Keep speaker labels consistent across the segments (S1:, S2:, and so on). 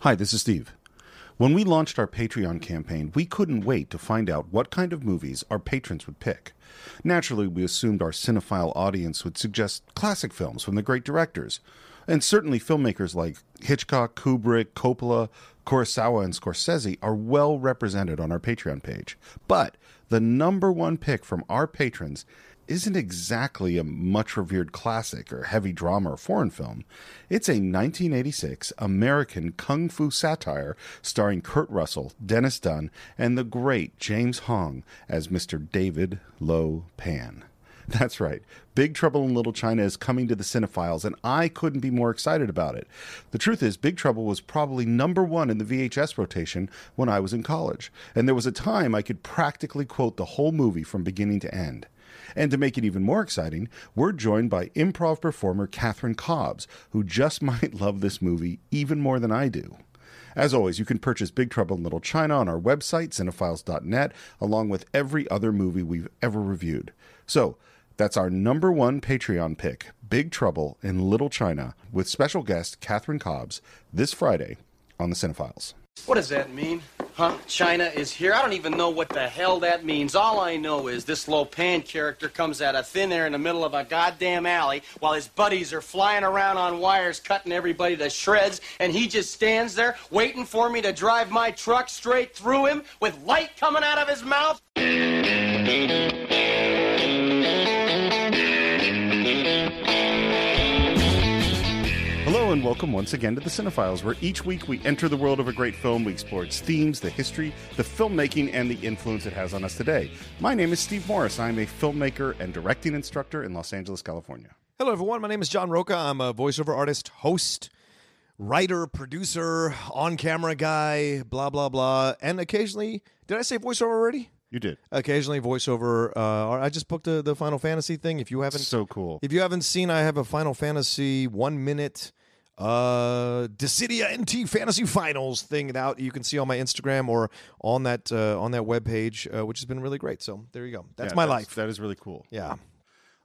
S1: Hi, this is Steve. When we launched our Patreon campaign, we couldn't wait to find out what kind of movies our patrons would pick. Naturally, we assumed our cinephile audience would suggest classic films from the great directors, and certainly filmmakers like Hitchcock, Kubrick, Coppola, Kurosawa, and Scorsese are well represented on our Patreon page. But the number one pick from our patrons isn't exactly a much revered classic or heavy drama or foreign film. It's a 1986 American kung fu satire starring Kurt Russell, Dennis Dunn, and the great James Hong as Mr. David Lo Pan. That's right. Big Trouble in Little China is coming to the cinephiles, and I couldn't be more excited about it. The truth is, Big Trouble was probably number one in the VHS rotation when I was in college, and there was a time I could practically quote the whole movie from beginning to end. And to make it even more exciting, we're joined by improv performer Catherine Cobbs, who just might love this movie even more than I do. As always, you can purchase Big Trouble in Little China on our website, cinephiles.net, along with every other movie we've ever reviewed. So, that's our number one Patreon pick, Big Trouble in Little China, with special guest Catherine Cobbs this Friday on The Cinephiles.
S2: What does that mean? Huh? China is here? I don't even know what the hell that means. All I know is this Lopan character comes out of thin air in the middle of a goddamn alley while his buddies are flying around on wires cutting everybody to shreds, and he just stands there waiting for me to drive my truck straight through him with light coming out of his mouth?
S1: Hello and welcome once again to the Cinephiles, where each week we enter the world of a great film. We explore its themes, the history, the filmmaking, and the influence it has on us today. My name is Steve Morris. I'm a filmmaker and directing instructor in Los Angeles, California.
S3: Hello, everyone. My name is John Roca. I'm a voiceover artist, host, writer, producer, on camera guy, blah, blah, blah. And occasionally, did I say voiceover already?
S1: You did.
S3: Occasionally, voiceover. Uh, I just booked the the Final Fantasy thing. If you haven't,
S1: So cool.
S3: If you haven't seen, I have a Final Fantasy one minute uh Dissidia NT Fantasy Finals thing out. You can see on my Instagram or on that uh, on that webpage, uh, which has been really great. So there you go. That's
S1: Yeah,
S3: my life.
S1: That is really cool.
S3: yeah.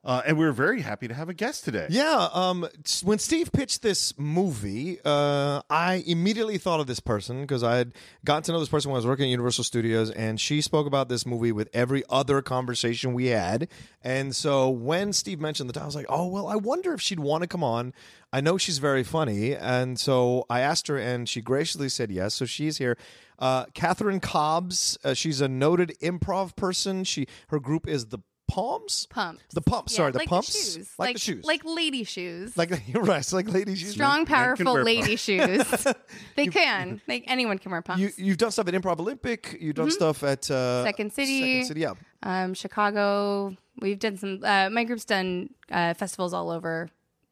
S1: Uh, and we're very happy to have a guest today.
S3: Yeah, um, s- when Steve pitched this movie, uh, I immediately thought of this person because I had gotten to know this person when I was working at Universal Studios, and she spoke about this movie with every other conversation we had. And so when Steve mentioned the title, I was like, oh, well, I wonder if she'd want to come on. I know she's very funny. And so I asked her, and she graciously said yes. So she's here. Uh, Catherine Cobbs, uh, she's a noted improv person. She Her group is the Palms?
S4: pumps.
S3: The pumps,
S4: Yeah,
S3: sorry, the
S4: like
S3: pumps.
S4: shoes.
S3: Like, the shoes.
S4: Like lady shoes.
S3: Like you're right, it's like ladies shoes.
S4: strong, powerful
S1: wear
S4: lady shoes. They can. Like anyone can wear pumps.
S3: You you've done stuff at Improv Olympic. You've done stuff at uh,
S4: Mm-hmm. Second City.
S3: Second City, yeah.
S4: um, Chicago. We've done some. Uh, my group's done uh, festivals all over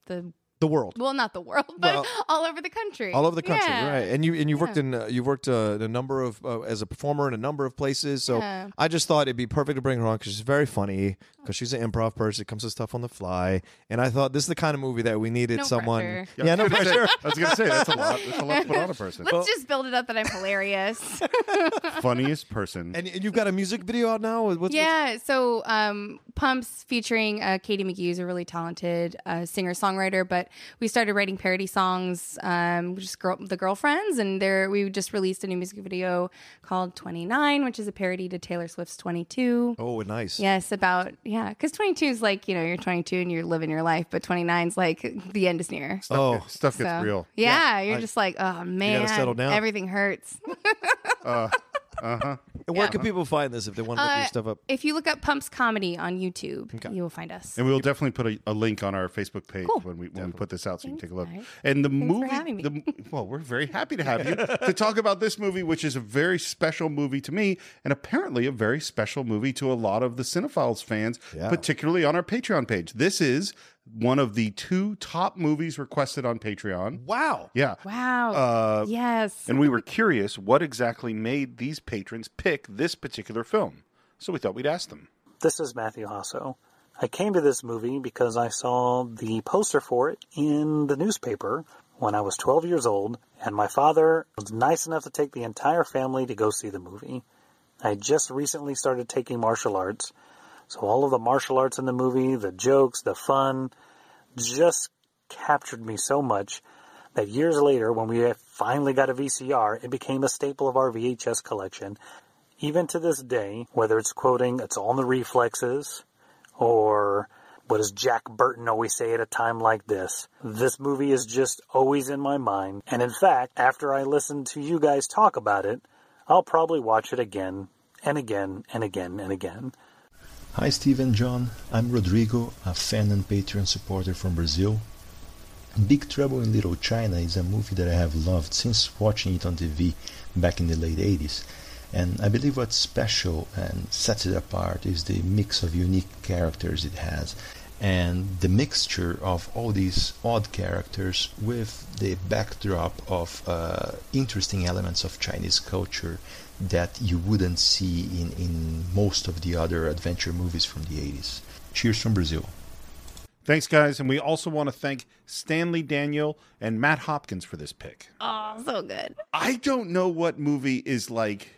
S4: the
S3: The world,
S4: well, not the world, but
S3: Well,
S4: all over the country.
S3: all over the country,
S4: Yeah.
S3: right? And you and you have worked in uh, you've worked uh, in a number of uh, as a performer in a number of places. So
S4: Yeah.
S3: I just thought it'd be perfect to bring her on because she's very funny. Because she's an improv person, it comes to stuff on the fly. And I thought this is the kind of movie that we needed
S4: No
S3: someone.
S4: pressure.
S3: Yeah, no pressure.
S1: I was going to say, that's a lot. That's a lot to put on a person.
S4: Let's just build it up that I'm hilarious.
S1: Funniest person.
S3: and, and you've got a music video out now. What's- What's,
S4: yeah. So, um, Pumps featuring uh, Katie McGee is a really talented uh, singer songwriter, but we started writing parody songs, um, just girl, the girlfriends, and there we just released a new music video called 29, which is a parody to Taylor Swift's 22.
S3: Oh, nice.
S4: Yes, about yeah, because 22 is like you know you're 22 and you're living your life, but 29 is like the end is near.
S1: stuff,
S3: Oh.
S1: gets- stuff gets
S4: So,
S1: real.
S4: Yeah,
S3: Yeah,
S4: you're
S3: I-
S4: just like, oh man,
S3: settle down.
S4: everything hurts.
S3: And where can people find this if they want to look
S4: Uh,
S3: your stuff up?
S4: If you look up Pumps Comedy on YouTube, you will find us.
S1: And we'll definitely put a, a link on our Facebook page
S4: Cool.
S1: when we when we put this out, so you can take a look.
S4: guys.
S1: And the movie,
S4: having me.
S1: the- well, we're very happy to have you to talk about this movie, which is a very special movie to me, and apparently a very special movie to a lot of the Cinephiles fans,
S3: Yeah.
S1: particularly on our Patreon page. This is one of the two top movies requested on Patreon.
S3: Wow.
S1: Yeah,
S4: Wow.
S1: Uh,
S4: yes.
S1: and we were curious what exactly made these patrons pick this particular film, so we thought we'd ask them.
S5: This is Matthew Hasso. I came to this movie because I saw the poster for it in the newspaper when I was 12 years old, and my father was nice enough to take the entire family to go see the movie. I just recently started taking martial arts, so all of the martial arts in the movie, the jokes, the fun, just captured me so much that years later, when we finally got a VCR, it became a staple of our VHS collection. Even to this day, whether it's quoting It's All in the Reflexes or what does Jack Burton always say at a time like this? This movie is just always in my mind. And in fact, after I listen to you guys talk about it, I'll probably watch it again and again and again and again.
S6: Hi, Steve and John. I'm Rodrigo, a fan and Patreon supporter from Brazil. Big Trouble in Little China is a movie that I have loved since watching it on TV back in the late 80s. And I believe what's special and sets it apart is the mix of unique characters it has and the mixture of all these odd characters with the backdrop of uh, interesting elements of Chinese culture that you wouldn't see in, in most of the other adventure movies from the 80s. Cheers from Brazil.
S1: Thanks, guys. And we also want to thank Stanley Daniel and Matt Hopkins for this pick.
S4: Oh, so good.
S1: I don't know what movie is like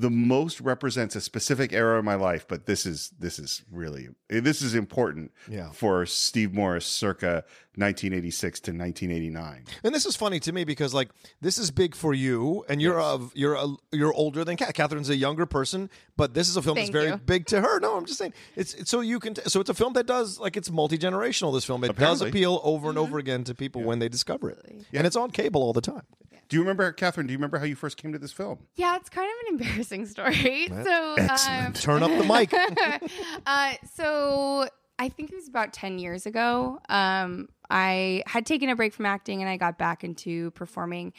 S1: the most represents a specific era of my life, but this is this is really this is important
S3: Yeah.
S1: for Steve Morris circa 1986 to 1989.
S3: And this is funny to me because like this is big for you, and you're of you're a, you're older than Kat. Catherine's a younger person, but this is a film
S4: Thank
S3: that's very
S4: you.
S3: big to her. No, I'm just saying it's, it's so you can t- so it's a film that does like it's multi generational. This film it
S1: Apparently.
S3: does appeal over
S4: Mm-hmm.
S3: and over again to people when they discover it, and it's on cable all the time.
S1: Do you remember, Catherine? Do you remember how you first came to this film?
S4: Yeah, it's kind of an embarrassing story. So, um,
S3: Turn up the mic.
S4: uh, so I think it was about 10 years ago. Um, I had taken a break from acting and I got back into performing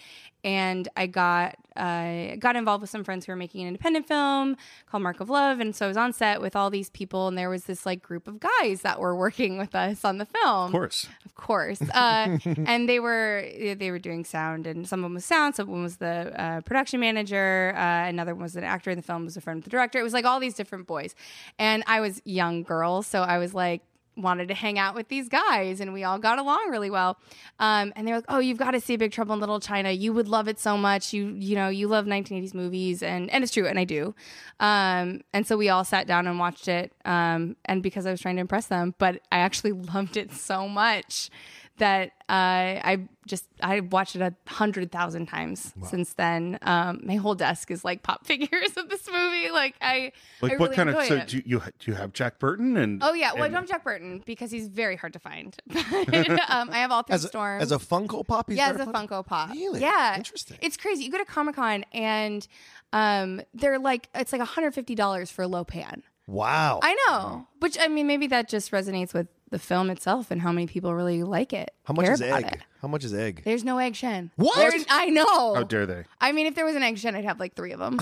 S4: and I got uh, got involved with some friends who were making an independent film called Mark of Love and so I was on set with all these people and there was this like group of guys that were working with us on the film
S1: Of course.
S4: of course. Uh, and they were they were doing sound, and someone was sound, someone was the uh, production manager, uh, another one was an actor in the film, was a friend of the director. It was like all these different boys, and I was young girl, so I was like wanted to hang out with these guys and we all got along really well um, and they were like oh you've got to see big trouble in little china you would love it so much you you know you love 1980s movies and and it's true and i do um, and so we all sat down and watched it um, and because i was trying to impress them but i actually loved it so much that uh, i just i watched it a hundred thousand times since then um, my whole desk is like pop figures of this movie like i
S1: Like
S4: I
S1: what
S4: really
S1: kind of
S4: enjoy
S1: so
S4: it.
S1: do you, you do you have Jack Burton and
S4: Oh yeah,
S1: and-
S4: well I don't have Jack Burton because he's very hard to find. But, um, I have all three
S3: As a,
S4: storms.
S3: as a Funko Pop, he's
S4: yeah, as
S3: very
S4: a
S3: funny.
S4: Funko Pop.
S3: Really?
S4: Yeah,
S3: Interesting.
S4: It's crazy. You go to Comic Con and um, they're like it's like one hundred fifty dollars for a low pan.
S3: Wow.
S4: I know, which I mean, maybe that just resonates with the film itself and how many people really like it.
S3: How much
S4: care
S3: is
S4: about
S3: egg?
S4: It.
S3: How much is egg?
S4: There's no egg shen.
S3: What?
S4: There's- I know.
S1: How dare they?
S4: I mean, if there was an egg shen, I'd have like three of them,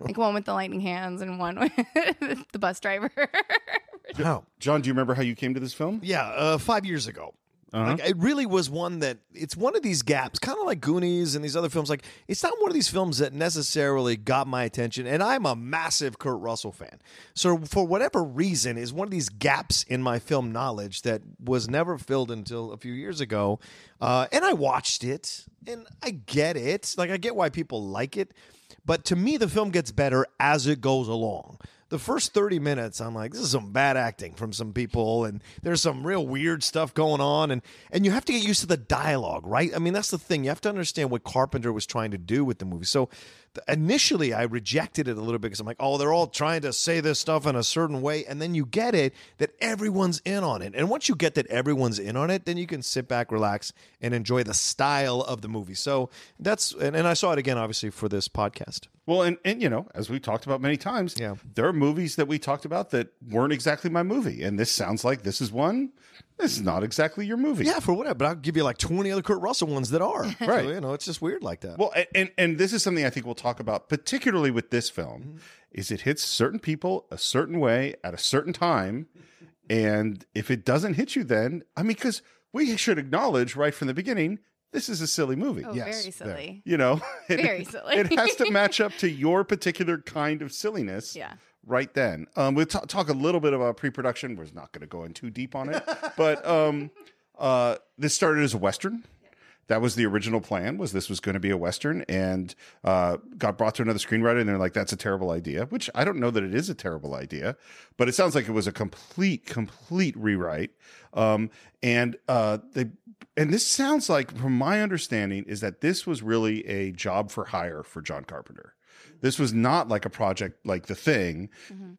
S4: like one with the lightning hands and one with the bus driver.
S3: How?
S1: John, do you remember how you came to this film?
S3: Yeah, uh, five years ago. Like it really was one that it's one of these gaps, kind of like Goonies and these other films. Like it's not one of these films that necessarily got my attention, and I'm a massive Kurt Russell fan. So for whatever reason, is one of these gaps in my film knowledge that was never filled until a few years ago. Uh, and I watched it, and I get it. Like I get why people like it, but to me, the film gets better as it goes along. The first 30 minutes, I'm like, this is some bad acting from some people, and there's some real weird stuff going on. And, and you have to get used to the dialogue, right? I mean, that's the thing. You have to understand what Carpenter was trying to do with the movie. So th- initially, I rejected it a little bit because I'm like, oh, they're all trying to say this stuff in a certain way. And then you get it that everyone's in on it. And once you get that everyone's in on it, then you can sit back, relax, and enjoy the style of the movie. So that's, and, and I saw it again, obviously, for this podcast.
S1: Well, and and you know, as we talked about many times,
S3: Yeah.
S1: there are movies that we talked about that weren't exactly my movie, and this sounds like this is one. This is not exactly your movie.
S3: Yeah, for whatever. But I'll give you like 20 other Kurt Russell ones that are.
S1: Right.
S3: So, you know, it's just weird like that.
S1: Well, a- and and this is something I think we'll talk about, particularly with this film, is it hits certain people a certain way at a certain time, and if it doesn't hit you, then I mean, because we should acknowledge right from the beginning, this is a silly movie.
S4: Oh,
S3: Yes,
S4: very
S3: there.
S4: silly.
S1: You know, it,
S4: Very silly.
S1: it has to match up to your particular kind of silliness.
S4: Yeah.
S1: Right then, um, we'll ta- talk a little bit about pre-production. We're not going to go in too deep on it, but um, uh, this started as a western that was the original plan was this was going to be a western and uh, got brought to another screenwriter and they're like that's a terrible idea which i don't know that it is a terrible idea but it sounds like it was a complete complete rewrite um, and uh, they and this sounds like, from my understanding, is that this was really a job for hire for John Carpenter. This was not like a project like The Thing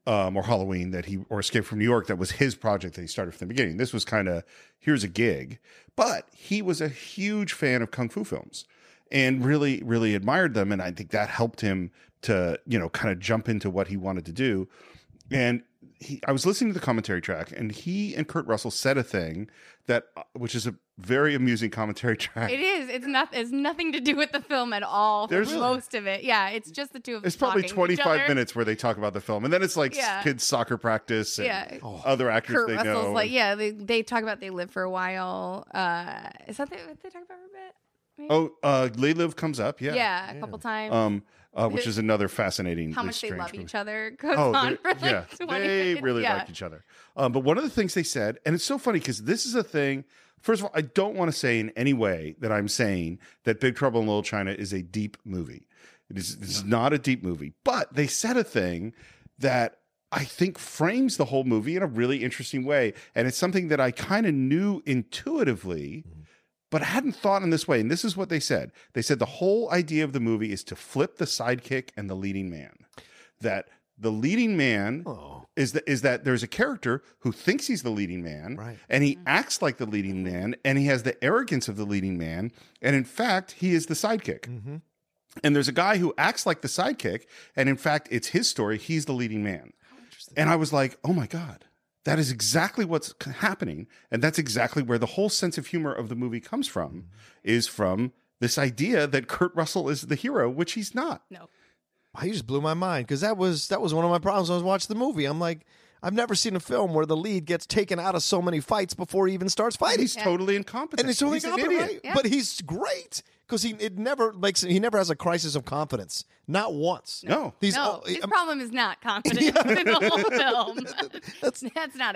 S1: um, or Halloween that he or Escape from New York that was his project that he started from the beginning. This was kind of here's a gig, but he was a huge fan of kung fu films and really really admired them, and I think that helped him to you know kind of jump into what he wanted to do. And he, I was listening to the commentary track, and he and Kurt Russell said a thing that, uh, which is a very amusing commentary track.
S4: It is. It's not. It's nothing to do with the film at all. For
S1: There's-
S4: most of it. Yeah, it's just the two of us.
S1: It's probably
S4: talking to each
S1: 25
S4: other.
S1: minutes where they talk about the film, and then it's like s-
S4: Yeah.
S1: kids' soccer practice and
S4: Yeah.
S1: other actors
S4: Kurt
S1: they
S4: Russell's
S1: know.
S4: like, yeah, they, they talk about they live for a while. Uh, is that the, what they talk about for a bit?
S1: Oh, uh, They Live comes up, yeah.
S4: Yeah, a couple times.
S1: Um, uh, which is another fascinating.
S4: How much they
S1: strange
S4: love
S1: movie.
S4: each other goes
S1: Oh,
S4: on
S1: they-
S4: for like
S1: yeah,
S4: 20
S1: they
S4: minutes.
S1: really
S4: yeah.
S1: like each other. Um, but one of the things they said, and it's so funny because this is a thing. First of all, I don't want to say in any way that I'm saying that Big Trouble in Little China is a deep movie. It is it's not a deep movie, but they said a thing that I think frames the whole movie in a really interesting way, and it's something that I kind of knew intuitively but I hadn't thought in this way. And this is what they said. They said the whole idea of the movie is to flip the sidekick and the leading man. That the leading man is that is that there's a character who thinks he's the leading man,
S3: Right.
S1: and he acts like the leading man, and he has the arrogance of the leading man, and in fact, he is the sidekick. And there's a guy who acts like the sidekick, and in fact, it's his story. He's the leading man. And I was like, oh my God, that is exactly what's c- happening. And that's exactly where the whole sense of humor of the movie comes from, is from this idea that Kurt Russell is the hero, which he's not.
S4: No.
S3: Wow, you just blew my mind because that was that was one of my problems when I was watching the movie. I'm like, I've never seen a film where the lead gets taken out of so many fights before he even starts fighting.
S1: He's totally incompetent.
S3: and it's totally
S1: he's an
S3: competent,
S1: idiot.
S3: right?
S4: Yeah.
S3: But he's great because he it never makes he never has a crisis of confidence, not once.
S1: No.
S3: He's
S4: No,
S3: all-
S4: his
S3: I'm-
S4: problem is not confidence in the whole film. That's, not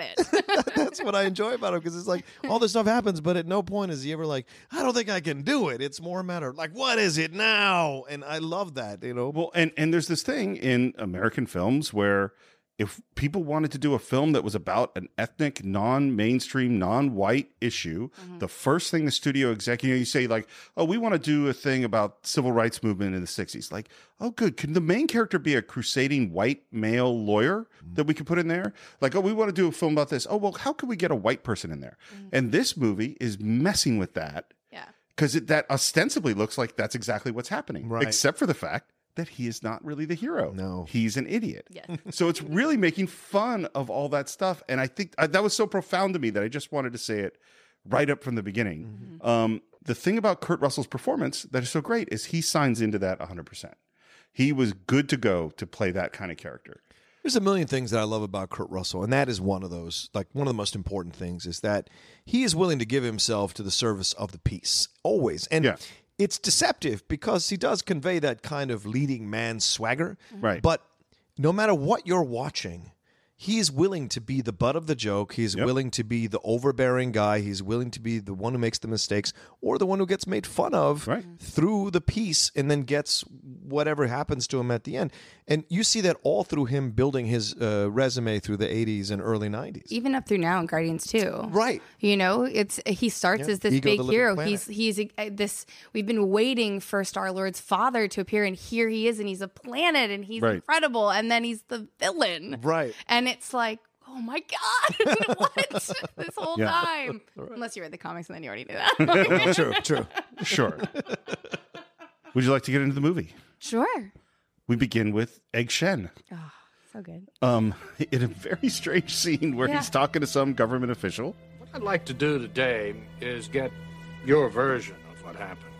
S4: it.
S3: that's what I enjoy about him because it's like all this stuff happens, but at no point is he ever like, I don't think I can do it. It's more a matter of like, what is it now? And I love that, you know.
S1: Well, and and there's this thing in American films where if people wanted to do a film that was about an ethnic, non-mainstream, non-white issue, the first thing the studio executive you say like, "Oh, we want to do a thing about civil rights movement in the '60s." Like, "Oh, good. Can the main character be a crusading white male lawyer that we could put in there?" Like, "Oh, we want to do a film about this." Oh, well, how could we get a white person in there? And this movie is messing with that
S4: yeah.
S1: because that ostensibly looks like that's exactly what's happening,
S3: Right.
S1: except for the fact that he is not really the hero.
S3: No.
S1: he's an idiot.
S4: Yes.
S1: so it's really making fun of all that stuff, and I think I, that was so profound to me that I just wanted to say it right up from the beginning. Um, the thing about Kurt Russell's performance that is so great is he signs into that 100. percent He was good to go to play that kind of character.
S3: There's a million things that I love about Kurt Russell, and that is one of those. Like one of the most important things is that he is willing to give himself to the service of the piece always, and
S1: Yeah.
S3: it's deceptive because he does convey that kind of leading man swagger.
S1: Right.
S3: But no matter what you're watching, he is willing to be the butt of the joke. He's willing to be the overbearing guy. He's willing to be the one who makes the mistakes or the one who gets made fun of
S1: Right.
S3: through the piece and then gets whatever happens to him at the end. And you see that all through him building his uh, resume through the 80s and early 90s.
S4: Even up through now in Guardians 2.
S3: Right.
S4: You know, it's he starts
S3: Yeah.
S4: as this
S3: Ego
S4: big
S3: the living
S4: hero.
S3: planet.
S4: He's he's uh, this. We've been waiting for Star Lord's father to appear, and here he is, and he's a planet, and he's
S1: Right.
S4: incredible, and then he's the villain,
S3: Right.
S4: And it's like, oh my god, what this whole
S1: Yeah.
S4: time? Unless you read the comics, and then you already knew that.
S3: true, Oh, true.
S1: Sure. Would you like to get into the movie?
S4: sure,
S1: We begin with Egg Shen.
S4: so good.
S1: um, in a very strange scene where
S4: Yeah.
S1: he's talking to some government official.
S7: What I'd like to do today is get your version of what happened.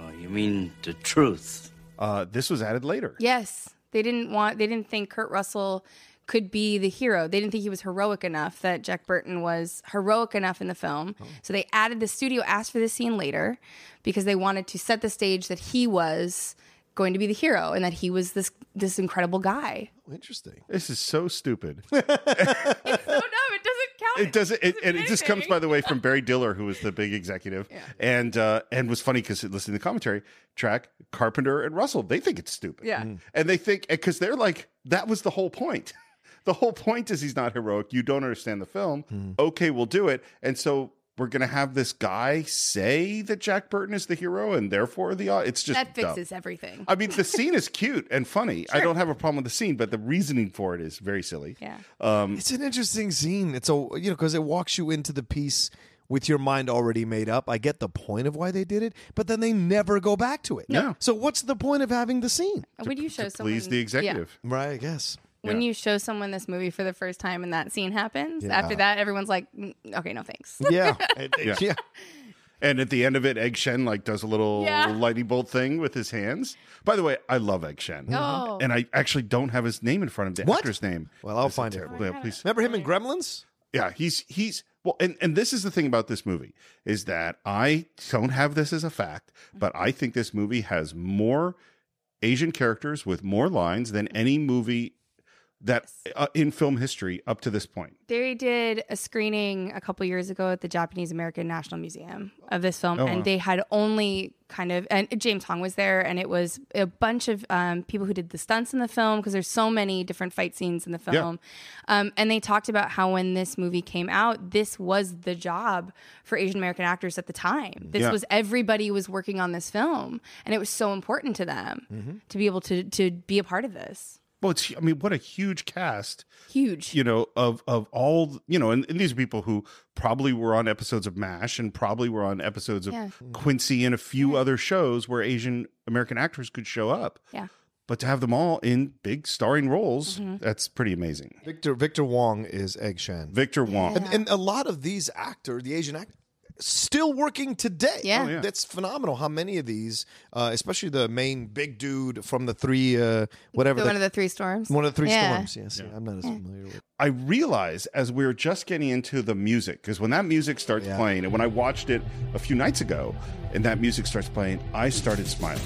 S8: Oh, you mean the truth?
S1: Uh, this was added later.
S4: Yes, they didn't want. They didn't think Kurt Russell could be the hero. They didn't think he was heroic enough. That Jack Burton was heroic enough in the film.
S1: Oh.
S4: So they added the studio asked for this scene later because they wanted to set the stage that he was going to be the hero and that he was this this incredible guy.
S3: Interesting.
S1: This is so stupid.
S4: Oh no, it doesn't count.
S1: It doesn't, it, and it just comes by the way from Barry Diller, who was the big executive, and uh, and was funny because listening to the commentary track, Carpenter and Russell, they think it's stupid,
S4: Yeah. Mm.
S1: and they think because they're like that was the whole point. The whole point is he's not heroic. You don't understand the film. Okay, we'll do it, and so we're gonna have this guy say that Jack Burton is the hero and therefore the au- it's just
S4: That
S1: dumb.
S4: fixes everything.
S1: I mean, the scene is cute and funny. I don't have a problem with the scene, but the reasoning for it is very silly.
S4: yeah.
S3: It's an interesting scene. It's a you know because it walks you into the piece with your mind already made up. I get the point of why they did it, but then they never go back to it.
S1: No.
S3: So what's the point of having the scene?
S4: when you show someone
S1: Please the
S4: yeah.
S1: executive.
S3: Right. I guess.
S4: When
S1: Yeah.
S4: you show someone this movie for the first time and that scene happens,
S3: Yeah.
S4: after that everyone's like, "Mm, okay, no thanks.
S3: Yeah. It-
S1: Yeah.
S3: yeah.
S1: And at the end of it, Egg Shen like does a little
S4: Yeah.
S1: lighty bolt thing with his hands. By the way, I love Egg Shen.
S4: Oh.
S1: And I actually don't have his name in front of me, the
S3: What?
S1: actor's name.
S3: Well, I'll
S1: This is
S3: find it.
S1: terrible.
S4: Oh, I
S1: Yeah,
S4: have
S1: please.
S4: it.
S3: Remember him in Gremlins?
S1: Yeah, he's he's well, and and this is the thing about this movie is that I don't have this as a fact, but I think this movie has more Asian characters with more lines than any movie that uh, in film history up to this point.
S4: They did a screening a couple years ago at the Japanese American National Museum of this film,
S1: Oh,
S4: and
S1: wow.
S4: they had only kind of and James Hong was there, and it was a bunch of um, people who did the stunts in the film because there's so many different fight scenes in the film, um, and they talked about how when this movie came out, this was the job for Asian American actors at the time. This
S1: Yeah.
S4: was everybody was working on this film, and it was so important to them
S3: Mm-hmm.
S4: to be able to to be a part of this.
S1: Well, it's I mean, what a huge cast.
S4: Huge.
S1: you know of of all you know and, and these are people who probably were on episodes of mash and probably were on episodes of
S4: Yeah.
S1: quincy and a few other shows where asian american actors could show up
S4: Yeah. Mm-hmm.
S1: but to have them all in big starring roles that's pretty amazing
S3: Victor Victor Wong is Egg Shen.
S1: victor wong
S3: And, and a lot of these actor, the Asian actor, still working today.
S4: Yeah. Oh, yeah.
S3: that's phenomenal. How many of these, uh, especially the main big dude from the three, uh, whatever,
S4: The, one of
S3: the,
S4: the three storms.
S3: one of the three
S4: Yeah.
S3: storms. Yes, yeah. I'm not as familiar with.
S1: i realize as we were just getting into the music because when that music starts
S3: Yeah.
S1: playing and when i watched it a few nights ago and that music starts playing i started smiling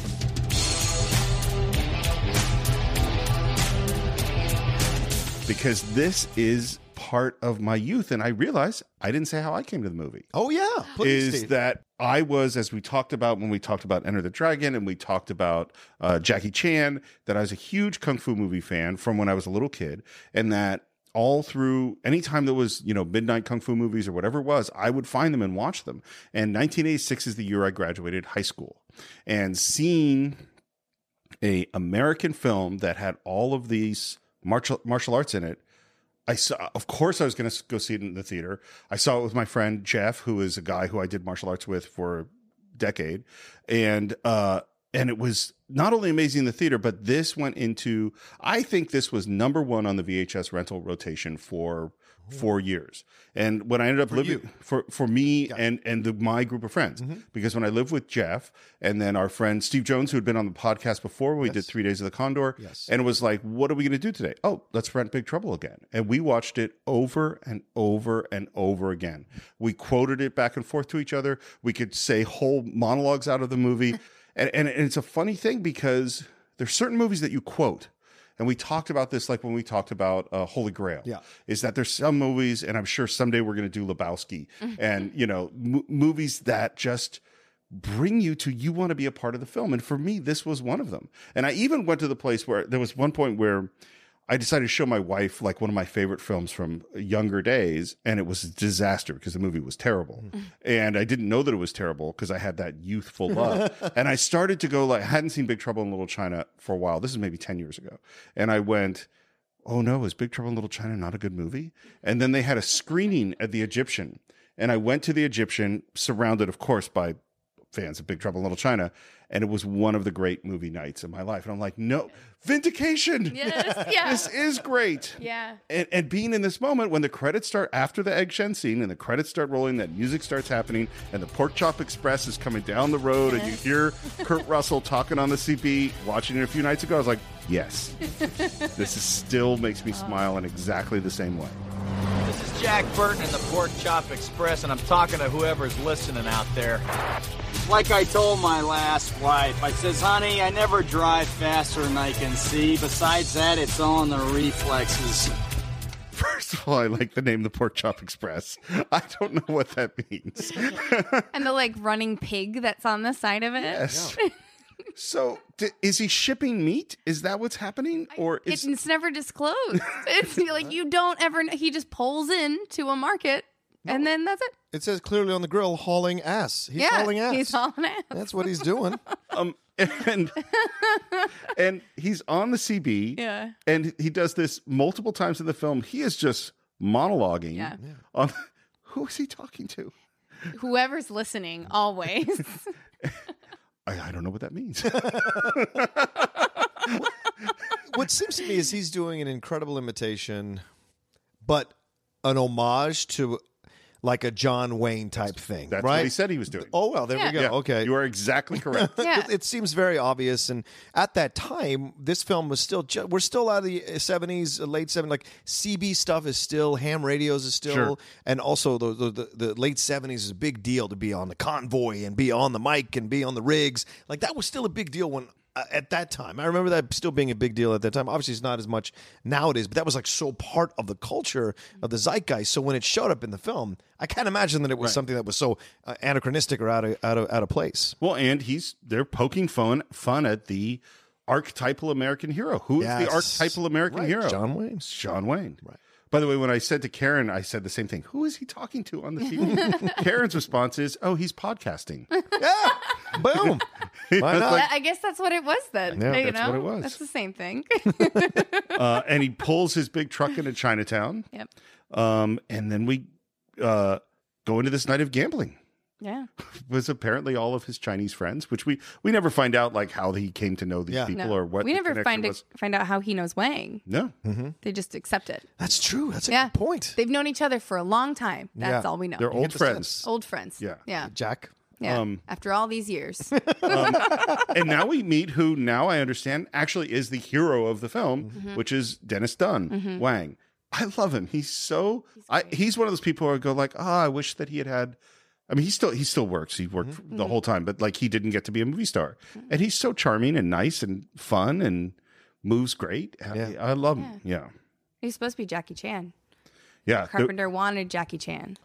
S1: because this is part of my youth and i realize i didn't say how i came to the movie
S3: Oh yeah, please.
S1: is
S3: Steve.
S1: that i was as we talked about when we talked about enter the dragon and we talked about uh, jackie chan that i was a huge kung fu movie fan from when i was a little kid and that all through any time there was you know midnight kung fu movies or whatever it was i would find them and watch them and 1986 is the year i graduated high school and seeing a American film that had all of these martial martial arts in it. I saw, of course, I was going to go see it in the theater. I saw it with my friend Jeff, who is a guy who I did martial arts with for a decade, and uh, and it was not only amazing in the theater, but this went into. I think this was number one on the VHS rental rotation for four years. And when I ended up living for for me and and the, my group of friends, because when I lived with Jeff and then our friend Steve Jones, who had been on the podcast before, when we did Three Days of the Condor,
S3: Yes.
S1: and was like, "What are we going to do today? Oh, let's rent Big Trouble again." And we watched it over and over and over again. We quoted it back and forth to each other. We could say whole monologues out of the movie, and, and and it's a funny thing because there's certain movies that you quote. And we talked about this like when we talked about uh, Holy Grail.
S3: Yeah.
S1: Is that there's some movies, and I'm sure someday we're going to do Lebowski
S3: Mm-hmm.
S1: and, you know, m- movies that just bring you to you want to be a part of the film. And for me, this was one of them. And I even went to the place where there was one point where I decided to show my wife like one of my favorite films from younger days, and it was a disaster because the movie was terrible. And I didn't know that it was terrible because I had that youthful love. and I started to go like I hadn't seen Big Trouble in Little China for a while. This is maybe 10 years ago. And I went, oh no, is Big Trouble in Little China not a good movie? And then they had a screening at the Egyptian. And I went to the Egyptian, surrounded, of course, by fans of Big Trouble in Little China. And it was one of the great movie nights in my life. And I'm like, no, vindication.
S4: Yes. Yeah.
S1: This is great.
S4: yeah.
S1: And, and being in this moment when the credits start after the egg shen scene and the credits start rolling, that music starts happening, and the Pork Chop Express is coming down the road, and you hear Kurt Russell talking on the CB, watching it a few nights ago. I was like, yes, this is still makes me smile in exactly the same way.
S9: This is Jack Burton in the Pork Chop Express, and I'm talking to whoever's listening out there.
S2: Like I told my last wife, I says, honey, I never drive faster than I can see. Besides that, it's all in the reflexes.
S1: First of all, I like the name the Pork Chop Express. I don't know what that means.
S4: And the like running pig that's on the side of it.
S1: Yes. So, d- is he shipping meat? Is that what's happening, or
S4: It's,
S1: is
S4: never disclosed. It's like you don't ever know. He just pulls in to a market and then that's it.
S3: It says clearly on the grill, hauling ass. He's
S4: yeah,
S3: hauling ass.
S4: he's hauling ass.
S3: That's what he's doing.
S1: Um, and and he's on the CB.
S4: Yeah.
S1: And he does this multiple times in the film. He is just monologuing.
S4: Yeah.
S1: On who is he talking to?
S4: Whoever's listening, always.
S1: I, I don't know what that means.
S3: what seems to me is he's doing an incredible imitation, but an homage to like a John Wayne type thing.
S1: That's
S3: right?
S1: what he said he was doing.
S3: Oh well, there
S4: Yeah.
S3: we go.
S1: Yeah,
S3: Okay,
S1: You are exactly correct.
S4: yeah.
S3: it seems very obvious. And at that time, this film was still ju- we're still out of the uh, seventies, late seventies. Like CB stuff is still ham radios is still,
S1: Sure.
S3: and also the the, the, the late seventies is a big deal to be on the convoy and be on the mic and be on the rigs. Like that was still a big deal when. Uh, at that time, I remember that still being a big deal at that time. Obviously, it's not as much nowadays, but that was like so part of the culture of the zeitgeist. So when it showed up in the film, I can't imagine that it was something that was so uh, anachronistic or out of out of out of place.
S1: well, and he's they're poking fun fun at the archetypal American hero. Who is the
S3: Yes.
S1: archetypal American
S3: Right,
S1: hero?
S3: John Wayne.
S1: It's John Wayne. Right. By the way, when I said to Karen, I said the same thing. Who is he talking to on the TV? Karen's response is, "Oh, he's podcasting."
S3: Yeah. Boom. Why not?
S4: I guess that's what it was then.
S3: Yeah,
S4: you
S1: that's
S4: know?
S1: what it was.
S4: That's the same thing.
S1: Uh, and he pulls his big truck into Chinatown.
S4: yep.
S1: Um, and then we uh, go into this night of gambling.
S4: Yeah.
S1: was apparently all of his Chinese friends, which we we never find out like how he came to know these
S3: Yeah.
S1: people
S4: No.
S1: or what
S4: we
S1: the
S4: never
S1: connection
S4: find
S1: was.
S4: it, find out how he knows Wang.
S1: No,
S4: They just accept it.
S3: That's true. That's a
S4: Yeah.
S3: good point.
S4: They've known each other for a long time. That's
S3: Yeah.
S4: all we know.
S1: they're old
S3: the
S1: friends,
S4: old friends.
S1: Yeah.
S4: Yeah.
S3: Jack.
S4: Yeah.
S1: Um,
S4: After all these years.
S1: and now we meet who now I understand actually is the hero of the film, which is Dennis Dunn Wang. I love him. Mm-hmm. He's so I, he's one of those people who I go like, ah, I wish that he had had. I mean, he still he still works. He worked the whole time, but like he didn't get to be a movie star. And he's so charming and nice and fun and moves great. I-
S3: Yeah.
S1: I, love him. Yeah,
S4: He was supposed to be Jackie Chan.
S1: yeah. There-
S4: Carpenter wanted Jackie Chan.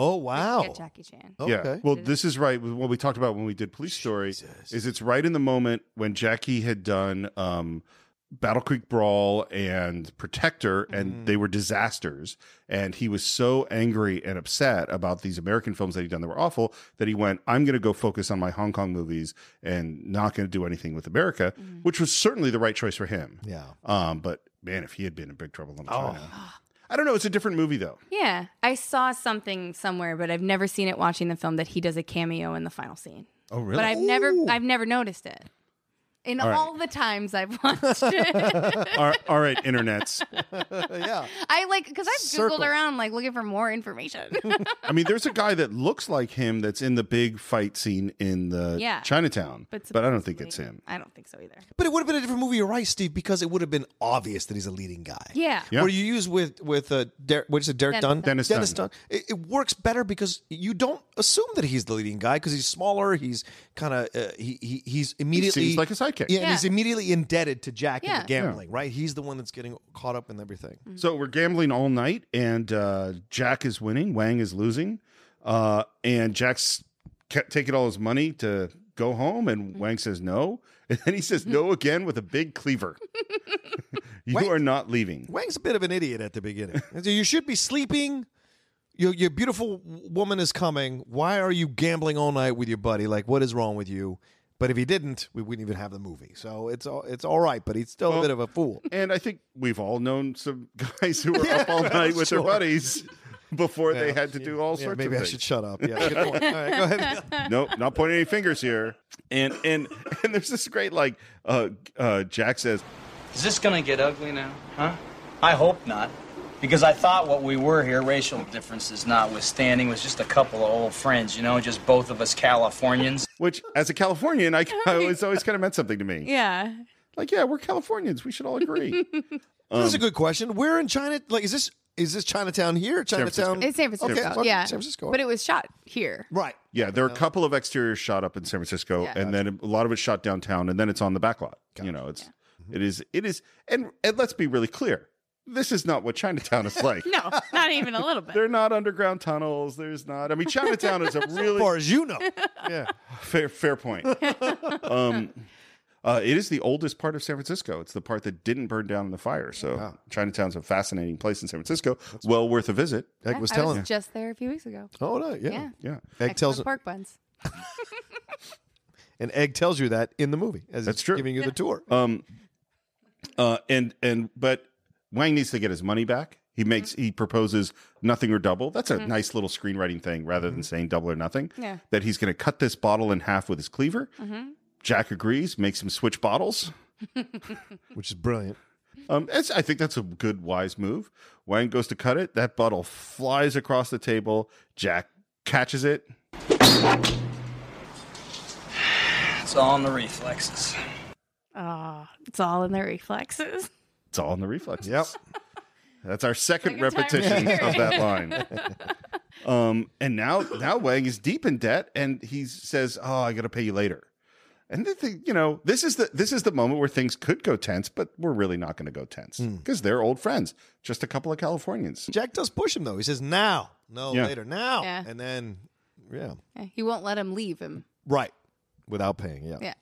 S3: Oh,
S4: Get
S3: wow.
S4: Jackie Chan.
S1: Yeah.
S3: Okay.
S1: Well, this is right. with What we talked about when we did Police Story is it's right in the moment when Jackie had done um, Battle Creek Brawl and Protector, and
S3: Mm-hmm.
S1: they were disasters. And he was so angry and upset about these American films that he'd done that were awful that he went, I'm going to go focus on my Hong Kong movies and not going to do anything with America, which was certainly the right choice for him.
S3: Yeah. Oh.
S1: Um, but man, if he had been in big trouble in China. I don't know. It's a different movie, though.
S4: Yeah. I saw something somewhere, but I've never seen it watching the film that he does a cameo in the final scene.
S1: Oh, really?
S4: But I've never I've never noticed it. In all,
S1: right.
S4: the times I've watched it.
S1: all, right, all right, internets.
S3: yeah.
S4: I like because I've
S3: Circle.
S4: googled around like looking for more information.
S1: I mean, there's a guy that looks like him that's in the big fight scene in the
S4: Yeah.
S1: Chinatown, but, I don't think it's
S4: supposedly-
S1: him.
S4: I don't think so either.
S3: But it would have been a different movie, you're right, Steve, because it would have been obvious that he's a leading guy.
S4: Yeah.
S1: Yeah.
S3: Where you use with with uh, Der- what is it, Derek
S4: Dennis
S3: Dunn?
S4: Dunn.
S1: Dennis Dunn.
S3: It, it works better because you don't assume that he's the leading guy because he's smaller. He's kind of uh, he, he he's immediately
S1: seems like a sidekick.
S3: Yeah, and
S4: Yeah.
S3: he's immediately indebted to Jack and
S4: Yeah.
S3: the gambling. Right, he's the one that's getting caught up in everything.
S1: So we're gambling all night, and uh, Jack is winning, Wang is losing, uh, and Jack's kept taking all his money to go home, and Wang says no, and then he says no again with a big cleaver. you
S3: Wang-
S1: are not leaving.
S3: Wang's a bit of an idiot at the beginning. So you should be sleeping. Your, your beautiful woman is coming. Why are you gambling all night with your buddy? Like, what is wrong with you? But if he didn't, we wouldn't even have the movie. So it's all, it's all right, but he's still a bit of a fool.
S1: And I think we've all known some guys who were up all night with
S3: sure.
S1: their buddies before they had to do all
S3: Yeah,
S1: sorts of
S3: maybe I
S1: things.
S3: should shut up. Yeah, good point. All right, go ahead.
S1: nope, not pointing any fingers here. And and and there's this great like uh uh Jack says,
S2: Is this gonna get ugly now? Huh? I hope not. Because I thought what we were here, racial differences notwithstanding, was just a couple of old friends, you know, just both of us Californians.
S1: which as a Californian, I, I always always kind of meant something to me.
S4: Yeah.
S1: Like, yeah, we're Californians. We should all agree.
S3: That's
S1: Um,
S3: a good question. Where in China? Like, is this is this Chinatown here? Chinatown?
S4: It's San Francisco.
S3: Okay, fuck
S4: yeah.
S3: San Francisco.
S4: But it was shot here.
S3: right.
S1: yeah, there are a couple of exteriors shot up in San Francisco,
S4: Yeah.
S1: and then a lot of it's shot downtown, and then it's on the back lot. You know, it's it is it is, and and let's be really clear, this is not what Chinatown is like.
S4: No, not even a little bit.
S1: They're not underground tunnels. There's not. I mean, Chinatown is a
S3: As
S1: really
S3: far as you know,
S1: fair fair point. um, Uh, it is the oldest part of San Francisco. It's the part that didn't burn down in the fire. So Chinatown's a fascinating place in San Francisco. Well worth a visit.
S3: Egg was
S4: I
S3: telling.
S4: was just there a few weeks ago.
S3: oh no, yeah.
S4: Yeah.
S1: Yeah,
S3: Egg
S4: Excellent
S3: tells
S4: pork buns.
S3: and Egg tells you that in the movie as
S1: That's
S3: it's
S1: true.
S3: giving you the tour.
S1: Um, uh, and and but Wang needs to get his money back. He
S4: Mm-hmm.
S1: makes he proposes nothing or double. That's a nice little screenwriting thing, rather
S3: Mm-hmm.
S1: than saying double or nothing.
S4: Yeah. Mm-hmm.
S1: That he's going to cut this bottle in half with his cleaver. Jack agrees, makes him switch bottles.
S3: which is brilliant.
S1: Um, it's, I think that's a good wise move. Wang goes to cut it. That bottle flies across the table. Jack catches it.
S10: It's all in the reflexes.
S4: Ah, it's all in their reflexes.
S1: It's all in the reflex.
S3: Yep.
S1: That's our second
S4: Second time
S1: repetition
S4: here.
S1: of that line. um, and now now Wang is deep in debt and he says, Oh, I gotta pay you later. And the thing, you know, this is the this is the moment where things could go tense, but we're really not gonna go tense. Because they're old friends, just a couple of Californians.
S3: Jack does push him though. He says now, no
S1: Yeah.
S3: later, now,
S4: Yeah.
S3: and then yeah,
S4: Yeah, He won't let him leave him.
S3: right, without paying. Yeah,
S4: Yeah.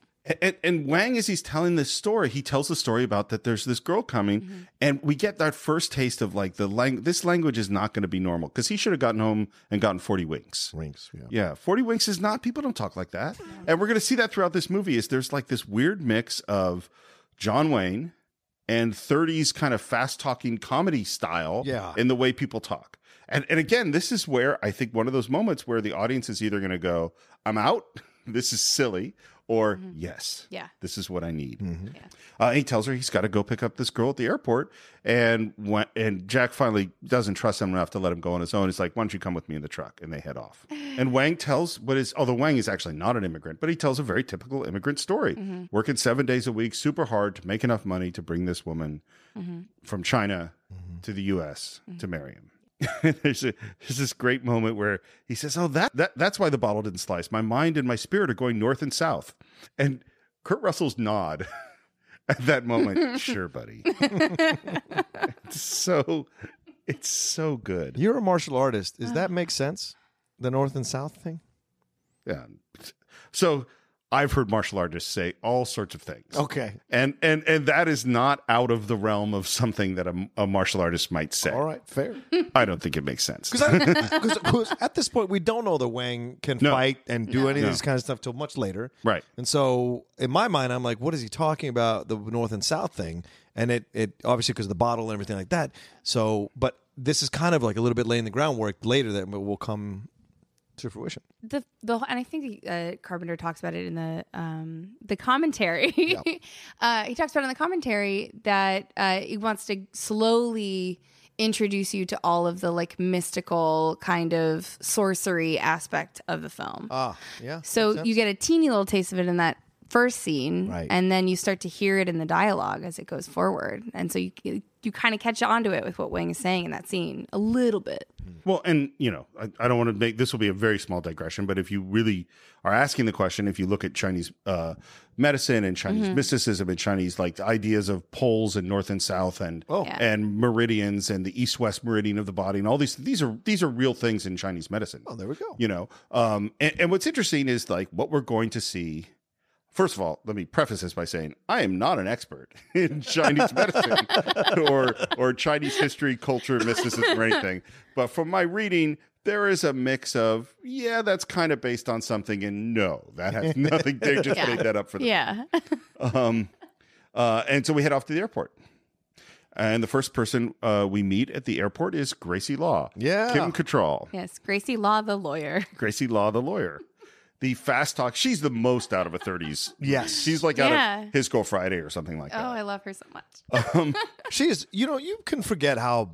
S1: And, and Wang, as he's telling this story, he tells the story about that there's this girl coming, and we get that first taste of like the lang- this language is not going to be normal because he should have gotten home and gotten 40 winks.
S3: Rinks. Yeah.
S1: Yeah, 40 winks is not, people don't talk like that. And we're going to see that throughout this movie is there's like this weird mix of John Wayne and 30s kind of fast talking comedy style
S3: Yeah.
S1: in the way people talk. And and again, this is where I think one of those moments where the audience is either going to go, "I'm out. This is silly," or "Yes.
S4: Mm-hmm. Yeah.
S1: This is what I need."
S4: Yeah.
S1: Uh, he tells her he's got to go pick up this girl at the airport, and when, and Jack finally doesn't trust him enough to let him go on his own. He's like, "Why don't you come with me in the truck?" And they head off. And Wang tells what is although Wang is actually not an immigrant, but he tells a very typical immigrant story:
S4: Mm-hmm.
S1: working seven days a week, super hard to make enough money to bring this woman from China
S3: Mm-hmm.
S1: to the U.S. to marry him. there's, a, there's this great moment where he says, "Oh, that, that that's why the bottle didn't slice. My mind and my spirit are going north and south." And Kurt Russell's nod at that moment, sure, buddy. it's so it's so good.
S3: You're a martial artist. Does that make sense? The north and south thing.
S1: Yeah. So I've heard martial artists say all sorts of things.
S3: Okay.
S1: And and and that is not out of the realm of something that a, a martial artist might say.
S3: All right. Fair.
S1: I don't think it makes sense.
S3: Because at this point we don't know that Wang can
S1: No.
S3: fight and do any
S1: No.
S3: of this kind of stuff till much later.
S1: Right.
S3: And so in my mind, I'm like, what is he talking about? The north and south thing, and it it obviously because the bottle and everything like that. So, but this is kind of like a little bit laying the groundwork later that will come to fruition.
S4: the the and I think uh, Carpenter talks about it in the um the commentary. uh, he talks about in the commentary that uh, he wants to slowly introduce you to all of the like mystical kind of sorcery aspect of the film.
S3: Ah, yeah.
S4: so you get a teeny little taste of it in that first scene,
S3: Right.
S4: and then you start to hear it in the dialogue as it goes forward, and so you you, kind of catch on to it with what Wang is saying in that scene a little bit.
S1: Well, and you know, I, I don't want to make this will be a very small digression, but if you really are asking the question, if you look at Chinese uh, medicine and Chinese mysticism and Chinese like ideas of poles and north and south and
S4: Yeah.
S1: and meridians and the east west meridian of the body and all these these are these are real things in Chinese medicine.
S3: Oh, there we go.
S1: You know, um, and, and what's interesting is like what we're going to see. First of all, let me preface this by saying I am not an expert in Chinese medicine or or Chinese history, culture, mysticism, or anything. But from my reading, there is a mix of yeah, that's kind of based on something, and no, that has nothing. They just
S4: Yeah.
S1: made that up for the
S4: Yeah,
S1: um, uh, and so we head off to the airport. And the first person uh, we meet at the airport is Gracie Law.
S3: Yeah.
S1: Kim Cattrall.
S4: yes, Gracie Law, the lawyer.
S1: Gracie Law, the lawyer. The fast talk. She's the most out of a 30s.
S3: Yes.
S1: She's like out
S4: Yeah.
S1: of His Girl Friday or something like
S4: Oh, I
S1: that.
S4: love her so much.
S3: Uh, She is, you know, you can forget how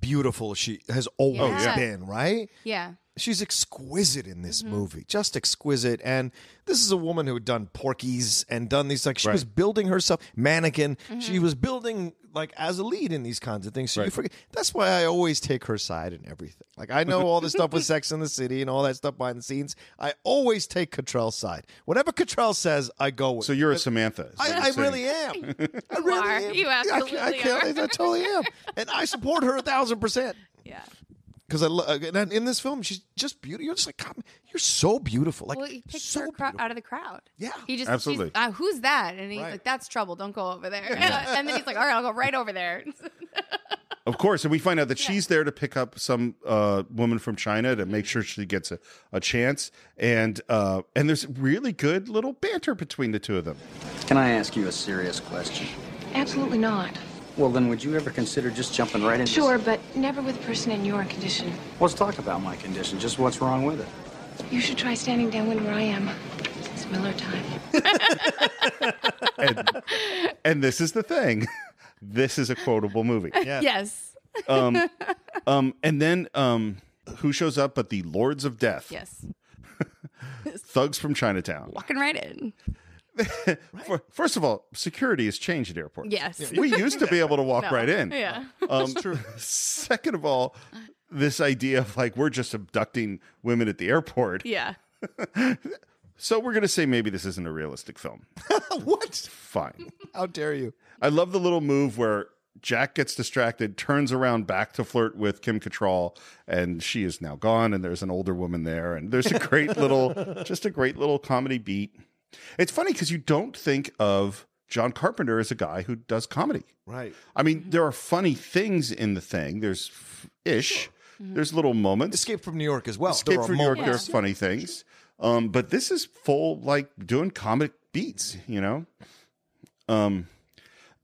S3: beautiful she has always
S4: Oh, yeah.
S3: been, right?
S4: Yeah.
S3: She's exquisite in this movie, just exquisite. And this is a woman who had done Porkies and done these like she was building herself mannequin. She was building like as a lead in these kinds of things. So you forget. That's why I always take her side in everything. Like I know all this stuff with Sex in the City and all that stuff behind the scenes. I always take Cottrell's side. Whatever Cottrell says, I go with.
S1: So you're a Samantha. is what you're
S3: I, I
S1: saying.
S3: really am. I really
S4: are.
S3: am.
S4: You
S3: I- I,
S4: absolutely
S3: can't- I totally am. And I support her a thousand percent.
S4: Yeah.
S3: because I lo- uh, and in this film she's just beautiful. You're just like God, you're so beautiful, like
S4: well, he picks
S3: so
S4: her cro-
S3: beautiful.
S4: out of the crowd.
S3: Yeah.
S4: he just
S1: Absolutely.
S4: she's, Uh, Who's that? And he's
S3: Right.
S4: like, "That's trouble. Don't go over there." and then he's like, "All right, I'll go right over there."
S1: Of course, and we find out that she's there to pick up some uh, woman from China to make sure she gets a, a chance, and uh, and there's really good little banter between the two of them.
S10: Can I ask you a serious question?
S11: Absolutely not.
S10: Well, then, would you ever consider just jumping right into?
S11: Sure, but never with a person in your condition.
S10: Let's talk about my condition. Just what's wrong with it?
S11: You should try standing downwind where I am. It's Miller time.
S1: And this is the thing, this is a quotable movie.
S3: Yeah.
S4: yes,
S1: Um, um, and then um, who shows up but the Lords of Death,
S4: yes,
S1: thugs from Chinatown.
S4: walking right in.
S1: For- First of all, security has changed at airports.
S4: Yes,
S1: we used to be able to walk
S4: No.
S1: right in.
S4: Yeah,
S1: Um, Second of all, this idea of like we're just abducting women at the airport.
S4: yeah.
S1: So we're gonna say maybe this isn't a realistic film.
S3: what?
S1: Fine.
S3: How dare you?
S1: I love the little move where Jack gets distracted, turns around back to flirt with Kim Cattrall, and she is now gone. And there's an older woman there, and there's a great little, just a great little comedy beat. It's funny because you don't think of John Carpenter as a guy who does comedy.
S3: Right.
S1: I mean, there are funny things in the thing. There's f- ish. There's little moments.
S3: Escape from New York as well.
S1: Escape
S3: There are
S1: from New York.
S3: moments.
S1: There are funny things. Um, but this is full like doing comic beats, you know. Um,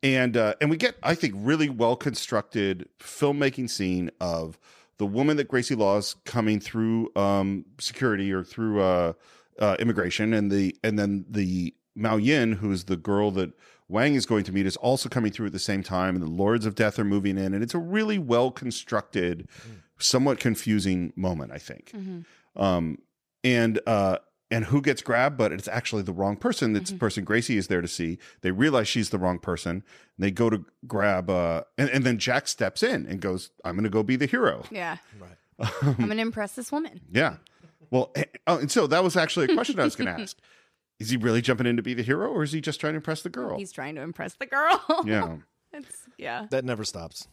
S1: and uh, and we get I think really well constructed filmmaking scene of the woman that Gracie Law's coming through um, security or through uh, uh, immigration, and the and then the Mao Yin, who is the girl that Wang is going to meet, is also coming through at the same time, and the Lords of Death are moving in, and it's a really well constructed, somewhat confusing moment, I think. Um, and uh, and who gets grabbed? But it's actually the wrong person. It's the person Gracie is there to see. They realize she's the wrong person. And they go to grab, uh, and, and then Jack steps in and goes, "I'm going to go be the hero."
S4: Yeah. Right. I'm gonna impress this woman.
S1: Yeah. Well, eh, oh, and so that was actually a question I was going to ask. Is he really jumping in to be the hero, or is he just trying to impress the girl?
S4: He's trying to impress the girl.
S1: yeah,
S4: it's yeah.
S3: That never stops.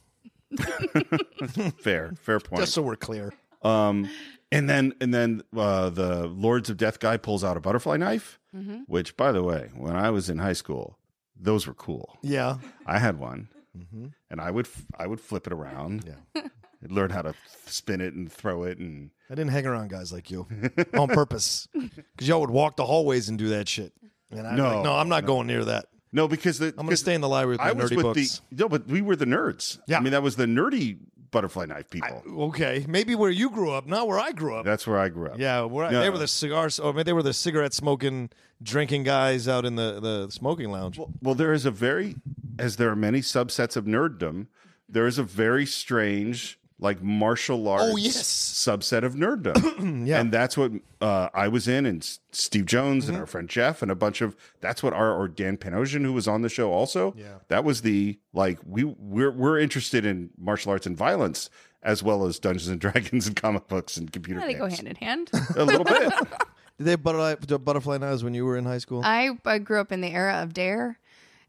S1: fair, fair point.
S3: Just so we're clear.
S1: Um, and then and then uh, the Lords of Death guy pulls out a butterfly knife, which, by the way, when I was in high school, those were cool.
S3: Yeah.
S1: I had one,
S3: Mm-hmm.
S1: and I would f- I would flip it around. Yeah, learn how to spin it and throw it, and
S3: I didn't hang around guys like you on purpose because y'all would walk the hallways and do that shit. And I'd be
S1: No,
S3: like, no, I'm not going near that.
S1: no, because the
S3: I'm gonna
S1: because
S3: stay in the library with my
S1: I was
S3: nerdy
S1: with
S3: books.
S1: the no, but we were the nerds. I
S3: Yeah.
S1: mean that was the nerdy butterfly knife people.
S3: Okay, maybe where you grew up, not where I grew up.
S1: That's where I grew up.
S3: Yeah, where I,
S1: No.
S3: they were the cigars. Or maybe they were the cigarette smoking, drinking guys out in the, the smoking lounge.
S1: Well, there is a very, as there are many subsets of nerddom, there is a very strange, like martial arts
S3: Oh, yes.
S1: subset of nerddom.
S3: Yeah.
S1: And that's what uh, I was in, and S- Steve Jones and our
S3: Mm-hmm.
S1: friend Jeff, and a bunch of that's what our, or Dan Panosian, who was on the show also.
S3: Yeah.
S1: That was the, like, we, we're, we're interested in martial arts and violence. As well as Dungeons and Dragons and comic books and computer
S4: Yeah, they go
S1: games.
S4: hand in hand.
S1: A little bit.
S3: Did they butterfly, the butterfly knives when you were in high school?
S4: I, I grew up in the era of Dare.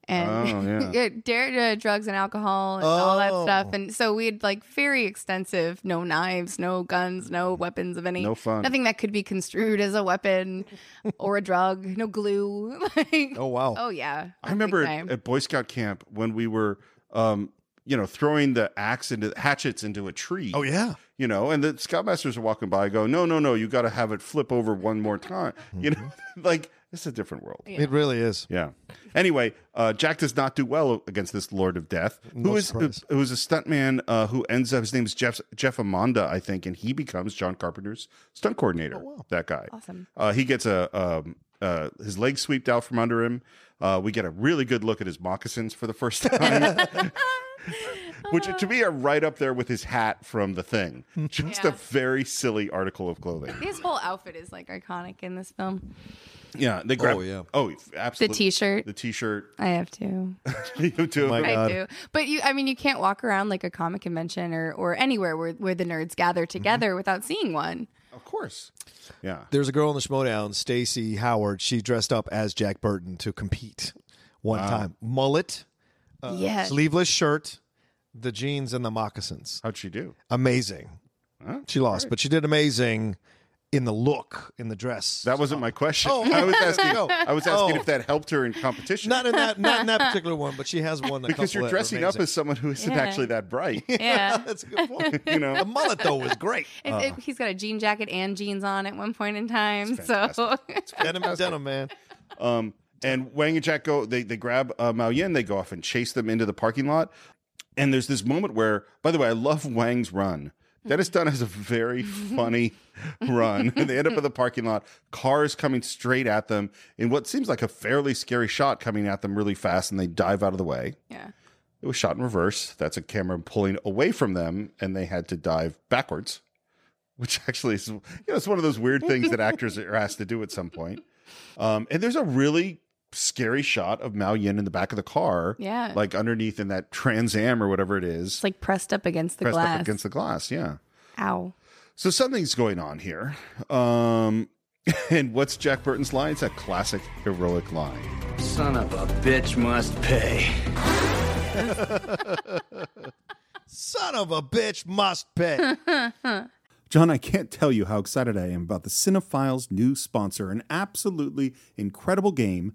S4: And
S1: Oh, yeah.
S4: yeah, Dare uh, drugs and alcohol and all that
S3: Oh.
S4: stuff, and so we had like very extensive, no knives, no guns, no weapons of any,
S1: No fun.
S4: nothing that could be construed as a weapon or a drug, no glue. like,
S3: oh wow!
S4: oh yeah,
S1: I remember
S4: Big
S1: at,
S4: time.
S1: at Boy Scout camp when we were, um, you know, throwing the axe into hatchets into a tree.
S3: Oh yeah!
S1: You know, and the scoutmasters are walking by, go, no, no, no, you got to have it flip over one more time. You know,
S3: Mm-hmm.
S1: like it's a different world.
S4: Yeah.
S3: It really is.
S1: Yeah. Anyway, uh, Jack does not do well against this Lord of Death,
S3: No
S1: who is
S3: surprise.
S1: who is a stuntman uh, who ends up. His name is Jeff Jeff Amanda, I think, and he becomes John Carpenter's stunt coordinator.
S3: Oh,
S1: That guy.
S4: Awesome.
S1: Uh, he gets a um, uh, his legs sweeped out from under him. Uh, we get a really good look at his moccasins for the first time, which to me are right up there with his hat from the thing. Just a
S4: Yeah.
S1: very silly article of clothing.
S4: His whole outfit is like iconic in this film.
S1: Yeah, they grab.
S3: Oh, yeah.
S1: oh absolutely.
S4: t-shirt.
S1: The t-shirt.
S4: I have to.
S1: you do.
S3: my
S4: I
S3: God.
S4: do. But you, I mean, you can't walk around like a comic convention or, or anywhere where, where the nerds gather
S1: Mm-hmm.
S4: together without seeing one.
S1: Of course. Yeah.
S3: There's a girl in the Schmodown, Stacy Howard. She dressed up as Jack Burton to compete one time. Mullet, uh,
S4: yes.
S3: sleeveless shirt, the jeans, and the moccasins.
S1: How'd she do?
S3: Amazing. She lost, but she did amazing in the look, in the dress.
S1: That wasn't my question.
S3: Oh,
S1: I was asking.
S3: no.
S1: I was asking
S3: Oh.
S1: if that helped her in competition.
S3: Not in that, not in that particular one, but she has one. a
S1: because
S3: couple
S1: you're
S3: that are
S1: dressing up
S3: amazing.
S1: as someone who isn't
S4: Yeah.
S1: actually that bright.
S4: Yeah.
S3: that's a good point.
S1: you know,
S3: The mullet though was great.
S4: It- it- he's got a jean jacket and jeans on at one point in time.
S1: Oh. It's
S4: So
S3: Denim, and denim, man.
S1: Um, and Wang and Jack go, they, they grab uh, Mao Yen, they go off and chase them into the parking lot. And there's this moment where, by the way, I love Wang's run. Dennis Dunn has a very funny run. And they end up in the parking lot, cars coming straight at them in what seems like a fairly scary shot coming at them really fast, and they dive out of the way.
S4: yeah.
S1: It was shot in reverse. That's a camera pulling away from them, and they had to dive backwards, which actually is, you know, it's one of those weird things that actors are asked to do at some point. Um, and there's a really scary shot of Mao Yin in the back of the car,
S4: Yeah.
S1: like underneath in that Trans Am or whatever it is,
S4: It's like pressed up against the
S1: pressed
S4: glass.
S1: up against the glass. Yeah.
S4: Ow.
S1: So something's going on here. Um, and what's Jack Burton's line? It's a classic heroic line.
S8: Son of a bitch must pay.
S3: Son of a bitch must pay.
S12: John, I can't tell you how excited I am about the Cinephile's new sponsor, an absolutely incredible game,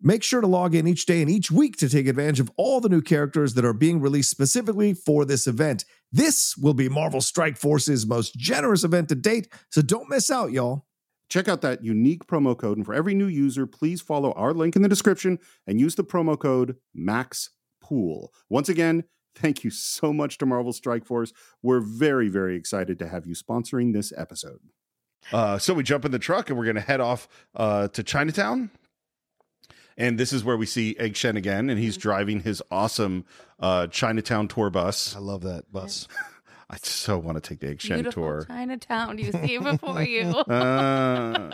S13: Make sure to log in each day and each week to take advantage of all the new characters that are being released specifically for this event. This will be Marvel Strike Force's most generous event to date, so don't miss out, y'all.
S12: Check out that unique promo code, and for every new user, please follow our link in the description and use the promo code MAXPOOL. Once again, thank you so much to Marvel Strike Force. We're very, very excited to have you sponsoring this episode.
S1: Uh, so we jump in the truck and we're going to head off uh, to Chinatown. And this is where we see Egg Shen again, and he's driving his awesome uh, Chinatown tour bus. I
S3: love that bus.
S1: I so want to take the Egg Shen
S4: Beautiful
S1: tour.
S4: Chinatown. Do you see it before you?
S1: Uh,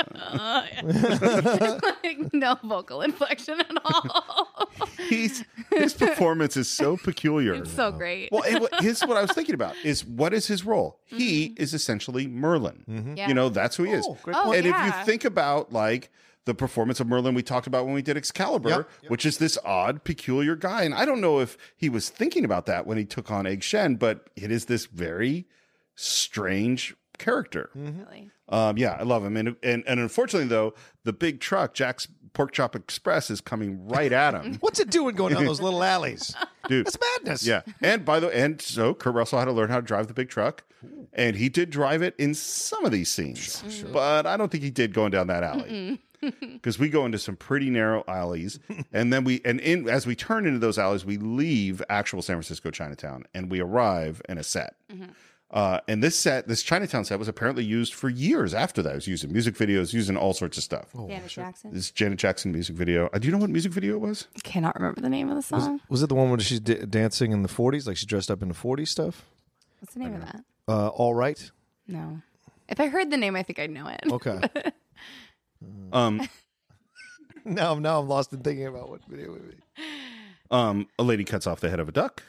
S4: like, no vocal inflection at all.
S1: he's, his performance is so peculiar.
S4: It's so great.
S1: Well, and what, here's what I was thinking about is what is his role? He is essentially Merlin.
S4: Mm-hmm. Yeah.
S1: You know, that's who he is.
S4: Oh, great Oh, point.
S1: and if
S4: yeah.
S1: you think about like the performance of Merlin we talked about when we did Excalibur,
S3: Yep,
S1: which is this odd, peculiar guy. And I don't know if he was thinking about that when he took on Egg Shen, but it is this very strange character.
S4: Really?
S1: Um, yeah, I love him. And, and and unfortunately though, the big truck, Jack's Pork Chop Express, is coming right at him.
S3: What's it doing going down those little alleys?
S1: Dude,
S3: That's madness.
S1: yeah. And by the way, and so Kurt Russell had to learn how to drive the big truck, and he did drive it in some of these scenes, but I don't think he did going down that alley because we go into some pretty narrow alleys, and then we and in as we turn into those alleys, we leave actual San Francisco Chinatown, and we arrive in a set. Uh, and this set, this Chinatown set, was apparently used for years after that. It was used in music videos, used in all sorts of stuff.
S4: Janet Jackson.
S1: This Janet Jackson music video. Uh, do you know what music video it was?
S4: Cannot remember the name of the song.
S3: Was it the one where she's d- dancing in the 40s, like she dressed up in the 40s stuff?
S4: What's the name of that?
S3: Uh, all right.
S4: No. If I heard the name, I think I'd know it.
S3: Okay.
S1: Um,
S3: now, I'm now I'm lost in thinking about what video it would be.
S1: um, a lady cuts off the head of a duck,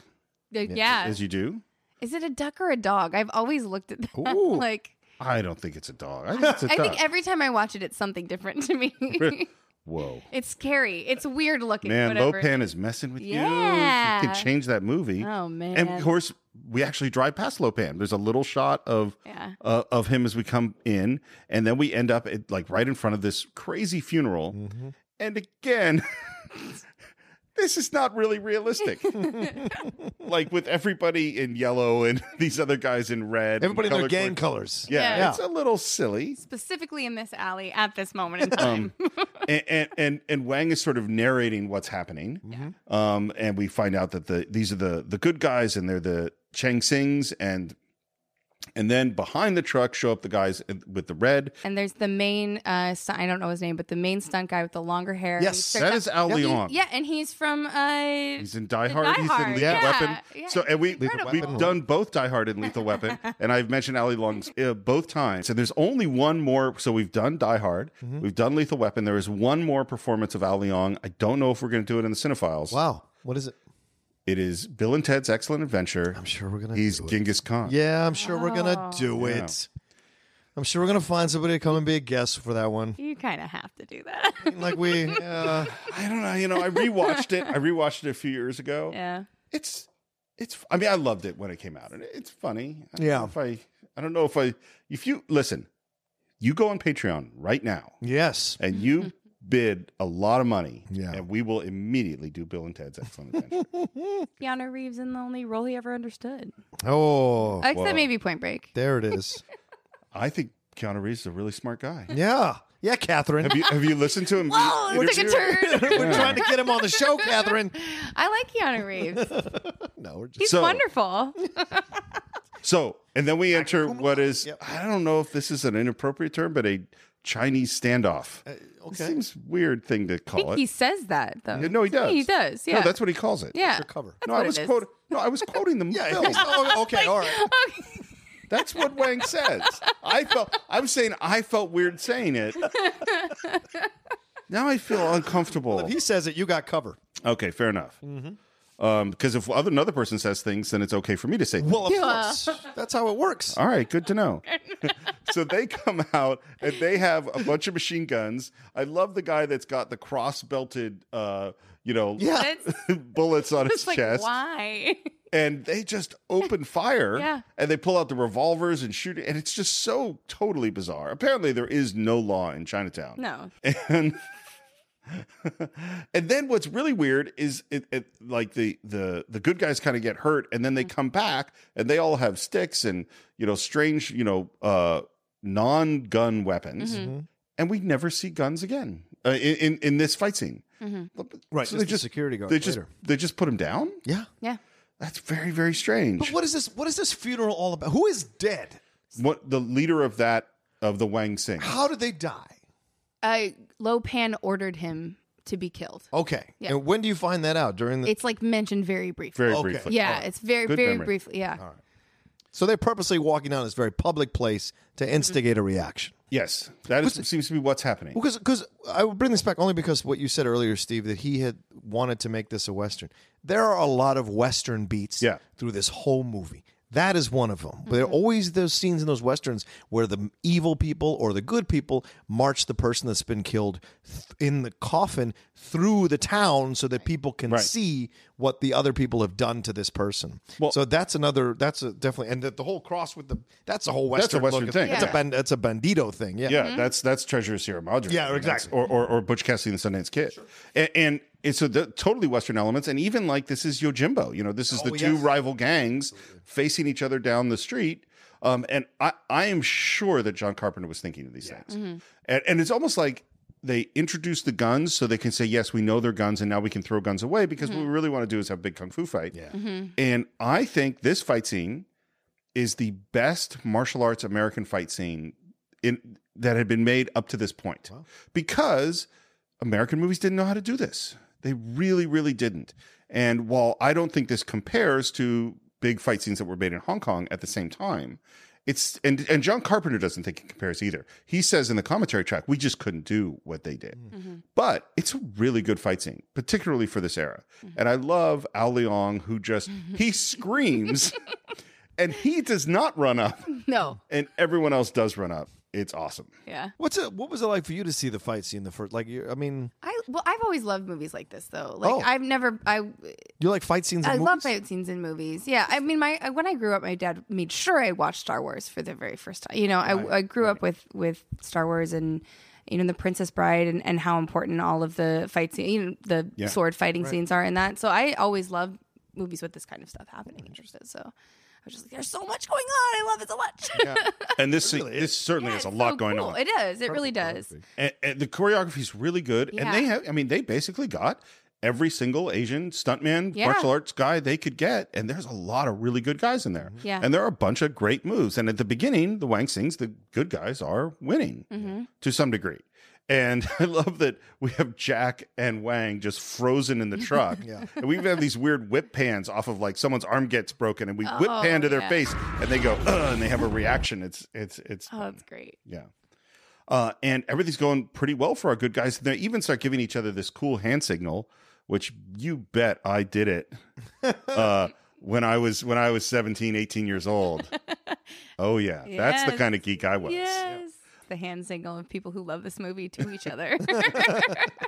S4: The- yeah.
S1: as
S4: Is,
S1: you do.
S4: it a duck or a dog? I've always looked at that.
S1: Ooh.
S4: like
S1: I don't think it's a dog. I think it's a
S4: I
S1: duck.
S4: think every time I watch it, it's something different to me.
S1: Really? Whoa.
S4: it's scary. It's weird looking.
S1: Man,
S4: whatever.
S1: Lopan is messing with you. You
S4: Yeah.
S1: can change that movie.
S4: Oh, man.
S1: And of course, we actually drive past Lopan. There's a little shot of
S4: Yeah.
S1: uh, of him as we come in, and then we end up
S3: Mm-hmm.
S1: at, like right in front of this crazy funeral. And again, this is not really realistic. like with everybody in yellow and these other guys in red. and
S3: Everybody in their gang
S1: cor-
S3: colors.
S1: Yeah,
S4: Yeah.
S1: it's a little silly.
S4: Specifically in this alley at this moment in time.
S1: Um, and, and and and Wang is sort of narrating what's happening. Um, and we find out that the these are the the good guys, and they're the Chang Sings, and and then behind the truck show up the guys with the red.
S4: And there's the main, uh, stu- I don't know his name, but the main stunt guy with the longer hair.
S1: Yes,
S4: He's-
S1: that is Al
S4: He-
S1: Leon.
S4: Yeah, and he's from. Uh,
S1: He's in Die
S4: The
S1: Hard.
S4: Die
S1: He's in
S4: Hard,
S1: Lethal
S4: yeah,
S1: Weapon.
S4: yeah,
S1: so and we
S4: incredible.
S1: we've done both Die Hard and Lethal Weapon, and I've mentioned Ali Long's uh, both times. And there's only one more. So we've done Die Hard,
S4: Mm-hmm.
S1: we've done Lethal Weapon. There is one more performance of Ali Long. I don't know if we're going to do it in the Cinephiles.
S3: Wow. What is it?
S1: It is Bill and Ted's Excellent Adventure. I'm
S3: sure we're going to.
S1: He's Genghis Khan.
S3: Yeah, I'm sure we're gonna do
S1: Yeah.
S3: it. I'm sure we're gonna find somebody to come and be a guest for that one.
S4: you kind of have to do that.
S3: Like we, uh,
S1: I don't know. You know, I rewatched it. I rewatched it a few years ago.
S4: yeah.
S1: It's it's. I mean, I loved it when it came out, and it's funny. I don't
S3: Yeah.
S1: know If I, I don't know if I, if you listen, you go on Patreon right now,
S3: yes,
S1: and you bid a lot of money,
S3: Yeah.
S1: and we will immediately do Bill and Ted's Excellent Adventure.
S4: Keanu Reeves in the only role he ever understood.
S3: Oh,
S4: Except
S1: whoa.
S4: maybe Point Break.
S3: there it is.
S1: I think Keanu Reeves is a really smart guy.
S3: Yeah, yeah, Catherine.
S1: Have you have you listened to him?
S4: Whoa, Oh, it took a turn.
S3: we're trying to get him on the show, Catherine.
S4: I like Keanu Reeves.
S3: No, we're just
S4: He's
S1: So-
S4: wonderful.
S1: So, and then we enter what is I don't know if this is an inappropriate term, but a Chinese standoff.
S3: Uh, okay.
S1: Seems weird thing to
S4: I
S1: call
S4: think he
S1: it.
S4: says that though.
S1: Yeah, no, he does.
S4: He does. Yeah.
S1: No, that's what he calls it.
S4: Yeah.
S3: cover.
S1: no,
S4: what
S1: I
S4: it
S1: was
S4: is.
S1: quoting. No, I was quoting the film.
S3: Oh, okay, all right.
S1: That's what Wang says. I felt. I was saying I felt weird saying it. Now I feel uncomfortable.
S3: If he says it, you got cover.
S1: Okay, fair enough. Um, because if other, another person says things, then it's okay for me to say. things.
S3: Well, of
S4: Yeah.
S3: course, that's how it works.
S1: All right, good to know. so they come out and they have a bunch of machine guns. I love the guy that's got the cross belted, uh, you know,
S3: Yeah.
S4: That's
S1: bullets on his
S4: it's like
S1: chest,
S4: why?
S1: and they just open fire.
S4: Yeah.
S1: and they pull out the revolvers and shoot it, and it's just so totally bizarre. Apparently, there is no law in Chinatown.
S4: No.
S1: and and then what's really weird is it, it like the the the good guys kind of get hurt and then they come back and they all have sticks and you know strange you know uh non-gun weapons
S3: Mm-hmm.
S1: and we never see guns again uh, in, in in this fight scene
S3: Right,
S1: So
S3: just the security guard
S1: they just
S3: later.
S1: they just put him down
S3: Yeah.
S4: Yeah.
S1: that's very very strange
S3: But what is this? What is this funeral all about? Who is dead?
S1: what the leader of that of the wang sing
S3: How did they die?
S4: Uh, Lo Pan ordered him to be killed.
S3: Okay.
S4: Yeah.
S3: And when do you find that out? During the
S4: It's like mentioned very briefly.
S1: very
S3: Okay.
S1: briefly Oh,
S4: yeah, it's very
S1: Good
S4: very
S1: memory.
S4: briefly. Yeah.
S3: so they're purposely walking down this very public place
S4: Mm-hmm.
S3: to instigate a reaction.
S1: yes that is, seems to be what's happening
S3: Because because I would bring this back only because what you said earlier, Steve, that he had wanted to make this a western. There are a lot of western beats
S1: Yeah.
S3: through this whole movie. That is one of them. There are always those scenes in those westerns where the evil people or the good people march the person that's been killed th- in the coffin through the town so that people can
S1: Right.
S3: see what the other people have done to this person.
S1: Well-
S3: so that's another. That's a, definitely and the, the whole cross with the. That's a whole
S1: That's a
S3: western.
S1: Western
S3: look.
S1: thing,
S3: That's
S1: yeah.
S3: a ban, that's a bandito thing. Yeah.
S1: Yeah, that's that's Treasure Sierra Madre.
S3: Yeah,
S1: I mean,
S3: exactly.
S1: that's- Or, or or Butch Cassidy and the Sundance Kid, and, and and so the totally Western elements, and even like this is Yojimbo. You know, this is the two rival gangs facing each other down the street. Um, and I I am sure that John Carpenter was thinking of these things, and and it's almost like they introduce the guns so they can say yes we know they're guns and now we can throw guns away because what we really want to do is have a big kung fu fight yeah
S3: Mm-hmm.
S1: and i think this fight scene is the best martial arts American fight scene in that had been made up to this point. Because American movies didn't know how to do this. They really, really didn't. And while I don't think this compares to big fight scenes that were made in Hong Kong at the same time, it's and and John Carpenter doesn't think it compares either. He says in the commentary track, we just couldn't do what they did. But it's a really good fight scene, particularly for this era. And I love Ao Leong, who just he screams and he does not run up,
S4: No.
S1: and everyone else does run up. It's awesome.
S4: Yeah.
S3: What's it? What was it like for you to see the fight scene the first? Like, you, I mean,
S4: I well, I've always loved movies like this though. Like
S3: Oh.
S4: I've never I
S3: you like fight scenes. In
S4: I
S3: movies?
S4: love fight scenes in movies. Yeah, I mean, my uh, when I grew up, my dad made sure I watched Star Wars for the very first time. You know, I, I grew up with with Star Wars and you know, the Princess Bride and, and how important all of the fight scene, you know, the
S1: Yeah.
S4: sword fighting
S1: Right.
S4: scenes are in that. So I always love movies with this kind of stuff happening. Interested. So I was just like, there's so much going on. I love it so much.
S1: And this this certainly has a lot
S4: So
S1: going
S4: cool.
S1: on.
S4: It is. It really does.
S1: And, and the choreography is really good. And
S4: Yeah.
S1: they have, I mean, they basically got every single Asian stuntman,
S4: Yeah.
S1: martial arts guy they could get. And there's a lot of really good guys in there.
S4: Yeah.
S1: And there are a bunch of great moves. And at the beginning, the Wang Sings, the good guys are winning
S4: Mm-hmm.
S1: to some degree. And I love that we have Jack and Wang just frozen in the truck.
S3: Yeah.
S1: And we even have these weird whip pans off of like someone's arm gets broken and we whip
S4: Oh,
S1: pan to their
S4: yeah.
S1: face and they go, Ugh, and they have a reaction. It's, it's, it's,
S4: Oh, it's great.
S1: yeah. Uh, and everything's going pretty well for our good guys. They even start giving each other this cool hand signal, which you bet I did it uh, when I was when I was 17, 18 years old. Oh yeah, that's the
S4: Yes.
S1: kind of geek I was.
S4: Yes. The hand signal of people who love this movie to each other.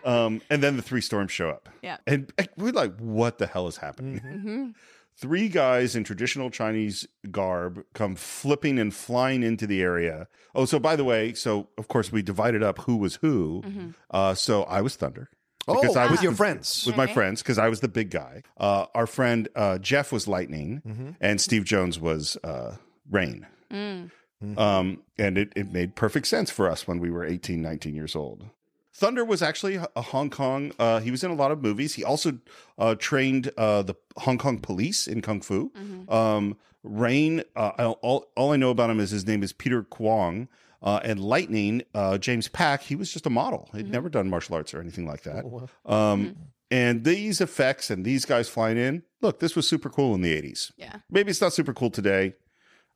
S1: Um, and then the three storms show up.
S4: Yeah.
S1: And like, we're like, what the hell is happening?
S3: Mm-hmm.
S4: Mhm.
S1: Three guys in traditional Chinese garb come flipping and flying into the area. Oh, so by the way, so of course we divided up who was who.
S4: Mhm.
S1: Uh, so I was Thunder.
S3: Oh,
S1: Because I
S3: with
S1: was
S3: your
S1: the-
S3: friends.
S1: With my
S4: Okay.
S1: friends, because I was the big guy. Uh, our friend uh, Jeff was Lightning,
S3: Mhm.
S1: and Steve Jones was uh, Rain.
S4: Mm.
S1: Um, and it, it made perfect sense for us when we were 18, 19 years old. Thunder was actually a Hong Kong. Uh, he was in a lot of movies. He also uh, trained uh, the Hong Kong police in kung fu.
S4: Mm-hmm.
S1: Um, Rain. Uh, I- all all I know about him is his name is Peter Kwong. Uh, and Lightning, uh, James Pack, he was just a model.
S4: Mm-hmm.
S1: He'd never done martial arts or anything like that. Um, And these effects and these guys flying in, look, this was super cool in the 80s.
S4: Yeah.
S1: Maybe it's not super cool today.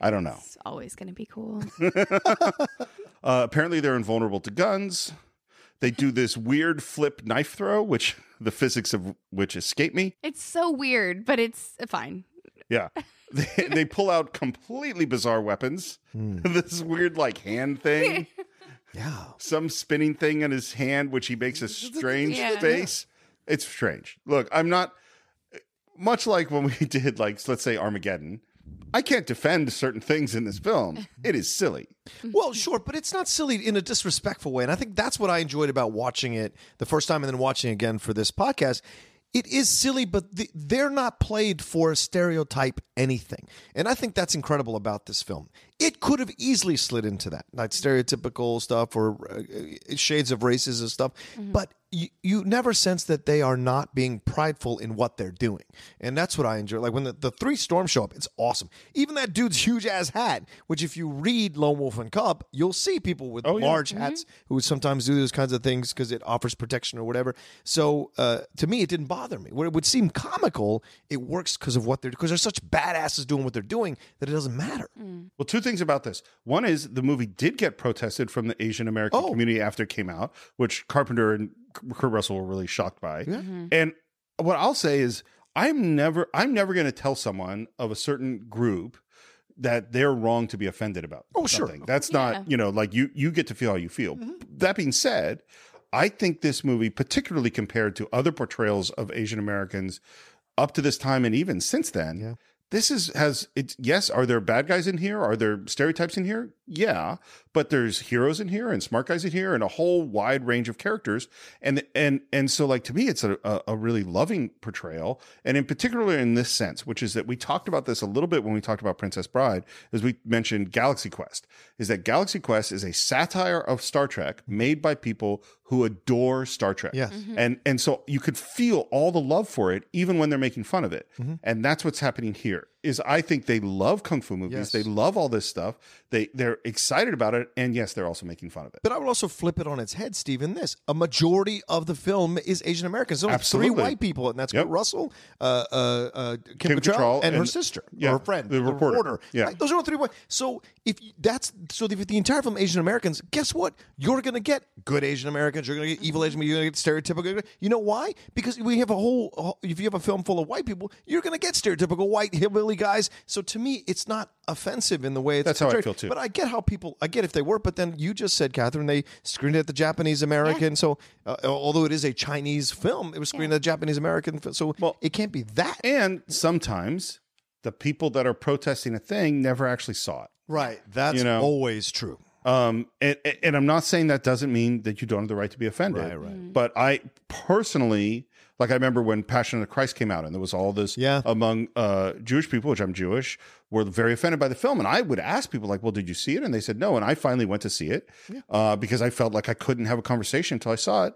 S1: I don't know.
S4: It's always going to be cool.
S1: Uh, apparently, they're invulnerable to guns. They do this weird flip knife throw, which the physics of which escape me.
S4: It's so weird, but it's uh, fine.
S1: Yeah. They, they pull out completely bizarre weapons. this weird, like, hand thing,
S3: Yeah.
S1: some spinning thing in his hand, which he makes a strange
S4: Yeah.
S1: face. It's strange. Look, I'm not much like when we did, like, let's say Armageddon. I can't defend certain things in this film. It is silly.
S4: Mm-hmm.
S3: Well, sure, but it's not silly in a disrespectful way. And I think that's what I enjoyed about watching it the first time and then watching again for this podcast. It is silly, but th- they're not played for stereotype anything. And I think that's incredible about this film. It could have easily slid into that, like stereotypical stuff or uh, shades of racism stuff,
S4: Mm-hmm.
S3: but you, you never sense that they are not being prideful in what they're doing. And that's what I enjoy. Like when the, the three storms show up, it's awesome. Even that dude's huge ass hat, which if you read Lone Wolf and Cub, you'll see people with
S1: Oh, yeah.
S3: large hats who would sometimes do those kinds of things because it offers protection or whatever. So uh, to me, it didn't bother me. Where it would seem comical, it works because of what they're because they're such badasses doing what they're doing that it doesn't matter.
S1: Well, two things about this. One is the movie did get protested from the Asian American
S3: Oh.
S1: community after it came out, which Carpenter and Kurt Russell were really shocked by.
S3: Yeah.
S1: And what I'll say is I'm never I'm never going to tell someone of a certain group that they're wrong to be offended about.
S3: Oh, sure. Mm-hmm.
S1: something. That's not,
S4: Yeah.
S1: you know, like you you get to feel how you feel. That being said, I think this movie particularly compared to other portrayals of Asian Americans up to this time and even since then,
S3: Yeah.
S1: this is has it yes, are there bad guys in here? Are there stereotypes in here? Yeah, but there's heroes in here and smart guys in here and a whole wide range of characters. And and and so like to me it's a, a, a really loving portrayal. And in particular in this sense, which is that we talked about this a little bit when we talked about Princess Bride, as we mentioned Galaxy Quest, is that Galaxy Quest is a satire of Star Trek made by people who adore Star Trek
S3: Yes.
S1: and and so you could feel all the love for it even when they're making fun of it and that's what's happening here is i think they love kung fu movies
S3: Yes.
S1: they love all this stuff they they're excited about it and yes they're also making fun of it
S3: But I would also flip it on its head, Stephen. This a majority of the film is Asian Americans. There's only three
S1: Absolutely.
S3: white people, and that's
S1: Yep.
S3: Kurt Russell, uh, uh, uh, Kim,
S1: Kim
S3: Cattrall,
S1: Cattrall
S3: and, her
S1: and-
S3: sister
S1: yeah,
S3: or her friend,
S1: the reporter. Yeah.
S3: Like, those are all three white. So if you- that's so, if the entire film Asian Americans, guess what? You're going to get good Asian Americans. You're going to get evil Asian. You're going to get stereotypical. You know why? Because we have a whole. If you have a film full of white people, you're going to get stereotypical white hillbilly guys. So to me, it's not offensive in the way it's
S1: That's how I
S3: portrayed.
S1: feel, too.
S3: But I get how people. I get if they were, but then you just said, Catherine, they screened it at the Japanese American. So uh, although it is a Chinese film, it was screened at the Japanese American. fi- So it can't be that
S1: and sometimes the people that are protesting a thing never actually saw it
S3: right. That's
S1: You know.
S3: always true.
S1: Um, and, and I'm not saying that doesn't mean that you don't have the right to be offended.
S3: Right, right. Mm.
S1: But I personally, like, I remember when Passion of the Christ came out, and there was all this
S3: Yeah.
S1: among uh, Jewish people, which I'm Jewish, were very offended by the film. And I would ask people, like, well, did you see it? And they said no. And I finally went to see it uh, because I felt like I couldn't have a conversation until I saw it.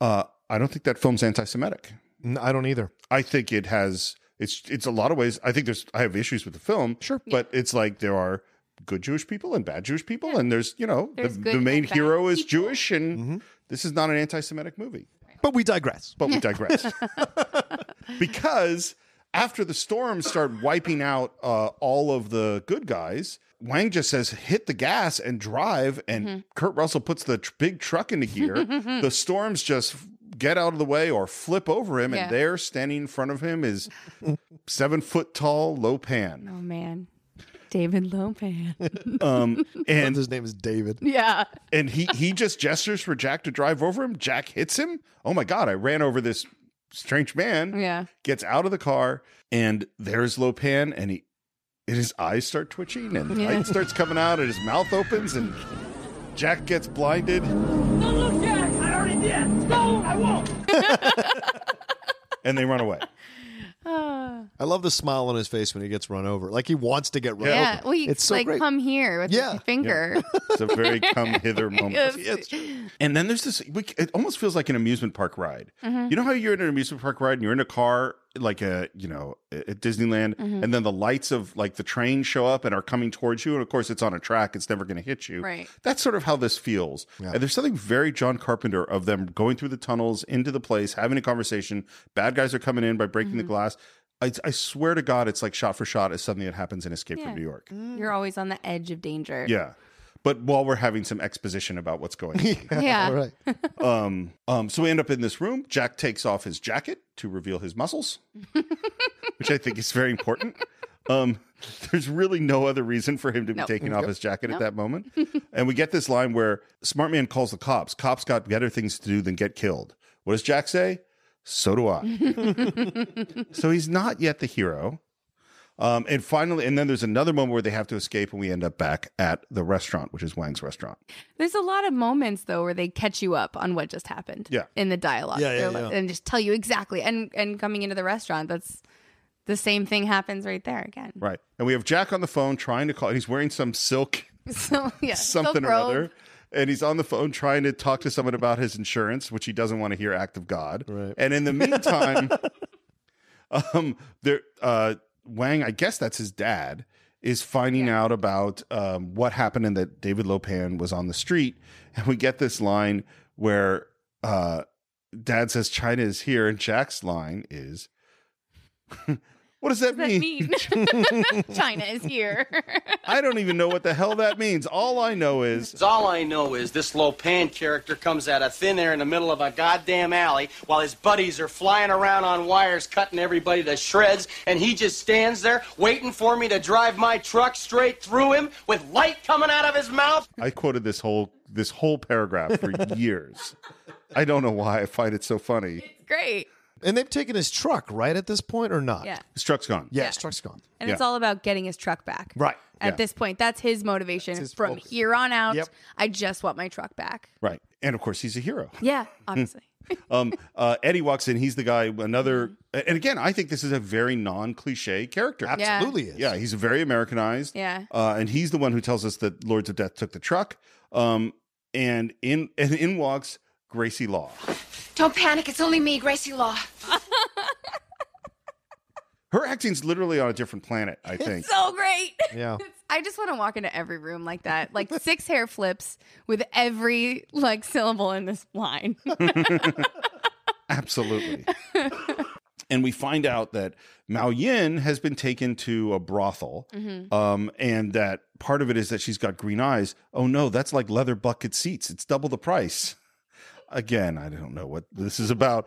S1: Uh, I don't think that film's anti Semitic.
S3: N- I don't either.
S1: I think it has it's it's a lot of ways. I think there's I have issues with the film,
S3: sure,
S1: but it's like there are good Jewish people and bad Jewish people, and there's you know the,
S4: There's good
S1: the main
S4: and bad
S1: hero is Jewish, and this is not an anti-Semitic movie,
S3: But we digress.
S1: but we digress because after the storms start wiping out uh, all of the good guys. Wang just says, hit the gas and drive. And
S4: Mm-hmm.
S1: Kurt Russell puts the tr- big truck into gear. the storms just get out of the way or flip over him.
S4: Yeah.
S1: And there, standing in front of him, is seven foot tall Lopan.
S4: Oh man, David Lopan.
S1: Um, and
S3: His name is David.
S4: yeah,
S1: and he he just gestures for Jack to drive over him. Jack hits him. Oh my god! I ran over this strange man.
S4: yeah.
S1: Gets out of the car, and there's Lopan, and he. And his eyes start twitching, and
S4: Yeah.
S1: light starts coming out, and his mouth opens, and Jack gets blinded.
S14: Don't look, Jack! I already did! No, I won't!
S1: and they run away.
S4: Oh.
S3: I love the smile on his face when he gets run over. Like he wants to get run
S4: yeah.
S3: over.
S4: Well, you
S3: it's so
S4: like
S3: great.
S4: come here with
S3: Yeah.
S4: your finger.
S1: It's a very come hither moment.
S4: Yes.
S1: And then there's this. we- It almost feels like an amusement park ride.
S4: Mhm.
S1: You know how you're in an amusement park ride and you're in a car, like a you know at Disneyland,
S4: Mhm.
S1: and then the lights of like the train show up and are coming towards you, and of course it's on a track, it's never going to hit you.
S4: Right.
S1: That's sort of how this feels.
S3: Yeah.
S1: And there's something very John Carpenter of them going through the tunnels into the place, having a conversation. Bad guys are coming in by breaking
S4: Mm-hmm.
S1: the glass. I, I swear to God, it's like shot for shot as something that happens in Escape
S4: Yeah.
S1: from New York.
S4: You're always on the edge of danger.
S1: Yeah. But while we're having some exposition about what's going on.
S4: Yeah.
S3: All right.
S1: Um, um, so we end up in this room. Jack takes off his jacket to reveal his muscles, which I think is very important. Um, there's really no other reason for him to be
S4: No.
S1: taking off his jacket
S4: No.
S1: at that moment. and we get this line where Smart Man calls the cops. Cops got better things to do than get killed. What does Jack say? So do I. so he's not yet the hero. Um, and finally, and then there's another moment where they have to escape, and we end up back at the restaurant, which is Wang's restaurant.
S4: There's a lot of moments though where they catch you up on what just happened.
S1: Yeah.
S4: In the dialogue.
S3: Yeah, yeah,
S4: They're like-
S3: yeah.
S4: And just tell you exactly. And and coming into the restaurant, that's the same thing happens right there again.
S1: Right. And we have Jack on the phone trying to call. He's wearing some silk
S4: So yeah.
S1: something
S4: Silk
S1: or
S4: Road.
S1: other. And he's on the phone trying to talk to someone about his insurance, which he doesn't want to hear act of God.
S3: Right.
S1: And in the meantime, um, there uh Wang, I guess that's his dad, is finding out about um what happened and that David Lopan was on the street. And we get this line where uh dad says China is here, and Jack's line is What does that,
S4: What
S1: mean?
S4: does that mean? China is here.
S1: I don't even know what the hell that means. All I know is
S2: All I know is this Lopan character comes out of thin air in the middle of a goddamn alley while his buddies are flying around on wires, cutting everybody to shreds, and he just stands there waiting for me to drive my truck straight through him with light coming out of his mouth.
S1: I quoted this whole this whole paragraph for years. I don't know why I find it so funny.
S4: Great.
S3: And they've taken his truck, right, at this point or not?
S4: Yeah.
S1: His truck's gone.
S3: Yeah, his truck's gone.
S4: And it's
S1: Yeah.
S4: all about getting his truck back.
S3: Right.
S4: At
S1: Yeah.
S4: this point, that's his motivation.
S3: That's his
S4: From
S3: focus.
S4: here on out,
S3: Yep.
S4: I just want my truck back.
S1: Right. And of course he's a hero.
S4: Yeah,
S3: Hmm.
S4: obviously.
S1: Um uh Eddie walks in, he's the guy another and again, I think this is a very non-cliché character.
S4: Yeah.
S3: Absolutely is.
S1: Yeah, he's very Americanized.
S4: Yeah.
S1: Uh, and he's the one who tells us that Lords of Death took the truck. Um and in and in walks Gracie Law.
S11: Don't panic. It's only me, Gracie Law.
S1: Her acting's literally on a different planet, I think.
S4: so great.
S3: Yeah.
S4: I just want to walk into every room like that, like six hair flips with every like syllable in this line.
S1: Absolutely. and we find out that Mao Yin has been taken to a brothel. Um, and that part of it is that she's got green eyes. Oh no, that's like leather bucket seats. It's double the price. Again, I don't know what this is about.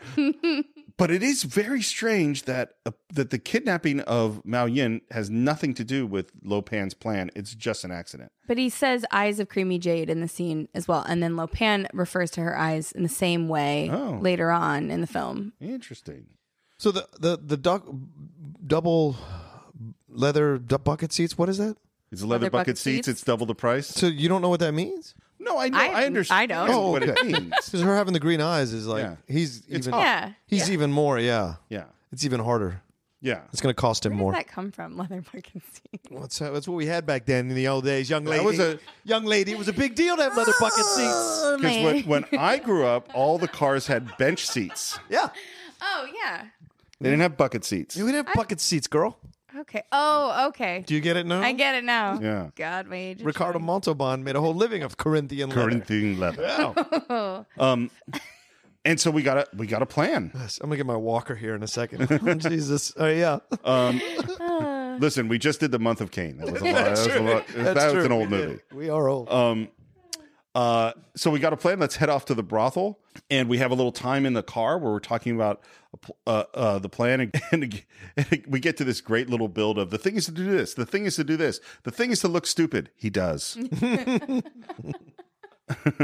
S1: but it is very strange that uh, that the kidnapping of Mao Yin has nothing to do with Lo Pan's plan. It's just an accident.
S4: but he says eyes of creamy jade in the scene as well, and then Lopan refers to her eyes in the same way
S1: Oh.
S4: later on in the film.
S1: Interesting.
S3: So the the the duck double leather du- bucket seats. What is that?
S1: It's leather, bucket, seats. It's double the price.
S3: So you don't know what that means?
S1: No, I know.
S4: I-
S1: I,
S4: I
S1: understand.
S4: don't.
S3: Oh,
S1: what
S3: okay.
S1: it means.
S3: Because her having the green eyes is like
S1: Yeah.
S3: he's
S1: It's
S3: even
S1: hot. Yeah.
S3: he's
S4: Yeah.
S3: even more. Yeah,
S1: Yeah.
S3: it's even harder.
S1: Yeah.
S3: It's going to cost him
S4: Where
S3: more.
S4: did that come from? Leather bucket seats.
S3: What's that? That's what we had back then in the old days, young lady.
S1: That was a-
S3: young lady. It was a big deal to have leather bucket seats.
S1: Because when, when I grew up, all the cars had bench seats.
S3: Yeah,
S4: Oh yeah.
S1: They didn't have bucket seats.
S3: we didn't have bucket seats, girl.
S4: Okay. Oh, okay.
S3: Do you get it now?
S4: I get it now.
S1: Yeah.
S4: God, my age. is
S3: Uh-huh. Ricardo Montalban made a whole living of Corinthian leather.
S1: Corinthian leather.
S4: showing.
S1: Um, and so we got a we got a plan.
S3: Yes, I'm gonna get my walker here in a second. Jesus, oh yeah,
S1: Um, listen, we just did the month of Cain. That was a lot. That was, a lot, that was
S3: true.
S1: an old
S3: We
S1: movie.
S3: did. We are old.
S1: Um, uh, so we got a plan. Let's head off to the brothel, and we have a little time in the car where we're talking about uh, uh, the plan, and, and, we get to this great little build of the thing is to do this, the thing is to do this, the thing is to look stupid. He does,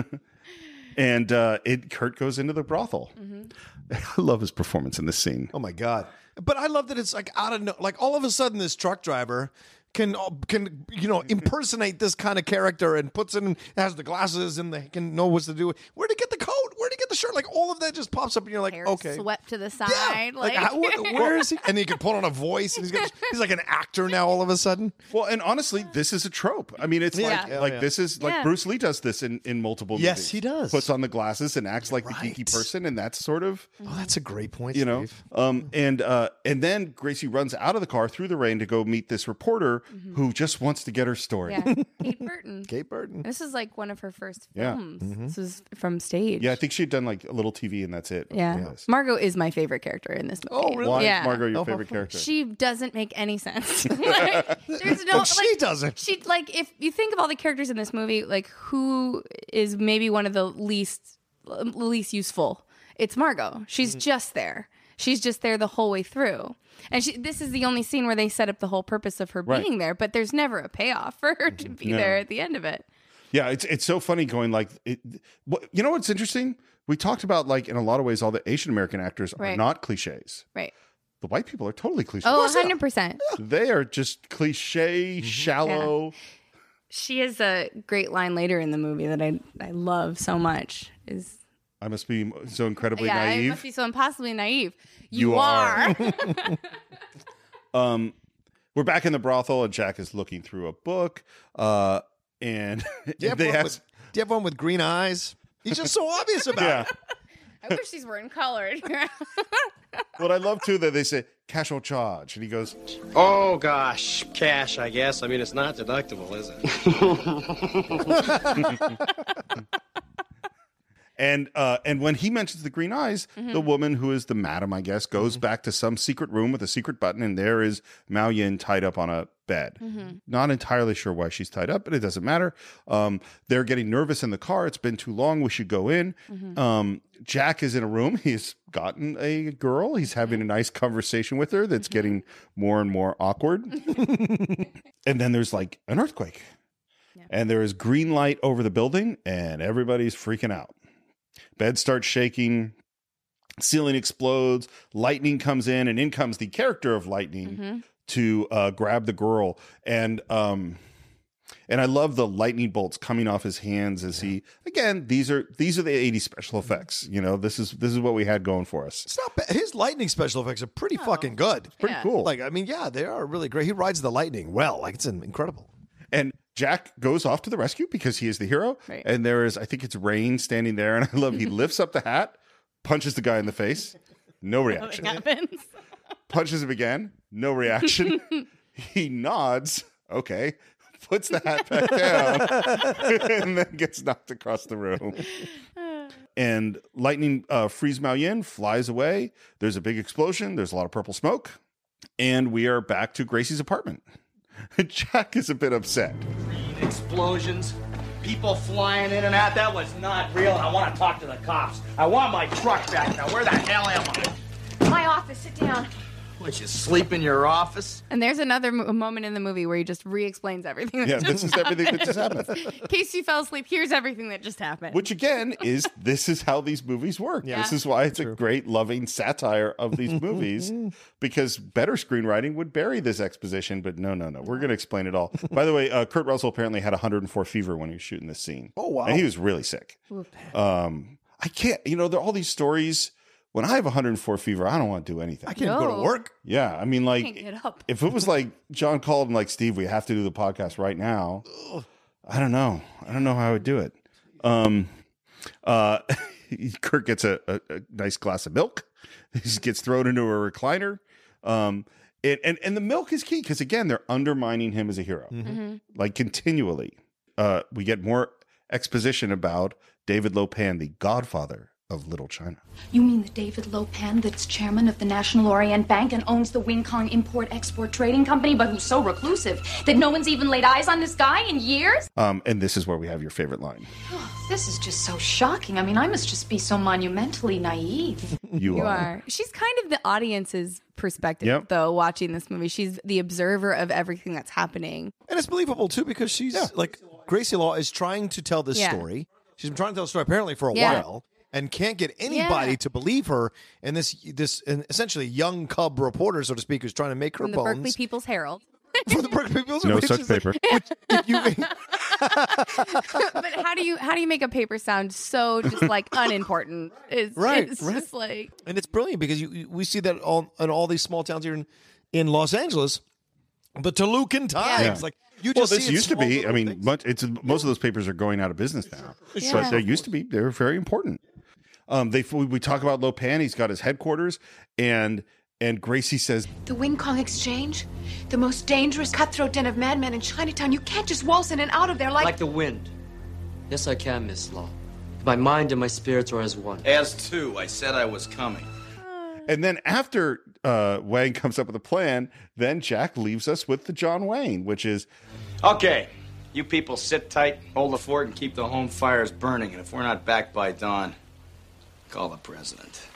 S1: and uh, it Kurt goes into the brothel. I love his performance in this scene.
S3: Oh my god! But I love that it's like out of no, like all of a sudden this truck driver can can you know impersonate this kind of character and puts in has the glasses and they can know what to do. Where to get the coat? Where to get the shirt? Like all of that just pops up and you're like,
S4: Hair
S3: okay,
S4: Swept to the side.
S3: yeah, like,
S4: like
S3: how, what- where is he? And he can put on a voice and he's got, he's like an actor now all of a sudden.
S1: Well, and honestly, this is a trope. I mean, it's like
S3: Yeah.
S1: like
S3: Yeah.
S1: this is like
S4: Yeah.
S1: Bruce Lee does this in in multiple.
S3: Yes,
S1: movies.
S3: he does.
S1: Puts on the glasses and acts like
S3: Right.
S1: the geeky person, and that's sort of
S3: Oh, that's a great point.
S1: you know.
S3: Steve.
S1: Um, and uh, and then Gracie runs out of the car through the rain to go meet this reporter who just wants to get her story.
S4: Mm-hmm. Yeah. Kate Burton.
S3: Kate Burton.
S4: This is like one of her first
S1: Yeah.
S4: films.
S3: Mm-hmm.
S4: This is from stage.
S1: Yeah, I think she'd done like a little TV, and that's it.
S4: Yeah.
S1: Yes.
S4: Margot is my favorite character in this movie.
S3: Oh, really?
S1: Why
S4: Yeah.
S1: is Margot your
S3: Oh, how
S1: favorite
S3: funny.
S1: character?
S4: She doesn't make any sense. Like, there's no.
S3: Oh, she
S4: like,
S3: doesn't.
S4: She like if you think of all the characters in this movie, like who is maybe one of the least least useful? It's Margot. She's
S1: Mm-hmm.
S4: just there. She's just there the whole way through. And she, this is the only scene where they set up the whole purpose of her
S1: Right. Mm-hmm.
S4: being there, but there's never a payoff for her to be
S1: No.
S4: there at the end of it.
S1: Yeah, it's it's so funny going like it, what, you know what's interesting? We talked about like in a lot of ways all the Asian American actors are
S4: Right.
S1: not cliches.
S4: Right.
S1: The white people are totally cliches.
S4: Oh, 100%.
S1: They are just cliche,
S4: Mm-hmm.
S1: shallow.
S4: She has a great line later in the movie that I, I love so much. Is
S1: I must be so incredibly
S4: yeah, I
S1: naive.
S4: must be so impossibly naive.
S1: You
S4: You,
S1: are.
S4: are.
S1: um, we're back in the brothel, and Jack is looking through a book. Uh, and
S3: Do you, have
S1: they
S3: one
S1: ask,
S3: with, do you have one with green eyes? He's just so obvious about
S1: yeah.
S3: it.
S4: I wish these were in color.
S1: What I love too that they say cash or charge, and he goes,
S2: Oh, gosh. Cash, I guess. I mean, it's not deductible, is it?
S1: And uh, and when he mentions the green eyes, the woman who is the madam, I guess, goes back to some secret room with a secret button, and there is Mao Yin tied up on a bed. Not entirely sure why she's tied up, but it doesn't matter. Um, they're getting nervous in the car. It's been too long. We should go in. Um, Jack is in a room. He's gotten a girl. He's having a nice conversation with her that's getting more and more awkward. and then there's like an earthquake. And there is green light over the building, and everybody's freaking out. Bed starts shaking. Ceiling explodes. Lightning comes in, and in comes the character of Lightning to uh, grab the girl. And um, and I love the lightning bolts coming off his hands as he again. These are these are the eighty special effects. You know, this is this is what we had going for us.
S3: It's not bad. His lightning special effects are pretty
S4: Oh.
S3: fucking good.
S1: Pretty cool.
S3: Like, I mean, yeah, they are really great. He rides the lightning well. Like, it's incredible.
S1: And Jack goes off to the rescue because he is the hero.
S4: Right.
S1: And there is, I think it's Rain standing there. And I love he lifts up the hat, punches the guy in the face. No reaction.
S4: happens.
S1: punches him again. No reaction. he nods. Okay. Puts the hat back down and then gets knocked across the room. And lightning uh, frees Mao Yin, flies away. There's a big explosion. There's a lot of purple smoke. And we are back to Gracie's apartment. Jack is a bit upset.
S2: explosions, people flying in and out. That was not real. I want to talk to the cops. I want my truck back now. Where the hell am I?
S11: My office, sit down.
S9: What, you sleep in your office?
S4: And there's another mo- moment in the movie where he just re-explains everything. That
S1: Yeah,
S4: just
S1: this is everything that just
S4: happened.
S1: happened.
S4: In case you fell asleep, here's everything that just happened.
S1: Which again is this is how these movies work.
S4: Yeah.
S1: This is why it's a great loving satire of these movies because better screenwriting would bury this exposition, but no, no, no. We're going to explain it all. By the way, uh, Kurt Russell apparently had 104 fever when he was shooting this scene.
S12: Oh, wow.
S1: And he was really sick. Um, I can't, you know, there are all these stories when I have 104 fever, I don't want to do anything. I
S4: can't go to No. work.
S1: Yeah, I mean like
S4: Can't get up.
S1: if it was like John called and like Steve, we have to do the podcast right now. I don't know. I don't know how I would do it. Um, uh, Kirk gets a, a, a nice glass of milk. He just gets thrown into a recliner. Um, it, and and the milk is key because again they're undermining him as a hero
S4: Mhm.
S1: like continually. Uh, we get more exposition about David Lopan, the Godfather of Little China.
S15: You mean the David Lopan that's chairman of the National Orient Bank and owns the Wing Kong Import Export Trading Company, but who's so reclusive that no one's even laid eyes on this guy in years?
S1: Um, and this is where we have your favorite line.
S15: Oh, this is just so shocking. I mean, I must just be so monumentally naive.
S1: You, are.
S4: She's kind of the audience's perspective,
S1: Yep.
S4: though, watching this movie. She's the observer of everything that's happening.
S3: And it's believable too because she's like Gracie Law is trying to tell this
S4: Yeah.
S3: story. She's been trying to tell the story apparently for a
S4: Yeah.
S3: while and can't get anybody
S4: Yeah.
S3: to believe her. And this this and essentially young cub reporter, so to speak, who's trying to make her
S4: From the
S3: bones.
S4: Berkeley People's Herald.
S3: From the Berkeley People's
S1: No
S3: which
S1: such
S3: is like-
S1: paper.
S3: which- if you-
S4: but how do you how do you make a paper sound so just like unimportant? It's,
S3: Right,
S4: it's
S3: right.
S4: just like
S3: and it's brilliant because you, you- we see that all in all these small towns here in, in Los Angeles, the Tolucan Times,
S1: Yeah.
S3: like you
S1: well,
S3: just
S1: this
S3: see it
S1: used to
S3: small
S1: be.
S3: little
S1: I mean,
S3: things.
S1: much, it's most of those papers are going out of business now,
S3: Sure.
S1: but
S3: Yeah.
S1: they used to be. They were very important. Um, they we we talk about Lopan. He's got his headquarters, and and Gracie says,
S11: The Wing Kong Exchange? The most dangerous cutthroat den of madmen in Chinatown. You can't just waltz in and out of there like.
S16: Like the wind. Yes, I can, Miss Law. My mind and my spirits are as one.
S2: As two, I said I was coming.
S1: and then after uh, Wang comes up with a plan, then Jack leaves us with the John Wayne, which is
S2: Okay, you people sit tight, hold the fort, and keep the home fires burning. And if we're not back by dawn, call the president.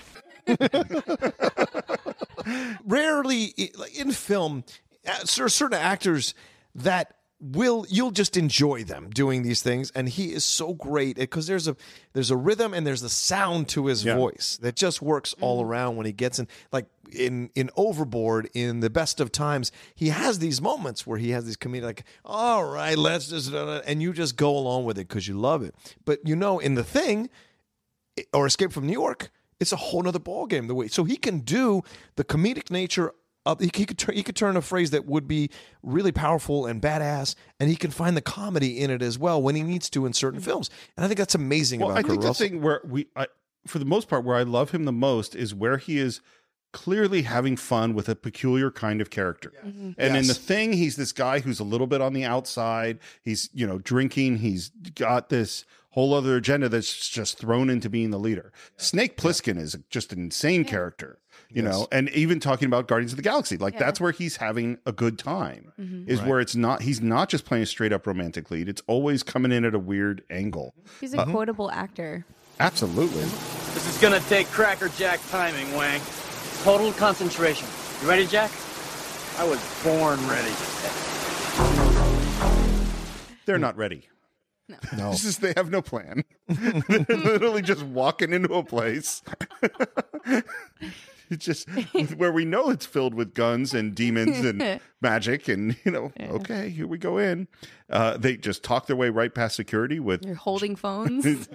S3: rarely i- like, in film uh, there are certain actors that will you'll just enjoy them doing these things and he is so great because there's a there's a rhythm and there's a sound to his voice that just works all around when he gets in like in in overboard in the best of times he has these moments where he has these comedic like all right let's just and you just go along with it because you love it but you know in the thing or Escape from New York, it's a whole nother ballgame. The way so he can do the comedic nature of he, he could turn he could turn a phrase that would be really powerful and badass, and he can find the comedy in it as well when he needs to in certain films. And I think that's amazing
S1: Well,
S3: about
S1: I think
S3: Kurt Russell.
S1: the thing where we, I, for the most part, where I love him the most is where he is clearly having fun with a peculiar kind of character.
S12: Mhm.
S1: And in the
S12: Yes.
S1: thing, he's this guy who's a little bit on the outside. He's you know drinking. He's got this whole other agenda that's just thrown into being the leader. Snake Plissken is just an insane character. You
S12: Yes.
S1: know, and even talking about Guardians of the Galaxy, like
S12: Yeah.
S1: that's where he's having a good time,
S12: Mhm.
S1: is
S12: Right.
S1: where it's not, he's not just playing a straight up romantic lead. It's always coming in at a weird angle.
S4: he's a
S1: Uh,
S4: quotable actor.
S1: Absolutely.
S2: This is gonna take crackerjack timing, Wang. Total concentration. You ready, Jack? I was born ready.
S1: They're not ready.
S3: No.
S1: This is they have no plan. They're literally just walking into a place. it's just where we know it's filled with guns and demons and magic and you know, okay, here we go in. Uh, they just talk their way right past security with
S4: You're holding phones.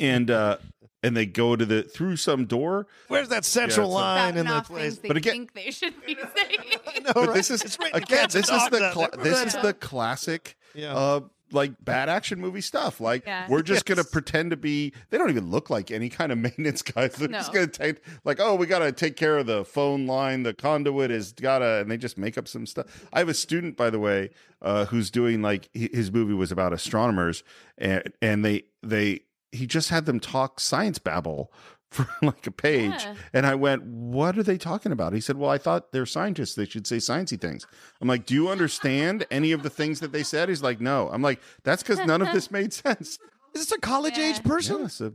S1: and uh and they go to the through some door.
S3: Where's that
S1: central line
S4: Spouting
S1: in the
S4: off
S1: place?
S4: things They
S1: But again-
S4: think they should be saying.
S1: but this is again,
S3: cats and
S1: this is
S3: dogs
S1: the
S3: out
S1: cla-
S3: there.
S1: this
S3: Yeah.
S1: is the classic,
S3: Yeah.
S1: uh, like bad action movie stuff. Like
S12: Yeah.
S1: we're just gonna pretend to be. They don't even look like any kind of maintenance guys. They're just
S12: No.
S1: gonna take like, oh, we gotta take care of the phone line. The conduit is gotta, and they just make up some stuff. I have a student, by the way, uh, who's doing like hi- his movie was about astronomers, and and they they he just had them talk science babble. For like a page,
S12: Yeah.
S1: and I went, What are they talking about? He said, Well, I thought they're scientists. They should say sciencey things. I'm like, Do you understand any of the things that they said? He's like, No. I'm like, That's because none of this made sense.
S3: Is this a college age person?
S1: Yes, uh,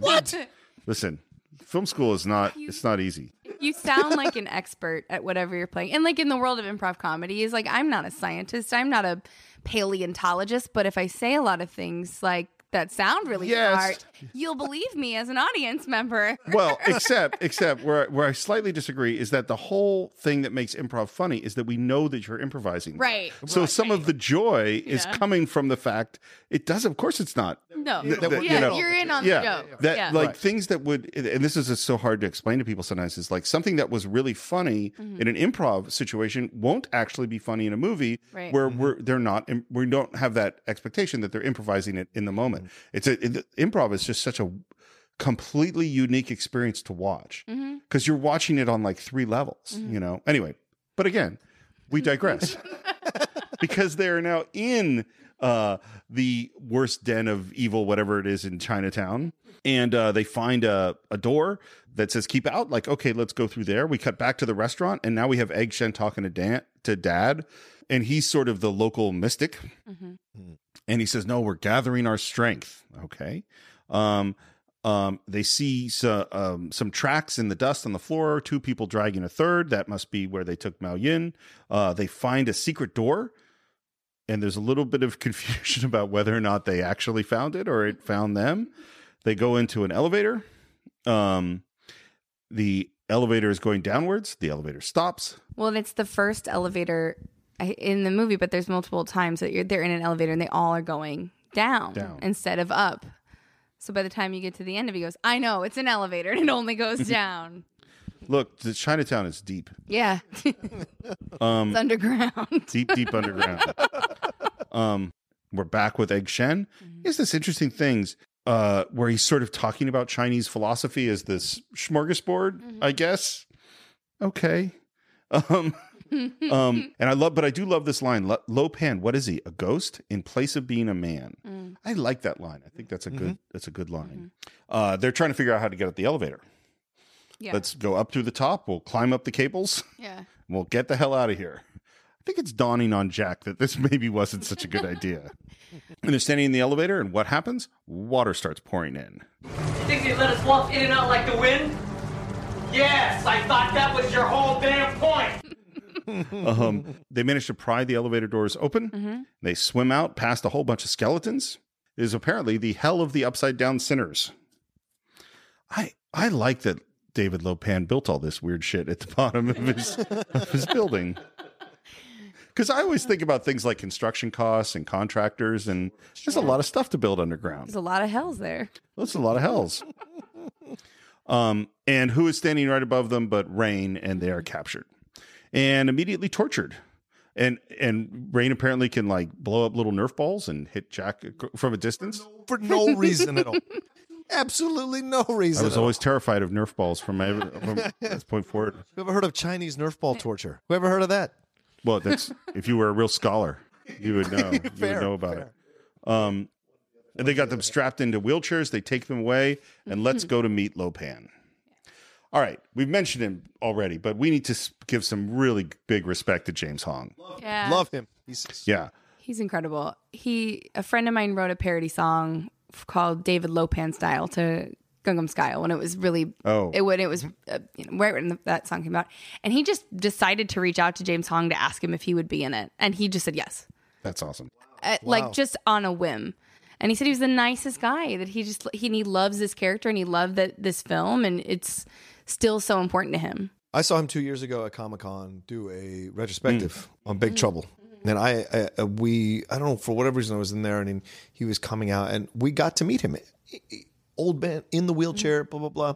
S3: What?
S1: listen, Film school is not. It's not easy.
S4: You sound like an expert at whatever you're playing. And like in the world of improv comedy is like I'm not a scientist, I'm not a paleontologist, but if I say a lot of things like that sound really
S1: Yes.
S4: smart, you'll believe me as an audience member.
S1: Well, except except where where I slightly disagree is that the whole thing that makes improv funny is that we know that you're improvising.
S4: Right.
S1: So some of the joy is
S4: Yeah.
S1: coming from the fact it does. Of course, it's not.
S4: No.
S1: Th- that-
S4: yeah,
S1: you know,
S4: are in on
S1: yeah,
S4: the joke.
S1: That
S4: yeah.
S1: like things that would, and this is just so hard to explain to people sometimes. Is like something that was really funny
S4: Mhm.
S1: in an improv situation won't actually be funny in a movie
S4: Right.
S1: where we're they're not. We don't have that expectation that they're improvising it in the moment. It's a it, improv is just such a completely unique experience to watch
S4: Mhm.
S1: because you're watching it on like three levels. You know. Anyway, but again, we digress because they are now in uh, the worst den of evil, whatever it is in Chinatown. And uh, they find a, a door that says keep out. Like, okay, let's go through there. We cut back to the restaurant, and now we have Egg Shen talking to, Dan- to dad. And he's sort of the local mystic. And he says, no, we're gathering our strength. Okay. Um, um, they see so, um, some tracks in the dust on the floor, two people dragging a third. That must be where they took Mao Yin. Uh, they find a secret door and there's a little bit of confusion about whether or not they actually found it or it found them. They go into an elevator. Um, the elevator is going downwards. The elevator stops.
S4: Well, it's the first elevator I- in the movie, but there's multiple times that you're they're in an elevator and they all are going down,
S1: Down.
S4: instead of up. So by the time you get to the end of it, he goes, I know it's an elevator and it only goes down.
S1: Look, the Chinatown is deep.
S4: Yeah.
S1: Um,
S4: it's underground.
S1: deep, deep underground. um, we're back with Egg Shen.
S4: Mm-hmm.
S1: Is this interesting things uh, where he's sort of talking about Chinese philosophy as this smorgasbord?
S4: Mm-hmm.
S1: I guess. Okay. Um, um, and I love, but I do love this line. Lo- Lo Pan, what is he? A ghost in place of being a man.
S4: Mm. Mm-hmm.
S1: I like that line. I think that's a good. That's a good line. Uh, they're trying to figure out how to get up the elevator.
S4: Yeah.
S1: Let's go up through the top. We'll climb up the cables.
S4: yeah.
S1: and We'll get the hell out of here. I think it's dawning on Jack that this maybe wasn't such a good idea. And they're standing in the elevator, and what happens? Water starts pouring in.
S14: You think they let us walk in and out like the wind? Yes, I thought that was your whole damn point.
S1: Um, they manage to pry the elevator doors open.
S4: Mm-hmm.
S1: They swim out past a whole bunch of skeletons. It is apparently the hell of the upside down sinners. I I like that David Lopan built all this weird shit at the bottom of his of his building. Because I always think about things like construction costs and contractors, and there's a lot of stuff to build underground.
S4: There's a lot of hells there.
S1: That's a lot of hells. Um, and who is standing right above them but Rain, and they are captured and immediately tortured. And and Rain apparently can like blow up little Nerf balls and hit Jack from a distance.
S3: for no reason at all. Absolutely no
S1: I
S3: reason.
S1: was
S3: at all.
S1: always terrified of Nerf balls from, my, from this point forward.
S3: You ever heard of Chinese Nerf ball torture? Who ever heard of that?
S1: Well, that's if you were a real scholar, you would know. you
S3: Fair,
S1: would know about it. Um, and they got them strapped into wheelchairs. They take them away, and let's go to meet Lopan. All right, we've mentioned him already, but we need to s- give some really big respect to James Hong.
S4: Yeah.
S3: Love him. He's
S1: Yeah,
S4: He's incredible. He a friend of mine wrote a parody song f- called David Lopan Style to Gangnam Style when it was really
S1: Oh.
S4: it when it was uh, you know, right when the, that song came out, and he just decided to reach out to James Hong to ask him if he would be in it, and he just said yes,
S1: that's awesome.
S4: Uh, like just on a whim. And he said he was the nicest guy that he just he, and he loves this character and he loved that this film and it's still so important to him.
S3: I saw him two years ago at Comic Con do a retrospective on Big Trouble. And I, I- I, we, I don't know for whatever reason I was in there, and he was coming out, and we got to meet him, old man in the wheelchair,
S1: Mm-hmm.
S3: blah blah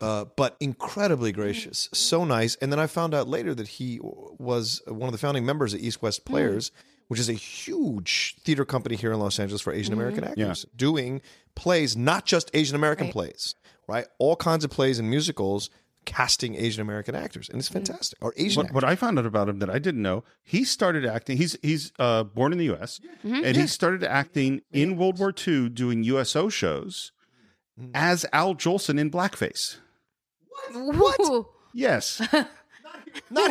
S3: blah, uh, but incredibly gracious,
S1: Mm-hmm.
S3: so nice. And then I found out later that he was one of the founding members of East West
S1: Mm-hmm.
S3: Players, which is a huge theater company here in Los Angeles for Asian American
S1: Mhm.
S3: actors doing plays, not just Asian American plays, right? All kinds of plays and musicals casting Asian American actors, and it's fantastic. Or Asian,
S1: Mm-hmm. What, what I found out about him that I didn't know, he started acting. He's he's uh, born in the U.S. and he started acting in World War II doing USO shows as Al Jolson in blackface.
S4: What?
S1: Yes,
S3: actors. not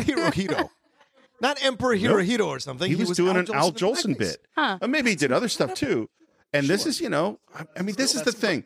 S3: Hirohito, not Emperor
S1: Nope.
S3: Hirohito or something.
S1: he, was, doing an Al
S3: in
S1: Jolson
S3: blackface.
S1: bit.
S4: Huh.
S1: Uh, maybe he did other stuff too. And this is, you know, I, I mean, this is the thing.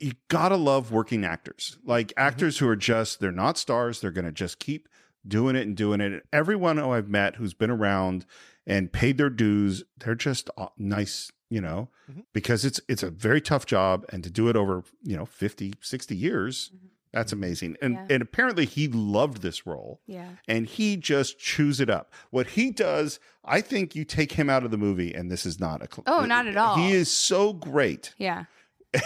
S1: you gotta love working actors, like actors who are just they're not stars. They're gonna just keep doing it and doing it. And everyone who I've met who's been around and paid their dues, they're just uh, nice, you know, because it's it's a very tough job and to do it over, you know, 50, 60 years, that's amazing. And
S4: Yeah.
S1: and apparently he loved this role
S4: Yeah.
S1: and he just chews it up. What he does, I think you take him out of the movie, and this is not a. cl-
S4: Oh, not at all.
S1: He is so great,
S4: Yeah.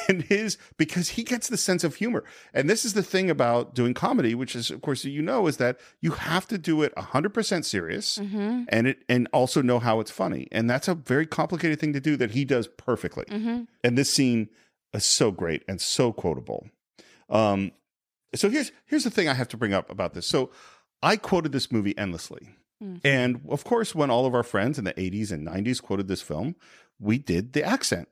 S1: and his because he gets the sense of humor, and this is the thing about doing comedy, which is, of course, you know, is that you have to do it hundred percent serious,
S4: Mhm.
S1: and it and also know how it's funny, and that's a very complicated thing to do that he does perfectly.
S4: Mhm.
S1: And this scene is so great and so quotable. Um, so here's here's the thing I have to bring up about this. So I quoted this movie endlessly.
S4: Mm.
S1: And of course, when all of our friends in the 80s and 90s quoted this film, we did the accent.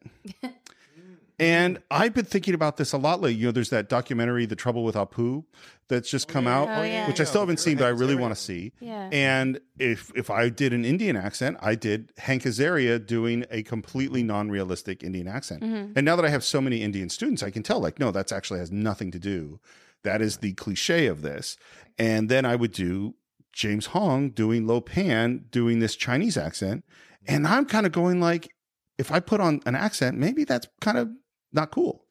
S1: and I've been thinking about this a lot lately. You know, there's that documentary, The Trouble with Apu, that's just come out,
S4: Oh, yeah.
S1: which I still haven't seen, but I really want to see.
S4: Yeah.
S1: And if if I did an Indian accent, I did Hank Azaria doing a completely non-realistic Indian accent.
S4: Mhm.
S1: And now that I have so many Indian students, I can tell like, no, that's actually has nothing to do. That is the cliche of this. And then I would do James Hong doing Lo Pan doing this Chinese accent. And I'm kind of going like, if I put on an accent, maybe that's kind of not cool.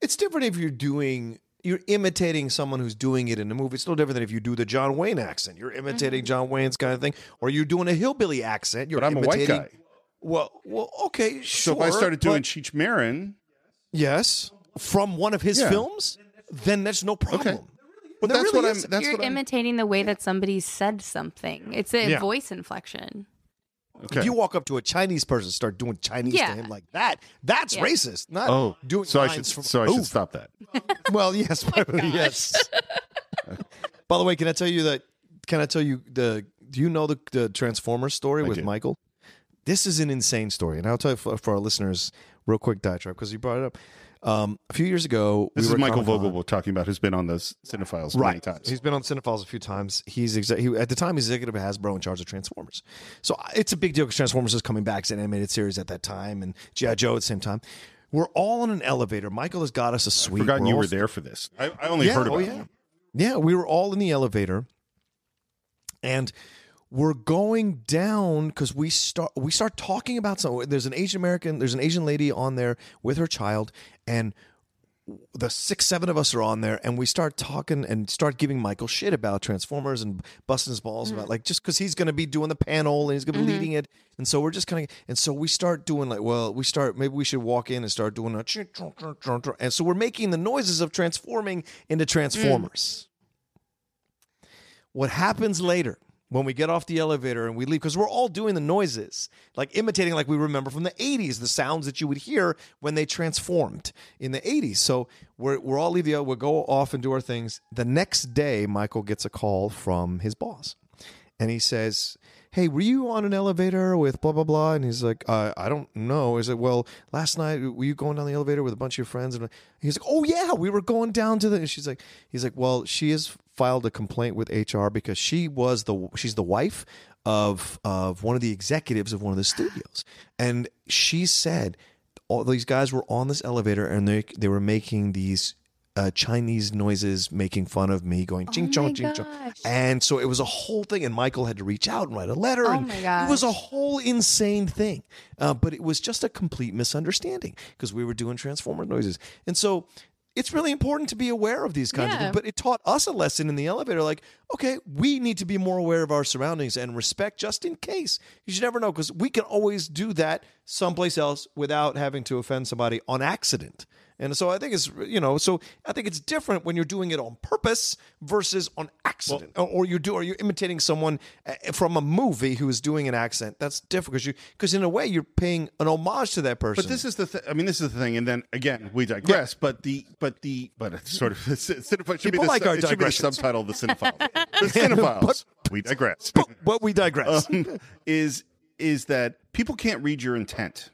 S3: It's different if you're doing you're imitating someone who's doing it in a movie. It's no different than if you do the John Wayne accent. You're
S4: Mm-hmm.
S3: imitating John Wayne's kind of thing, or you're doing a hillbilly accent. You're
S1: But I'm a white
S3: imitating,
S1: guy.
S3: Well, well, okay,
S1: So
S3: sure.
S1: if I started doing
S3: but-
S1: Cheech Marin,
S3: yes, from one of his
S1: Yeah.
S3: films, then that's no problem.
S1: But
S3: There
S1: that's
S3: really
S1: what I'm.
S3: isn't.
S1: That's
S4: You're
S1: what I'm.
S4: imitating the way that somebody said something. It's a
S3: Yeah.
S4: voice inflection.
S1: Okay.
S3: If you walk up to a Chinese person, and start doing Chinese
S4: Yeah.
S3: to him like that, that's
S4: Yeah.
S3: racist. Not
S1: Oh,
S3: doing
S1: so I
S3: lines
S1: should
S3: from,
S1: so I
S3: Ooh.
S1: should stop that.
S3: Well, yes, probably, yes. By the way, can I tell you that? Can I tell you the? Do you know the the Transformers story with
S1: do.
S3: Michael? This is an insane story, and I'll tell you for, for our listeners real quick diatribe because you brought it up. Um, a few years ago,
S1: This
S3: we
S1: is
S3: were at
S1: Michael
S3: Comic-Con.
S1: Vogel we're talking about, who's been on those Cinephiles many times.
S3: He's been on Cinephiles a few times. He's exe- he, at the time he's executive at Hasbro in charge of Transformers. So I- it's a big deal because Transformers is coming back. It's an animated series at that time, and GI Joe at the same time. We're all on an elevator. Michael has got us a suite.
S1: Forgotten you
S3: all
S1: were there for this. I, I only heard about.
S3: oh,
S1: it.
S3: yeah. Yeah, we were all in the elevator and we're going down because we start we start talking about something. There's an Asian American, there's an Asian lady on there with her child, and the six, seven of us are on there, and we start talking and start giving Michael shit about Transformers and busting his balls about like just because he's going to be doing the panel and he's going to be leading it, and so we're just kind of and so we start doing like well we start maybe we should walk in and start doing a chir- chir- chir- chir- chir- and so we're making the noises of transforming into Transformers. What happens later? When we get off the elevator and we leave, because we're all doing the noises, like imitating, like we remember from the 80s, the sounds that you would hear when they transformed in the 80s. So we're, we're all leaving, the- we'll go off and do our things. The next day, Michael gets a call from his boss and he says, Hey, were you on an elevator with blah, blah, blah? And he's like, uh, I don't know. Is it, well, last night, were you going down the elevator with a bunch of your friends? And he's like, Oh, yeah, we were going down to the. And she's like, He's like, Well, she has filed a complaint with HR because she was the, she's the wife of, of one of the executives of one of the studios. And she said, all these guys were on this elevator and they, they were making these uh, Chinese noises, making fun of me, going ching chong,
S4: Oh my
S3: ching chong.
S4: gosh.
S3: And so it was a whole thing, and Michael had to reach out and write a letter.
S4: Oh
S3: and
S4: my
S3: It was a
S4: gosh.
S3: whole insane thing, uh, but it was just a complete misunderstanding because we were doing transformer noises, and so it's really important to be aware of these kinds of
S4: Yeah.
S3: things. But it taught us a lesson in the elevator, like okay, we need to be more aware of our surroundings and respect, just in case you should never know, because we can always do that someplace else without having to offend somebody on accident. And so I think it's you know so I think it's different when you're doing it on purpose versus on accident, or, or you do or you're imitating someone uh, from a movie who is doing an accent. That's different because you because in a way you're paying an homage to that person.
S1: But this is the. Th- I mean, this is the thing. And then again, we digress. But the. But the. But it's sort of. It's, it's, it should be
S3: People
S1: the,
S3: like
S1: su-
S3: our
S1: it should be the
S3: digressions.
S1: subtitle of the cinephile. the cinephiles. we digress. But,
S3: but we digress.
S1: um, is is that people can't read your intent?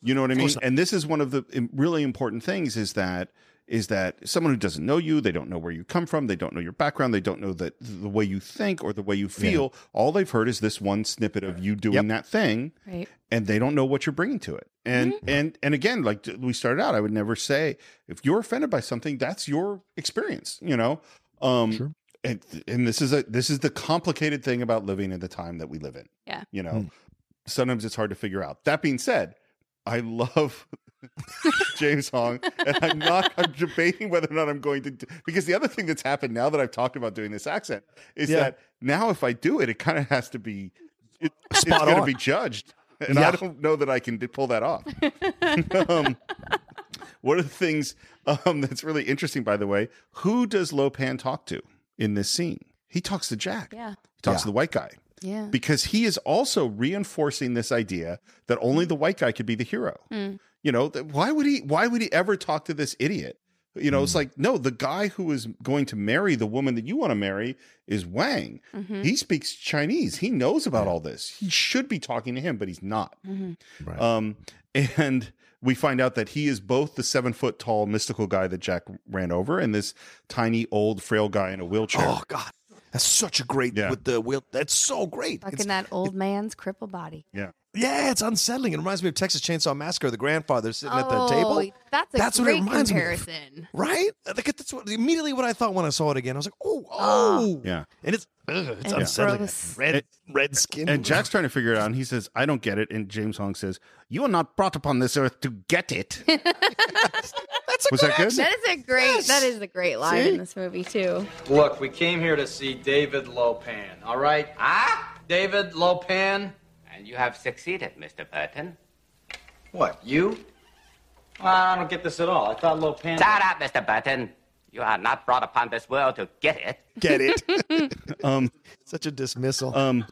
S1: You know what I mean?
S3: course not.
S1: And this is one of the im- really important things. Is that is that someone who doesn't know you, they don't know where you come from, they don't know your background, they don't know that the way you think or the way you feel. All they've heard is this one snippet of you doing that thing,
S4: Right.
S1: and they don't know what you're bringing to it. And and and again, like we started out, I would never say if you're offended by something, that's your experience, you know. Um and, and this is a this is the complicated thing about living in the time that we live in.
S4: Yeah.
S1: You know, sometimes it's hard to figure out. That being said, I love James Hong, and I'm not. I'm debating whether or not I'm going to do, because the other thing that's happened now that I've talked about doing this accent is
S3: Yeah.
S1: that now if I do it, it kind of has to be it, it's
S3: Spot
S1: going to
S3: on.
S1: be judged, and I
S3: Yeah.
S1: don't know that I can d- pull that off. um, one of the things um, that's really interesting, by the way, who does Lopan talk to in this scene? He talks to Jack.
S4: Yeah.
S1: He talks
S4: Yeah.
S1: to the white guy
S4: Yeah.
S1: because he is also reinforcing this idea that only the white guy could be the hero.
S4: Mm.
S1: You know, that why would he why would he ever talk to this idiot? You know, it's like, no, the guy who is going to marry the woman that you want to marry is Wang.
S4: Mhm.
S1: He speaks Chinese. He knows about all this. He should be talking to him, but he's not.
S4: Mhm.
S1: Um, and we find out that he is both the seven foot tall mystical guy that Jack ran over and this tiny old frail guy in a wheelchair.
S13: Oh God, that's such a great with the wheel. That's so great.
S4: Stuck
S13: It's-
S4: in that old man's crippled body.
S1: yeah.
S3: Yeah, it's unsettling. It reminds me of Texas Chainsaw Massacre. The grandfather sitting at
S4: Oh,
S3: the table.
S4: That's a
S3: That's what it
S4: great
S3: reminds me of.
S4: comparison.
S3: Right? Like that's what immediately what I thought when I saw it again. I was like, oh, oh,
S1: Yeah.
S3: and it's ugh, it's
S4: And
S3: unsettling.
S4: gross.
S3: Red red skin.
S1: And Jack's trying to figure it out, and he says, I don't get it. And James Hong says, You are not brought upon this earth to get it.
S3: That's
S1: Was that good?
S4: That is a great. That is a great line
S3: See?
S4: in this movie too.
S8: Look, we came here to see David Lopan, all right? Ah? David Lopan?
S17: And you have succeeded, Mr. Burton.
S8: What, you? I don't get this at all. I thought Lopan.
S17: Shut up, Mr. Ah, Burton. You are not brought upon this world to get it.
S3: Get it?
S1: um,
S3: Such a dismissal.
S1: Um,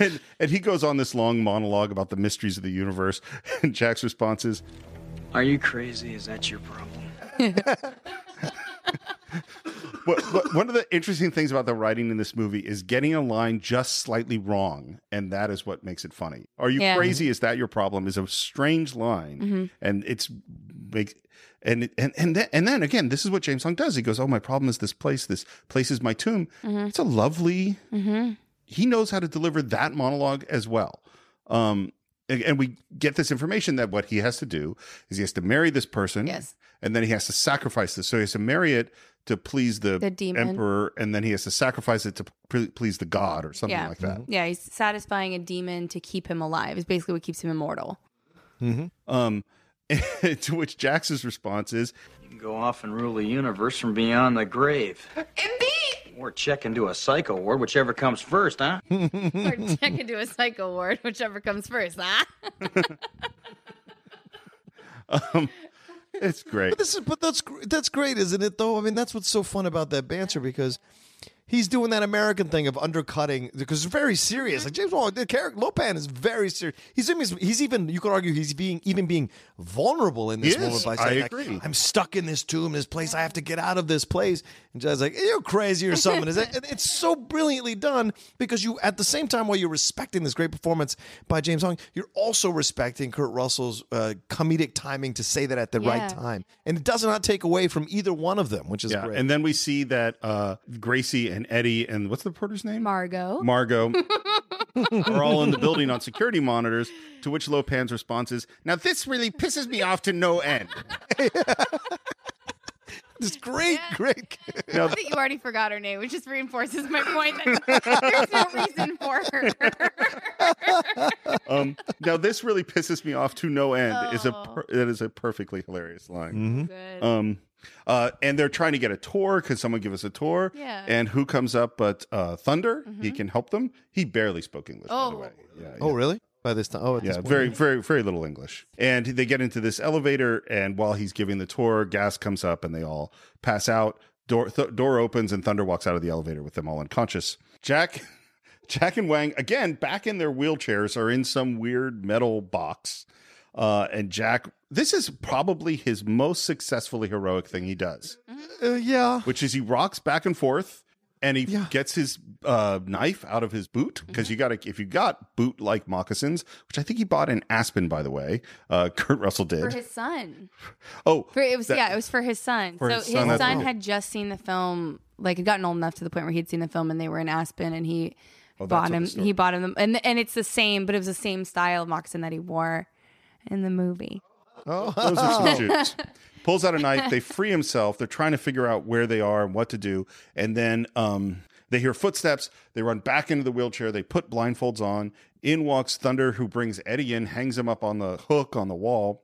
S1: and, and he goes on this long monologue about the mysteries of the universe. And Jack's response is,
S10: Are you crazy? Is that your problem?
S1: what, what- One of the interesting things about the writing in this movie is getting a line just slightly wrong. And that is what makes it funny. Are you
S4: Yeah.
S1: crazy? Is that your problem? Is a strange line.
S4: Mhm.
S1: and it's big and and and then, and then again this is what james hong does he goes oh my problem is this place this place is my tomb
S4: Mhm.
S1: it's a lovely
S4: Mm-hmm.
S1: he knows how to deliver that monologue as well um and, and we get this information that what he has to do is he has to marry this person
S4: Yes.
S1: and then he has to sacrifice this so he has to marry it to please the,
S4: The demon.
S1: emperor and then he has to sacrifice it to pre- please the god or something
S4: yeah.
S1: like that
S4: Yeah, he's satisfying a demon to keep him alive. Is basically what keeps him immortal.
S1: um to which jax's response is
S8: You can go off and rule the universe from beyond the grave. Indeed! Or check into a psycho ward, whichever comes first, huh?
S4: or check into a psycho ward, whichever comes first. Huh?
S1: um it's great
S3: But this is but that's gr- that's great, isn't it? Though I mean, that's what's so fun about that banter because he's doing that American thing of undercutting because it's very serious. Like James Wong, the character Lopan is very serious. He's even he's even you could argue he's being even being vulnerable in this
S1: Yes,
S3: moment by
S1: I
S3: saying like,
S1: agree.
S3: I'm stuck in this tomb, this place. I have to get out of this place. And Jai's like, you're crazy or something. Is that- and it's so brilliantly done because you at the same time while you're respecting this great performance by James Hong, you're also respecting Kurt Russell's uh, comedic timing to say that at the
S4: Yeah.
S3: right time. And it does not take away from either one of them, which is
S1: Yeah,
S3: great.
S1: and then we see that uh, Gracie and Eddie and what's the reporter's name?
S4: Margot.
S1: Margot are all in the building on security monitors. To which Lopan's response is, "Now this really pisses me off to no end."
S3: It's great, great.
S1: Now-
S4: that you already forgot her name, which just reinforces my point that there's no reason for her.
S1: Um, now this really pisses me off to no end is a per- that is a perfectly hilarious line.
S4: Oh. Good.
S1: Um, uh, and they're trying to get a tour. Can someone give us a tour?
S4: Yeah. Mm-hmm.
S1: And who comes up but uh, Thunder? He can help them. He barely spoke English. by the
S4: Oh.
S1: way. Yeah,
S3: Oh, really? By this time, oh, at this
S1: Yeah,
S3: point.
S1: very, very, very little English. And they get into this elevator, and while he's giving the tour, gas comes up, and they all pass out. Door th- door opens, and Thunder walks out of the elevator with them all unconscious. Jack, Jack and Wang again back in their wheelchairs are in some weird metal box. Uh, and Jack, this is probably his most successfully heroic thing he does,
S3: Uh, yeah.
S1: which is he rocks back and forth and he gets his uh, knife out of his boot because you got to if you got boot like moccasins, which I think he bought in Aspen, by the way. Uh, Kurt Russell did.
S4: for his son.
S1: oh,
S4: For it was
S1: that-
S4: yeah, it was for his son.
S1: For
S4: so
S1: his
S4: his
S1: son,
S4: son,
S1: that's right.
S4: had just seen the film, like had gotten old enough to the point where he'd seen the film, and they were in Aspen, and he
S1: Oh, that's
S4: bought
S1: what
S4: him.
S1: the story-
S4: He bought him, the, and and it's the same, but it was the same style of moccasin that he wore in the movie.
S1: Oh, Those are some Jews. Pulls out a knife. They free himself. They're trying to figure out where they are and what to do. And then um, they hear footsteps. They run back into the wheelchair. They put blindfolds on. In walks Thunder, who brings Eddie in, hangs him up on the hook on the wall.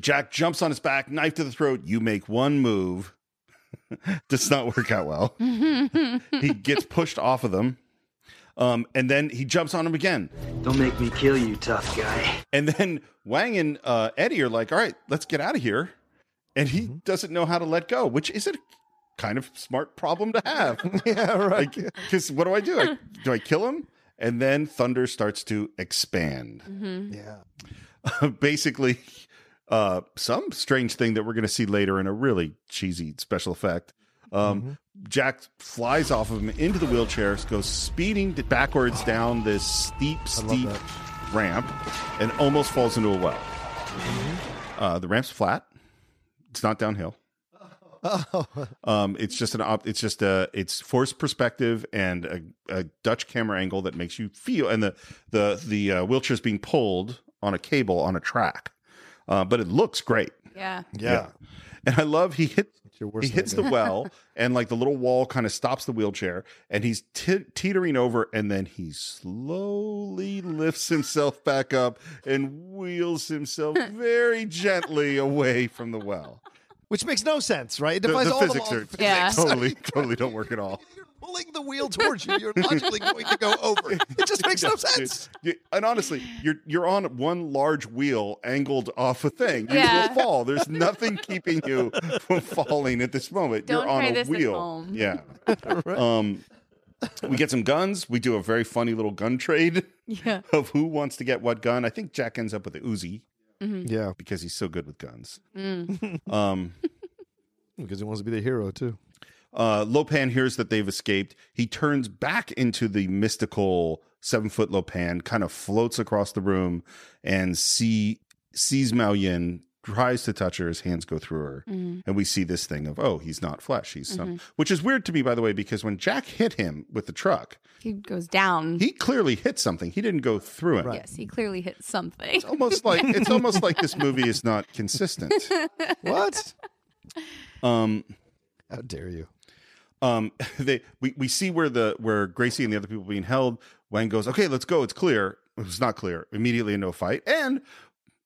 S1: Jack jumps on his back, knife to the throat. You make one move. Does not work out well. he gets pushed off of them. Um, and then he jumps on him again. Don't make me kill you, tough guy. And then Wang and uh, Eddie are like, all right, let's get out of here. And he doesn't know how to let go, which is a kind of smart problem to have. yeah, right. Because what do I do? I, do I kill him? And then Thunder starts to expand
S3: Yeah.
S1: basically uh some strange thing that we're going to see later in a really cheesy special effect um jack flies off of him into the wheelchair goes speeding d- backwards down this steep steep ramp and almost falls into a well uh the ramp's flat it's not downhill um, it's just an op- it's just a it's forced perspective and a, a Dutch camera angle that makes you feel and the the the uh, wheelchair's being pulled on a cable on a track, uh, but it looks great.
S4: Yeah.
S1: and I love he hit he hits the
S4: nightmare.
S1: well and like the little wall kind of stops the wheelchair and he's te- teetering over and then he slowly lifts himself back up and wheels himself very gently away from the well.
S3: Which makes no sense, right? It
S1: The-
S3: defies
S1: the
S3: all
S1: physics
S3: the law
S1: are Oh.
S3: of physics.
S1: totally totally don't work at all.
S3: Pulling the wheel towards you, you're logically going to go over. It just makes no
S1: Yeah,
S3: sense.
S1: dude. Yeah, And honestly, you're you're on one large wheel angled off a thing. You
S4: Yeah.
S1: will fall. There's nothing keeping you from falling at this moment.
S4: Don't
S1: you're on
S4: try
S1: a
S4: this at
S1: wheel.
S4: home.
S1: Yeah. Um we get some guns. We do a very funny little gun trade
S4: Yeah.
S1: of who wants to get what gun. I think Jack ends up with the Uzi
S4: Mhm.
S3: Yeah.
S1: because he's so good with guns.
S4: Mm.
S1: Um
S3: Because he wants to be the hero too.
S1: uh, Lopan hears that they've escaped. He turns back into the mystical seven foot Lopan, kind of floats across the room, and see sees Mao Yin. Tries to touch her, his hands go through her,
S12: Mhm.
S1: and we see this thing of oh, he's not flesh, he's some, which is weird to me, by the way, because when Jack hit him with the truck,
S4: He goes down.
S1: he clearly hit something. He didn't go through him.
S4: Yes, he clearly hit something. It's
S1: almost like it's almost like this movie is not consistent.
S3: What?
S1: Um,
S3: How dare you?
S1: Um, they we, we see where the where Gracie and the other people being held. Wang goes, okay, let's go. It's clear. It's not clear. Immediately into a fight, and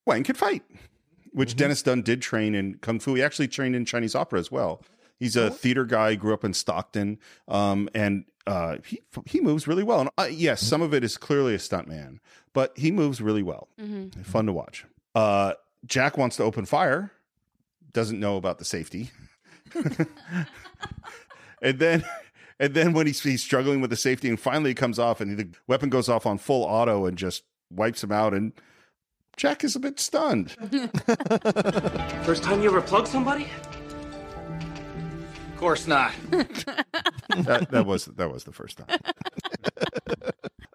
S1: Wang could fight, which Dennis Dunn did train in kung fu. He actually trained in Chinese opera as well. He's a theater guy. Grew up in Stockton, um, and uh, he he moves really well. And uh, yes, some of it is clearly a stunt man, but he moves really well.
S4: Mhm.
S1: Fun to watch. Uh, Jack wants to open fire. Doesn't know about the safety. and then and then when he's, he's struggling with the safety and finally it comes off and the weapon goes off on full auto and just wipes him out and jack is a bit stunned
S2: First time you ever plugged somebody? Of course not.
S1: that, that was that was the first time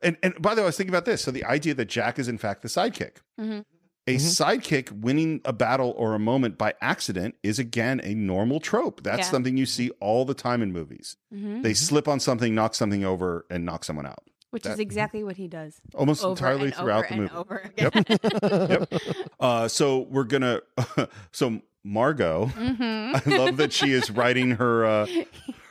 S1: and and by the way i was thinking about this so the idea that jack is in fact the sidekick
S4: Mhm.
S1: a sidekick winning a battle or a moment by accident is again a normal trope that's
S4: Yeah.
S1: something you see all the time in movies
S4: Mhm.
S1: they slip on something knock something over and knock someone out
S4: Which
S1: is
S4: is exactly what he does.
S1: almost
S4: Over
S1: entirely
S4: and
S1: throughout the
S4: over and
S1: movie.
S4: over again.
S1: Yep. yep. Uh, so we're gonna. so Margot,
S4: Mhm.
S1: I love that she is writing her uh,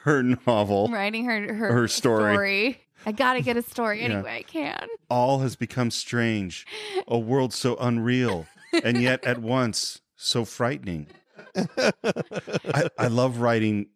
S1: her novel.
S4: Writing her her,
S1: Her story.
S4: I gotta get a story
S1: Yeah.
S4: anyway. I can.
S1: All has become strange, a world so unreal, and yet at once so frightening. I, I love writing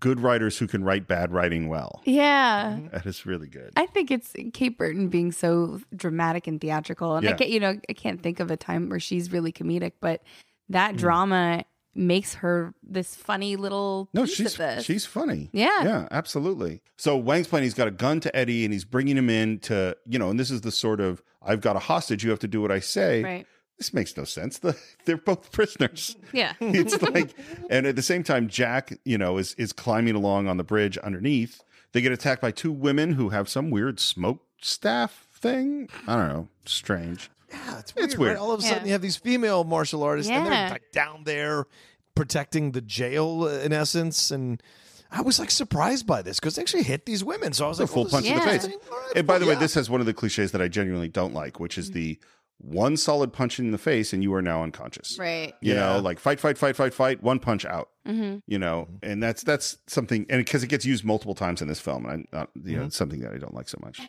S1: good writers who can write bad writing well.
S4: Yeah.
S1: That is really good.
S4: I think it's Kate Burton being so dramatic and theatrical, and I
S1: Yeah.
S4: can't, you know, I can't think of a time where she's really comedic, but that
S1: Mm.
S4: drama makes her this funny little
S1: No,
S4: piece
S1: she's
S4: of this.
S1: she's funny.
S4: Yeah.
S1: yeah, absolutely. So Wang's playing. He's got a gun to Eddie, and he's bringing him in to you know. And this is the sort of I've got a hostage. You have to do what I say.
S4: right.
S1: this makes no sense. The, they're both prisoners.
S4: Yeah.
S1: it's like, and at the same time, Jack, you know, is is climbing along on the bridge underneath. They get attacked by two women who have some weird smoke staff thing. I don't know. Strange.
S3: Yeah, it's
S1: weird. weird.
S3: right? All of a
S1: Yeah.
S3: sudden, you have these female martial artists, and
S4: Yeah.
S3: they're like down there protecting the jail uh, in essence. And I was like surprised by this because they actually hit these women. So I was
S1: a
S3: like,
S1: full
S3: well,
S1: punch
S3: this
S1: in the
S3: is
S1: face.
S3: interesting.
S1: And by the way,
S3: yeah.
S1: this has one of the cliches that I genuinely don't like, which is the one solid punch in the face and you are now unconscious.
S4: Right.
S1: You
S4: Yeah.
S1: know, like fight, fight, fight, fight, fight, one punch out.
S4: Mm-hmm.
S1: You know, and that's that's something, and because it gets used multiple times in this film, and I, not, you know,
S3: Mhm.
S1: it's something that I don't like so much.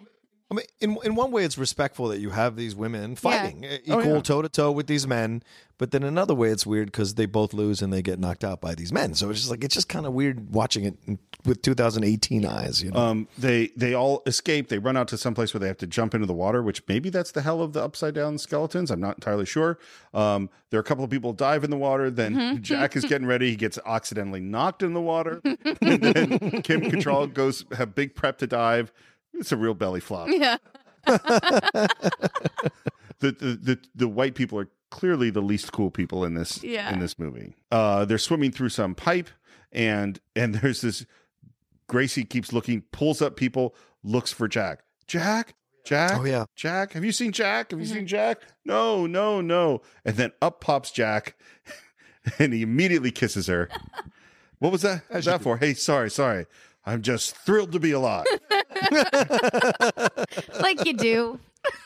S3: I mean, in in one way, it's respectful that you have these women fighting uh,
S1: Oh, yeah.
S3: equal toe to toe with these men, but then another way, it's weird because they both lose and they get knocked out by these men. So it's just like it's just kind of weird watching it in- with 2018 eyes. You know,
S1: Um, they they all escape. They run out to some place where they have to jump into the water, which maybe that's the hell of the upside down skeletons. I'm not entirely sure. Um, there are a couple of people dive in the water. Then
S12: Mhm.
S1: Jack is getting ready. He gets accidentally knocked in the water. and then Kim Cattrall goes have big prep to dive. It's a real belly flop.
S4: Yeah.
S1: The, the the the white people are clearly the least cool people in this
S4: Yeah.
S1: in this movie. Uh, they're swimming through some pipe, and and there's this Gracie keeps looking, pulls up people, looks for Jack. Jack, Jack, oh yeah, Jack. Have you seen Jack? Have you seen Jack? No, no, no. And then up pops Jack, and he immediately kisses her. what was that? What was that for? Hey, sorry, sorry. I'm just thrilled to be alive.
S4: like you do.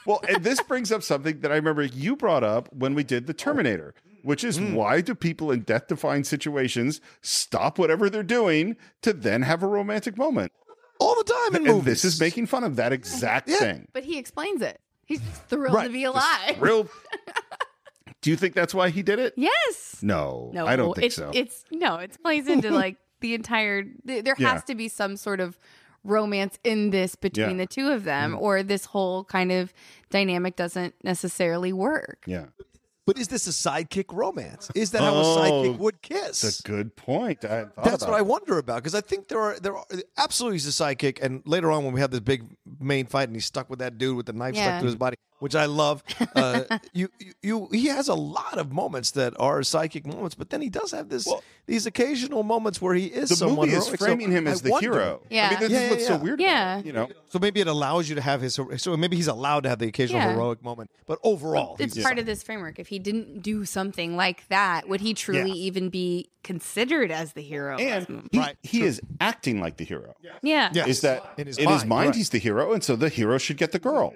S1: Well, and this brings up something that I remember you brought up when we did the Terminator, which is
S4: Mm.
S1: why do people in death defying situations stop whatever they're doing to then have a romantic moment?
S3: All the time in
S1: and
S3: movies.
S1: This is making fun of that exact thing.
S4: But he explains it. He's just thrilled
S1: Right.
S4: to be
S1: Just
S4: alive.
S1: Real. do you think that's why he did it?
S4: Yes.
S1: No,
S4: No,
S1: I don't think
S4: it's,
S1: so.
S4: It's no, it plays into like the entire. th- There
S1: Yeah.
S4: has to be some sort of romance in this between
S1: Yeah. Mm-hmm.
S4: the two of them, or this whole kind of dynamic doesn't necessarily work.
S1: yeah.
S3: But is this a sidekick romance? Is that how a sidekick would kiss?
S1: That's Oh, a good point. I hadn't thought
S3: That's
S1: about
S3: what I
S1: it.
S3: wonder about because I think there are there are absolutely he's a sidekick, and later on when we have this big main fight and he's stuck with that dude with the knife
S4: Yeah.
S3: stuck to his body, which I love. Uh, you, you you he has a lot of moments that are psychic moments, but then he does have this these occasional moments where he is
S1: The
S3: someone
S1: movie is
S3: heroic, so
S1: framing him
S3: I
S1: as the
S3: wonder.
S1: hero. I mean, Yeah. this is what's so weird about
S4: Yeah.
S1: it, you know.
S3: So maybe it allows you to have his so maybe he's allowed to have the occasional
S4: Yeah.
S3: heroic moment, but overall
S4: It's
S3: he's a
S4: part of this framework. If he didn't do something like that, would he truly
S1: Yeah.
S4: even be considered as the hero?
S1: And he, he is acting like the hero.
S4: yeah,
S1: Is that in his mind,
S3: right.
S1: he's the hero, and so the hero should get the girl.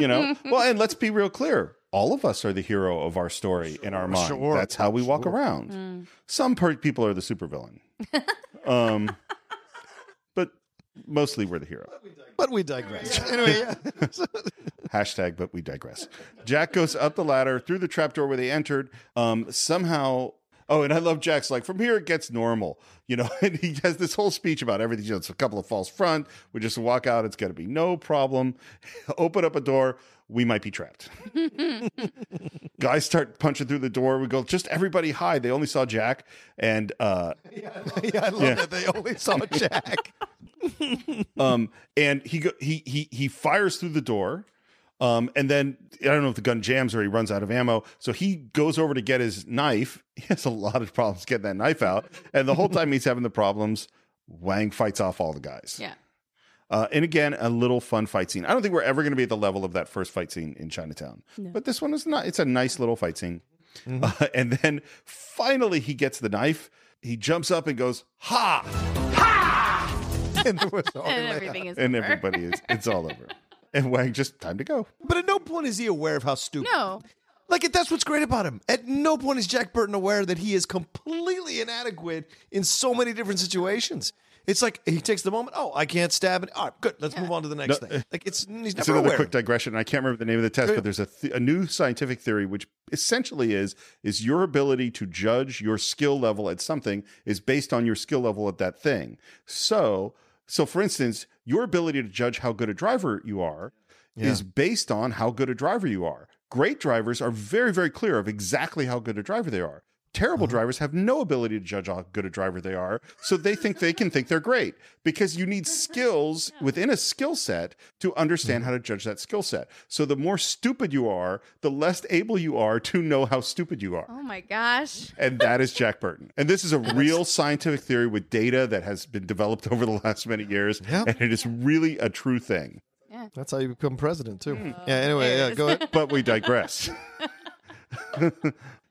S1: you know? Well, and let's be real clear. All of us are the hero of our story in our mind.
S3: sure,
S1: That's how we walk around. Some per- people are the supervillain. um, but mostly we're the hero.
S3: But we digress. anyway, yeah.
S1: Hashtag, but we digress. Jack goes up the ladder through the trapdoor where they entered. Um, somehow, oh, and I love Jack's like, from here it gets normal, you know, and he has this whole speech about everything. You know, it's a couple of false front. We just walk out. It's going to be no problem. Open up a door. We might be trapped. Guys start punching through the door. We go, just everybody hide. They only saw Jack. And, uh,
S3: yeah, I love
S1: Yeah.
S3: that they always saw Jack.
S1: um, and he go, he he he fires through the door, um, and then I don't know if the gun jams or he runs out of ammo. So he goes over to get his knife. He has a lot of problems getting that knife out, and the whole time he's having the problems, Wang fights off all the guys.
S4: yeah.
S1: Uh, and again, a little fun fight scene. I don't think we're ever going to be at the level of that first fight scene in Chinatown, but this one is not. It's a nice little fight scene.
S3: Mm-hmm.
S1: Uh, and then finally, he gets the knife. He jumps up and goes, "Ha!"
S3: and there was all
S4: And everything is
S1: and
S4: over.
S1: everybody is it's all over. And Wang just time to go.
S3: But at no point is he aware of how stupid.
S4: No.
S3: Like that's what's great about him. At no point is Jack Burton aware that he is completely inadequate in so many different situations. It's like he takes the moment. Oh, I can't stab it. All right, good. Let's move on to the next
S1: No,
S3: thing. Like it's he's
S1: It's
S3: never
S1: another
S3: aware.
S1: quick digression. I can't remember the name of the test, but there's a, th- a new scientific theory which essentially is is your ability to judge your skill level at something is based on your skill level at that thing. So, so for instance, your ability to judge how good a driver you are is based on how good a driver you are. Great drivers are very very clear of exactly how good a driver they are. Terrible drivers have no ability to judge how good a driver they are, so they think they can think they're great because you need skills within a skill set to understand how to judge that skill set. So the more stupid you are, the less able you are to know how stupid you are.
S4: Oh my gosh.
S1: And that is Jack Burton. And this is a real scientific theory with data that has been developed over the last many years. And it is really a true thing.
S3: That's how you become president too.
S4: Oh,
S3: yeah. Anyway, yeah, go ahead.
S1: But we digress.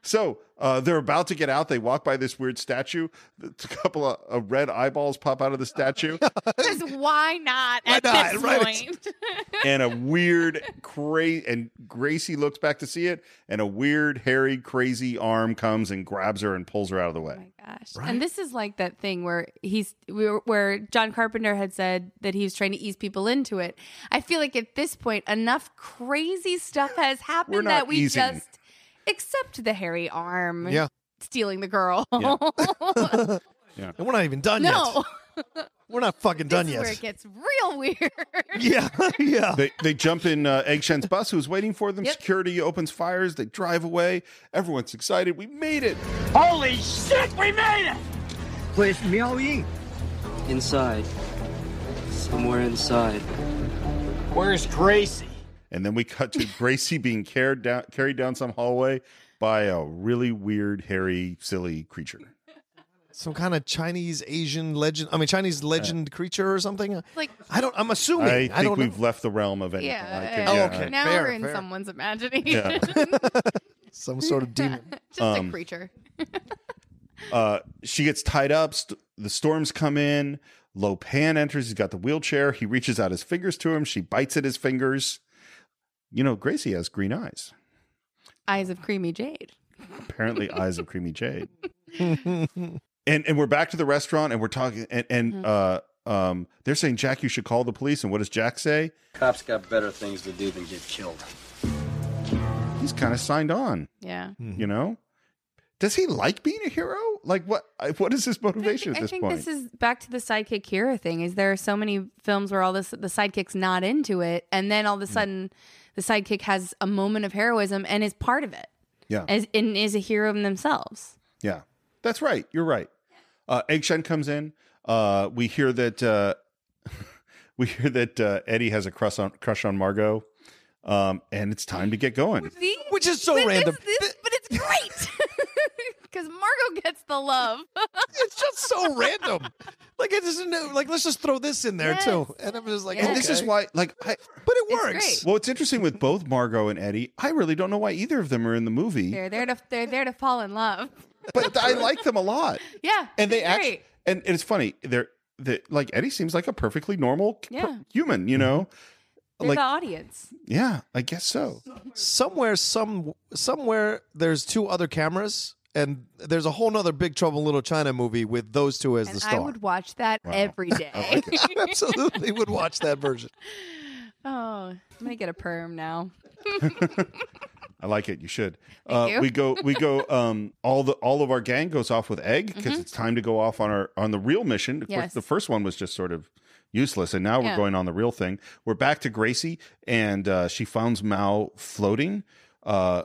S1: so uh, they're about to get out. They walk by this weird statue. A couple of uh, red eyeballs pop out of the statue,
S4: Because why not at
S1: not,
S4: this
S1: right?
S4: point?
S1: and a weird, crazy. And Gracie looks back to see it, and a weird, hairy, crazy arm comes and grabs her and pulls her out of the way.
S4: Gosh. And this is like that thing where he's we were- where John Carpenter had said that he was trying to ease people into it. I feel like at this point, enough crazy stuff has
S1: We're
S4: happened
S1: not
S4: that we
S1: easing.
S4: just accept the hairy arm
S3: Yeah.
S4: stealing the girl.
S3: Yeah. Yeah. And we're not even done yet.
S4: no,
S3: We're not fucking done
S4: this is where it
S3: yet.
S4: gets real weird.
S3: Yeah. yeah.
S1: They, they jump in uh, Egg Shen's bus, who's waiting for them.
S4: Yep.
S1: Security opens fires. They drive away. Everyone's excited. We made it.
S14: Holy shit, we made it!
S16: Where's Miao Ying? Inside. Somewhere inside.
S1: Where's Gracie? And then we cut to Gracie being carried down, carried down some hallway by a really weird, hairy, silly creature.
S3: Some kind of Chinese Asian legend. I mean, Chinese legend creature or something.
S4: Like
S3: I don't. I'm assuming.
S1: I
S3: I,
S1: think
S3: don't. Oh,
S1: we've left the realm of anything.
S4: yeah,
S1: I can-
S4: uh,
S1: yeah.
S4: now we're in someone's imagination.
S3: Some sort of demon.
S4: just
S1: Um,
S4: a creature.
S1: Uh, she gets tied up. St- the storms come in. Lopan enters. He's got the wheelchair. He reaches out his fingers to him. She bites at his fingers. You know, Gracie has green eyes.
S4: Eyes of creamy jade.
S1: Apparently, eyes of creamy jade. and and we're back to the restaurant and we're talking and, and
S4: Mm-hmm.
S1: uh um they're saying Jack you should call the police and what does Jack say?
S2: Cops got better things to do than get killed.
S1: He's kind of signed on,
S4: Yeah.
S1: you know? Does he like being a hero? Like what I- what is his motivation
S4: I
S1: at this
S4: think
S1: point?
S4: this is back to the sidekick hero thing. Is there are so many films where all this the sidekick's not into it, and then all
S1: Mm.
S4: of a sudden the sidekick has a moment of heroism and is part of it,
S1: yeah.
S4: as, and is a hero in themselves.
S1: Yeah. That's right. You're right. Uh Egg Shen comes in. Uh we hear that uh we hear that uh, Eddie has a crush on crush on Margot. Um and it's time to get going.
S3: Which is so random.
S4: but it's great because Margot gets the love.
S3: it's just so random. Like it is new. Like let's just throw this in there too. And I'm just like,
S1: And this is
S3: okay.
S1: why like I
S3: But it works.
S1: Well, it's interesting with both Margot and Eddie. I really don't know why either of them are in the movie,
S4: They're there to they're there to fall in love.
S1: but I like them a lot.
S4: Yeah,
S1: And they
S4: it's
S1: actually,
S4: great.
S1: and it's funny. They're, they like Eddie seems like a perfectly normal c-
S4: Yeah.
S1: human, you know.
S4: They're
S1: like
S4: the audience.
S1: yeah, I guess so.
S3: somewhere some somewhere there's two other cameras and there's a whole nother big trouble in little china movie with those two as the
S4: And I
S3: star
S4: would watch that every day.
S3: I absolutely would watch that version
S4: oh, I'm gonna get a perm now.
S1: I like it. You should. Uh,
S4: Thank you.
S1: We go. We go. Um, all the all of our gang goes off with Egg because
S4: Mhm.
S1: it's time to go off on our on the real mission. Of course,
S4: Yes.
S1: the first one was just sort of useless, and now we're
S4: Yeah.
S1: going on the real thing. We're back to Gracie, and uh, she finds Mao floating. Uh,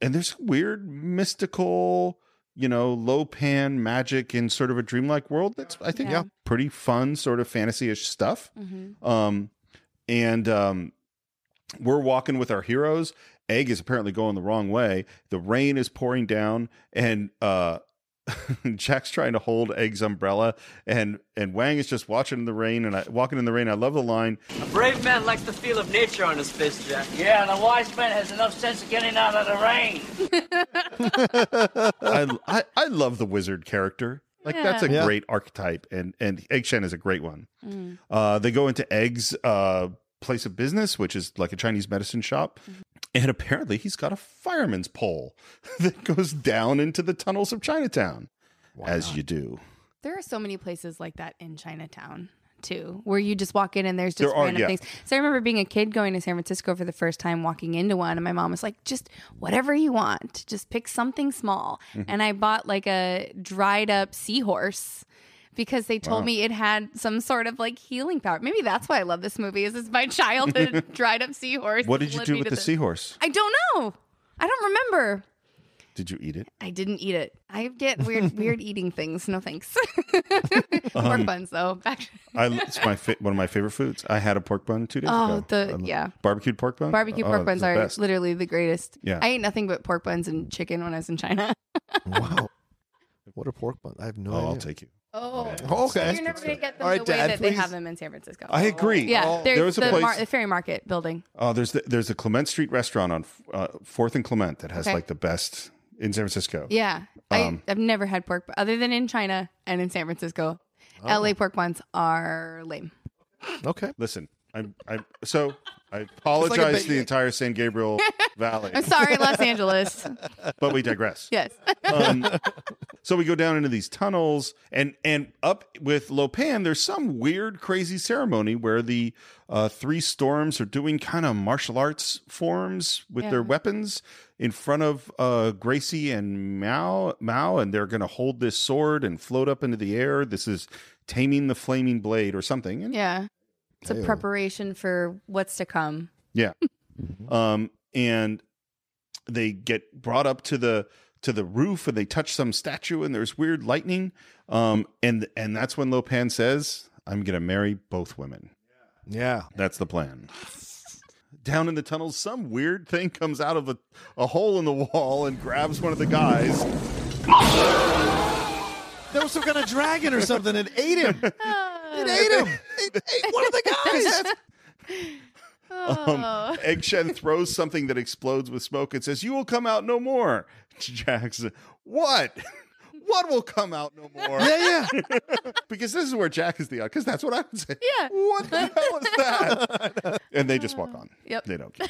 S1: and there's weird mystical, you know, low pan magic in sort of a dreamlike world. That's I think
S4: Yeah.
S1: pretty fun, sort of fantasy ish stuff.
S4: Mhm.
S1: Um, and um, we're walking with our heroes. Egg is apparently going the wrong way. The rain is pouring down, and uh, Jack's trying to hold Egg's umbrella, and and Wang is just watching the rain and I, walking in the rain. I love the line.
S10: A brave man likes the feel of nature on his fist, Jack.
S14: Yeah, and a wise man has enough sense of getting out of the rain.
S1: I, I I love the wizard character. Like that's a
S14: Yeah. Yeah.
S1: great archetype, and and Egg Shen is a great one.
S4: Mm.
S1: Uh, they go into Egg's uh, place of business, which is like a Chinese medicine shop.
S4: Mm-hmm.
S1: And apparently, he's got a fireman's pole that goes down into the tunnels of Chinatown, as you do.
S4: There are so many places like that in Chinatown too, where you just walk in and there's just
S1: There are,
S4: random
S1: yeah.
S4: things. So I remember being a kid going to San Francisco for the first time, walking into one, and my mom was like, "Just whatever you want, just pick something small."
S1: Mm-hmm.
S15: Mhm.
S4: And I bought like a dried up seahorse because they told
S15: Wow.
S4: me it had some sort of like healing power. Maybe that's why I love this movie. Is it's my childhood dried up seahorse?
S1: What
S4: that
S1: did you
S4: led
S1: do
S4: me
S1: with
S4: to
S1: the
S4: this.
S1: seahorse?
S4: I don't know. I don't remember.
S1: Did you eat it?
S4: I didn't eat it. I get weird, weird eating things. No thanks. More
S1: Um,
S4: buns though. Back
S1: I it's my fa- one of my favorite foods. I had a pork bun two days
S4: Oh,
S1: ago.
S4: the-
S1: I love-
S4: yeah.
S1: barbecued pork bun.
S4: barbecue
S1: Oh,
S4: pork
S1: it's
S4: buns
S1: the
S4: are
S1: best.
S4: literally the greatest.
S1: Yeah.
S4: I ate nothing but pork buns and chicken when I was in China.
S3: Wow. What a pork bun! I have no.
S1: Oh,
S3: idea.
S1: I'll take you.
S4: Oh,
S3: Okay.
S4: You're never gonna get them
S3: All right,
S4: the way
S3: Dad,
S4: that they
S3: please.
S4: have them in San Francisco.
S1: I agree.
S4: Yeah,
S1: Oh.
S4: there's
S1: There was a
S4: the,
S1: place-
S4: the ferry market building.
S1: Oh, there's the, there's a Clement Street restaurant on uh, Fourth and Clement that has
S4: Okay.
S1: like the best in San Francisco.
S4: Yeah, I,
S1: Um,
S4: I've never had pork bu- other than in China and in San Francisco.
S1: Oh.
S4: L.A. pork buns are lame.
S3: Okay.
S1: Listen, I'm I so I apologize to
S4: ba-
S1: the entire San Gabriel Valley.
S4: I'm sorry, Los Angeles.
S1: but we digress.
S4: Yes.
S1: Um, so we go down into these tunnels, and and up with Lopan, there's some weird, crazy ceremony where the uh, three storms are doing kind of martial arts forms with their
S4: Yeah.
S1: weapons in front of uh, Gracie and Mao Mao, and they're going to hold this sword and float up into the air. This is taming the flaming blade or something. And
S4: Yeah. It's a
S1: Hey-o.
S4: preparation for what's to come.
S1: yeah.
S3: Mm-hmm.
S1: um, and they get brought up to the to the roof and they touch some statue and there's weird lightning. Um, and and that's when Lopan says, "I'm gonna marry both women."
S3: Yeah,
S1: that's the plan. Down in the tunnels, some weird thing comes out of a, a hole in the wall and grabs one of the guys.
S3: There was some kind of dragon or something. It ate him. It ate him. It ate one of the guys.
S1: Um, Egg Shen throws something that explodes with smoke and says, You will come out no more. Jackson, what? What will come out no more?
S3: Yeah,
S1: yeah. because this is where Jack is the odd, because that's what I would say.
S4: Yeah.
S1: What the hell is that? and they just walk on.
S4: Yep.
S1: They don't care.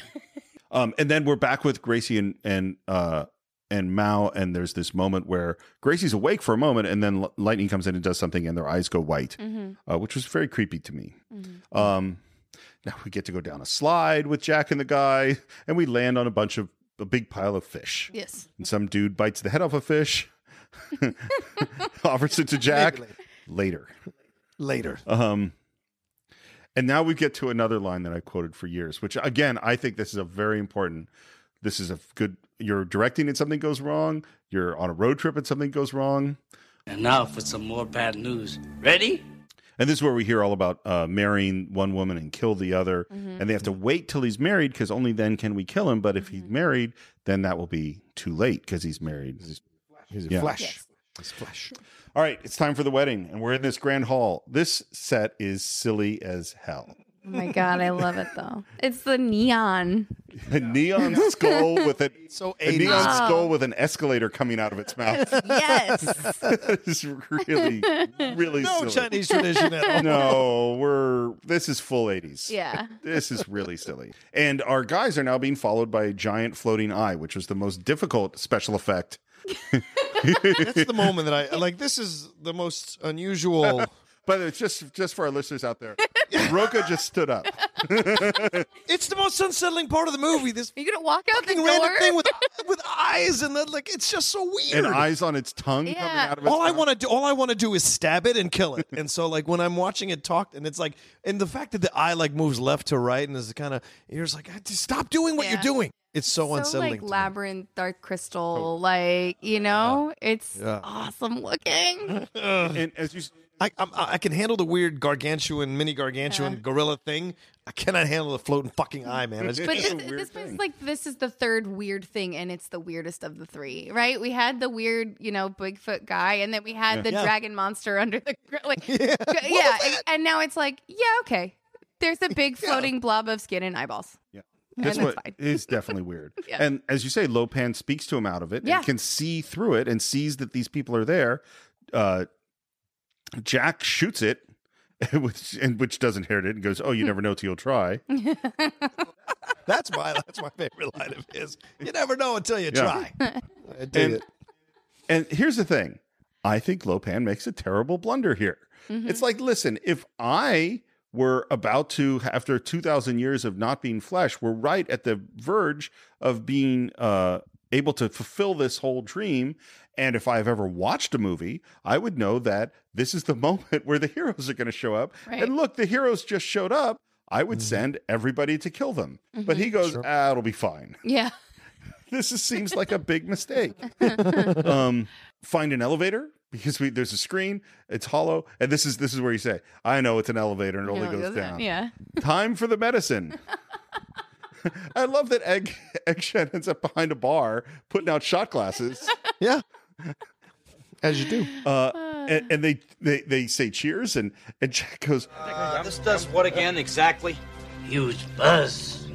S1: um, and then we're back with Gracie and and uh and Mao, and there's this moment where Gracie's awake for a moment, and then li- lightning comes in and does something, and their eyes go white,
S4: Mhm.
S1: uh, which was very creepy to me.
S4: Mm-hmm.
S1: Um, now we get to go down a slide with Jack and the guy, and we land on a bunch of a big pile of fish.
S4: Yes.
S1: And some dude bites the head off a fish, offers it to Jack later.
S3: Later.
S1: Um, and now we get to another line that I quoted for years, which again I think this is a very important. This is a good. You're directing and something goes wrong. You're on a road trip and something goes wrong.
S18: And now for some more bad news. Ready?
S1: And this is where we hear all about uh, marrying one woman and kill the other,
S18: Mhm.
S1: and they have to wait till he's married because only then can we kill him. But if he's married, then that will be too late because he's married.
S3: He's
S1: a
S3: flesh. It's flesh.
S1: All right, it's time for the wedding, and we're in this grand hall. This set is silly as hell.
S4: Oh my god, I love it though. It's the neon.
S1: A neon skull with a,
S3: so
S1: a
S4: 80s.
S1: neon
S4: Oh.
S1: skull with an escalator coming out of its mouth.
S4: Yes.
S1: it's really, really
S3: No
S1: silly.
S3: Chinese tradition at all.
S1: No, we're this is full eighties.
S4: Yeah.
S1: this is really silly. And our guys are now being followed by a giant floating eye, which was the most difficult special effect.
S3: That's the moment that I like. This is the most unusual.
S1: But it's just just for our listeners out there, Roka just stood up.
S3: It's the most unsettling part of the movie. This
S4: Are you gonna walk out the
S3: fucking
S4: door?
S3: random thing with with eyes and then like it's just so weird.
S1: and eyes on its tongue coming
S4: Yeah.
S1: out of its
S3: all I want to do, all I want to do is stab it and kill it. And so, like when I'm watching it talk, and it's like, and the fact that the eye like moves left to right, and is kind of you're just like, "Ah, just stop doing what
S4: Yeah.
S3: you're doing. It's so,
S4: so
S3: unsettling.
S4: like
S3: to me.
S4: labyrinth, dark crystal,
S1: Oh.
S4: like you know, it's
S3: Yeah.
S4: awesome looking.
S1: and as you,
S3: I, I'm, I can handle the weird gargantuan, mini gargantuan
S4: Uh-huh.
S3: gorilla thing. I cannot handle the floating fucking eye, man. I just
S4: but
S3: can't.
S4: this, this was like this is the third weird thing, and it's the weirdest of the three, right? We had the weird, you know, Bigfoot guy, and then we had
S1: Yeah.
S4: the
S1: Yeah.
S4: dragon monster under the gr- like,
S3: yeah,
S4: yeah and, and now it's like, yeah, okay, there's a big floating blob of skin and eyeballs.
S1: Yeah,
S4: And
S1: This
S4: that's
S1: one
S4: fine.
S1: is definitely weird.
S4: Yeah.
S1: And as you say, Lopan speaks to him out of it
S4: Yeah.
S1: and can see through it and sees that these people are there. Uh, Jack shoots it, which and which doesn't hurt it and goes, "Oh,
S4: Hmm.
S1: you never know till you'll try."
S3: that's my that's my favorite line of his. You never know until you
S1: Yeah.
S3: try. I dig
S1: And-
S3: it.
S1: And here's the thing: I think Lopan makes a terrible blunder here.
S3: Mm-hmm.
S1: It's like, listen, if I were about to, after two thousand years of not being flesh, were right at the verge of being uh, able to fulfill this whole dream, and if I've ever watched a movie, I would know that this is the moment where the heroes are going to show up.
S4: Right.
S1: And look, the heroes just showed up.
S3: Mm-hmm.
S1: I would send everybody to kill them, but he goes, ah, "It'll be fine."
S4: Yeah.
S1: this is, seems like a big mistake. Um, find an elevator because we, there's a screen. It's hollow, and this is this is where you say, "I know it's an elevator, and it only
S19: No, it
S1: goes
S19: doesn't.
S1: down."
S19: Yeah.
S1: Time for the medicine. I love that Egg Eggshed ends up behind a bar putting out shot glasses.
S3: Yeah. As you do.
S1: Uh, and, and they, they they say cheers, and and Jack goes,
S9: Uh, this does what again exactly? Huge buzz.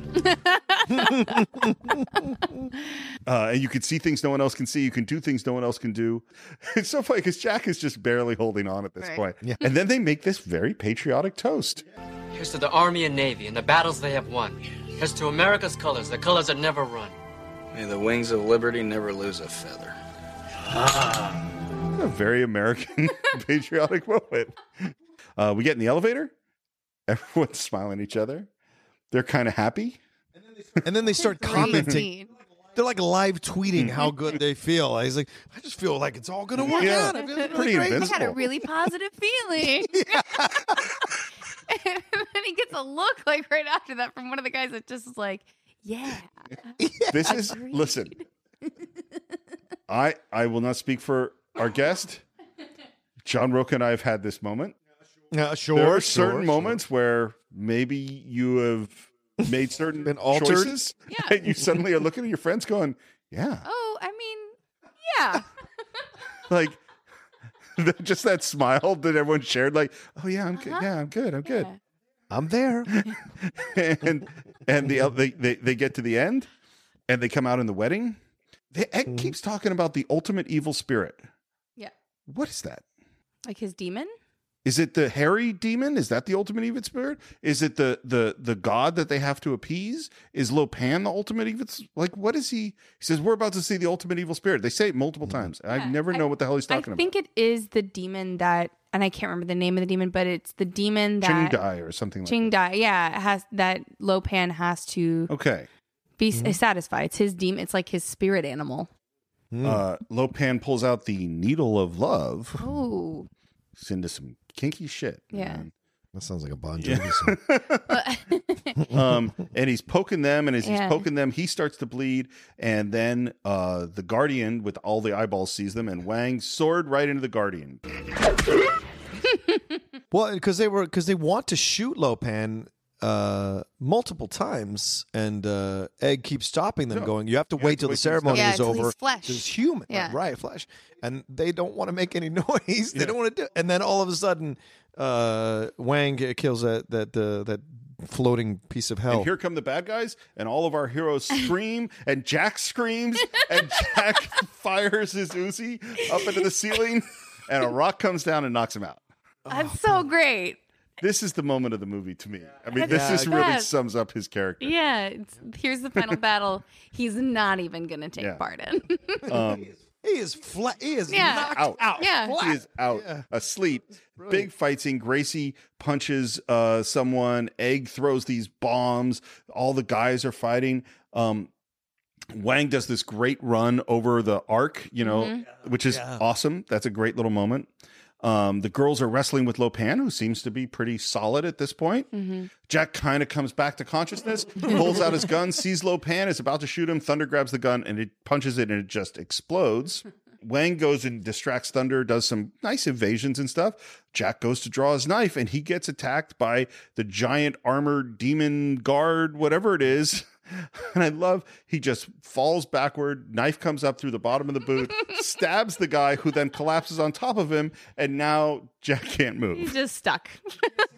S1: uh, and you can see things no one else can see. You can do things no one else can do. It's so funny because Jack is just barely holding on at this
S16: Right.
S1: point.
S16: Yeah.
S1: And then they make this very patriotic toast.
S16: Here's to the Army and Navy and the battles they have won. Here's to America's colors, the colors that never run.
S9: May the wings of liberty never lose a feather.
S1: A very American patriotic moment. Uh, we get in the elevator. Everyone's smiling at each other. They're kind of happy.
S3: And then they start commenting. They're like live tweeting how good they feel. I was like, I just feel like it's all gonna work out. I feel really great.
S4: I had a really positive feeling. and then he gets a look like right after that from one of the guys that just is like, yeah.
S1: This is listen. I I will not speak for our guest. John Roca and I have had this moment.
S3: Yeah, sure.
S1: there are
S3: sure,
S1: certain
S3: sure.
S1: moments where maybe you have made certain
S3: Been altered.
S1: choices,
S4: Yeah.
S1: and you suddenly are looking at your friends, going, "Yeah,
S4: Oh, I mean, yeah.
S1: like." Just that smile that everyone shared, like, "Oh yeah, I'm good.
S4: Uh-huh.
S1: Yeah, I'm good. I'm good.
S4: Yeah.
S3: I'm there."
S1: and and the they, they they get to the end, and they come out in the wedding. They, Egg
S3: Mm-hmm.
S1: keeps talking about the ultimate evil spirit.
S4: Yeah.
S1: What is that?
S4: Like his demon?
S1: Is it the hairy demon? Is that the ultimate evil spirit? Is it the the the god that they have to appease? Is Lopan the ultimate evil? s- Like, what is he? He says we're about to see the ultimate evil spirit. They say it multiple times. I never know what the hell he's talking
S4: I think it is the demon that, and I can't remember the name of the demon, but it's the demon
S1: about. Ching
S4: that
S1: Dai or something like.
S4: Ching Dai, yeah, it has that Lopan has to
S1: that. Okay.
S4: be
S1: Mm-hmm.
S4: s satisfied. It's his demon. It's like his spirit animal.
S1: Uh, Lopan pulls out the needle of love.
S4: Oh,
S1: He's into some kinky shit.
S4: yeah.
S3: That sounds like a Bon
S1: Yeah.
S3: Jovi song.
S1: um, and he's poking them, and as
S4: Yeah.
S1: he's poking them, he starts to bleed. And then uh, the guardian with all the eyeballs sees them, and Wang sword right into the guardian.
S3: Well, because they were because they want to shoot Lopan uh, multiple times, and uh, Egg keeps stopping them,
S13: No.
S3: going, "You have to wait till the ceremony
S13: Yeah,
S3: is
S13: till
S3: over."
S13: he's flesh.
S3: 'cause It's human,
S13: Yeah.
S3: right? Flesh, and they don't want to make any noise. They don't want to do. It. And then all of a sudden, uh, Wang kills that that uh, that floating piece of hell.
S1: And here come the bad guys, and all of our heroes scream, and Jack screams, and Jack fires his Uzi up into the ceiling, and a rock comes down and knocks him out.
S4: That's so great.
S1: This is the moment of the movie to me. I mean,
S4: That's
S1: this
S4: the
S1: is really
S4: best.
S1: sums up his character.
S4: Yeah. It's, here's the final battle. He's not even going to take
S1: Yeah.
S4: part in.
S1: Um,
S3: he is flat. He is
S4: Yeah.
S3: knocked
S1: out.
S3: out.
S4: Yeah.
S1: He is out asleep. Big fight scene. Gracie punches uh, someone. Egg throws these bombs. All the guys are fighting. Um, Wang does this great run over the arc, you know,
S13: Mhm.
S1: which is
S13: Yeah.
S1: awesome. That's a great little moment. Um, the girls are wrestling with Lopan, who seems to be pretty solid at this point. Jack kind of comes back to consciousness, pulls out his gun, sees Lopan, is about to shoot him. Thunder grabs the gun and it punches it and it just explodes. Wang goes and distracts Thunder, does some nice evasions and stuff. Jack goes to draw his knife and he gets attacked by the giant armored demon guard, whatever it is. And I love he just falls backward, knife comes up through the bottom of the boot, stabs the guy who then collapses on top of him, and now Jack can't move.
S4: He's just stuck.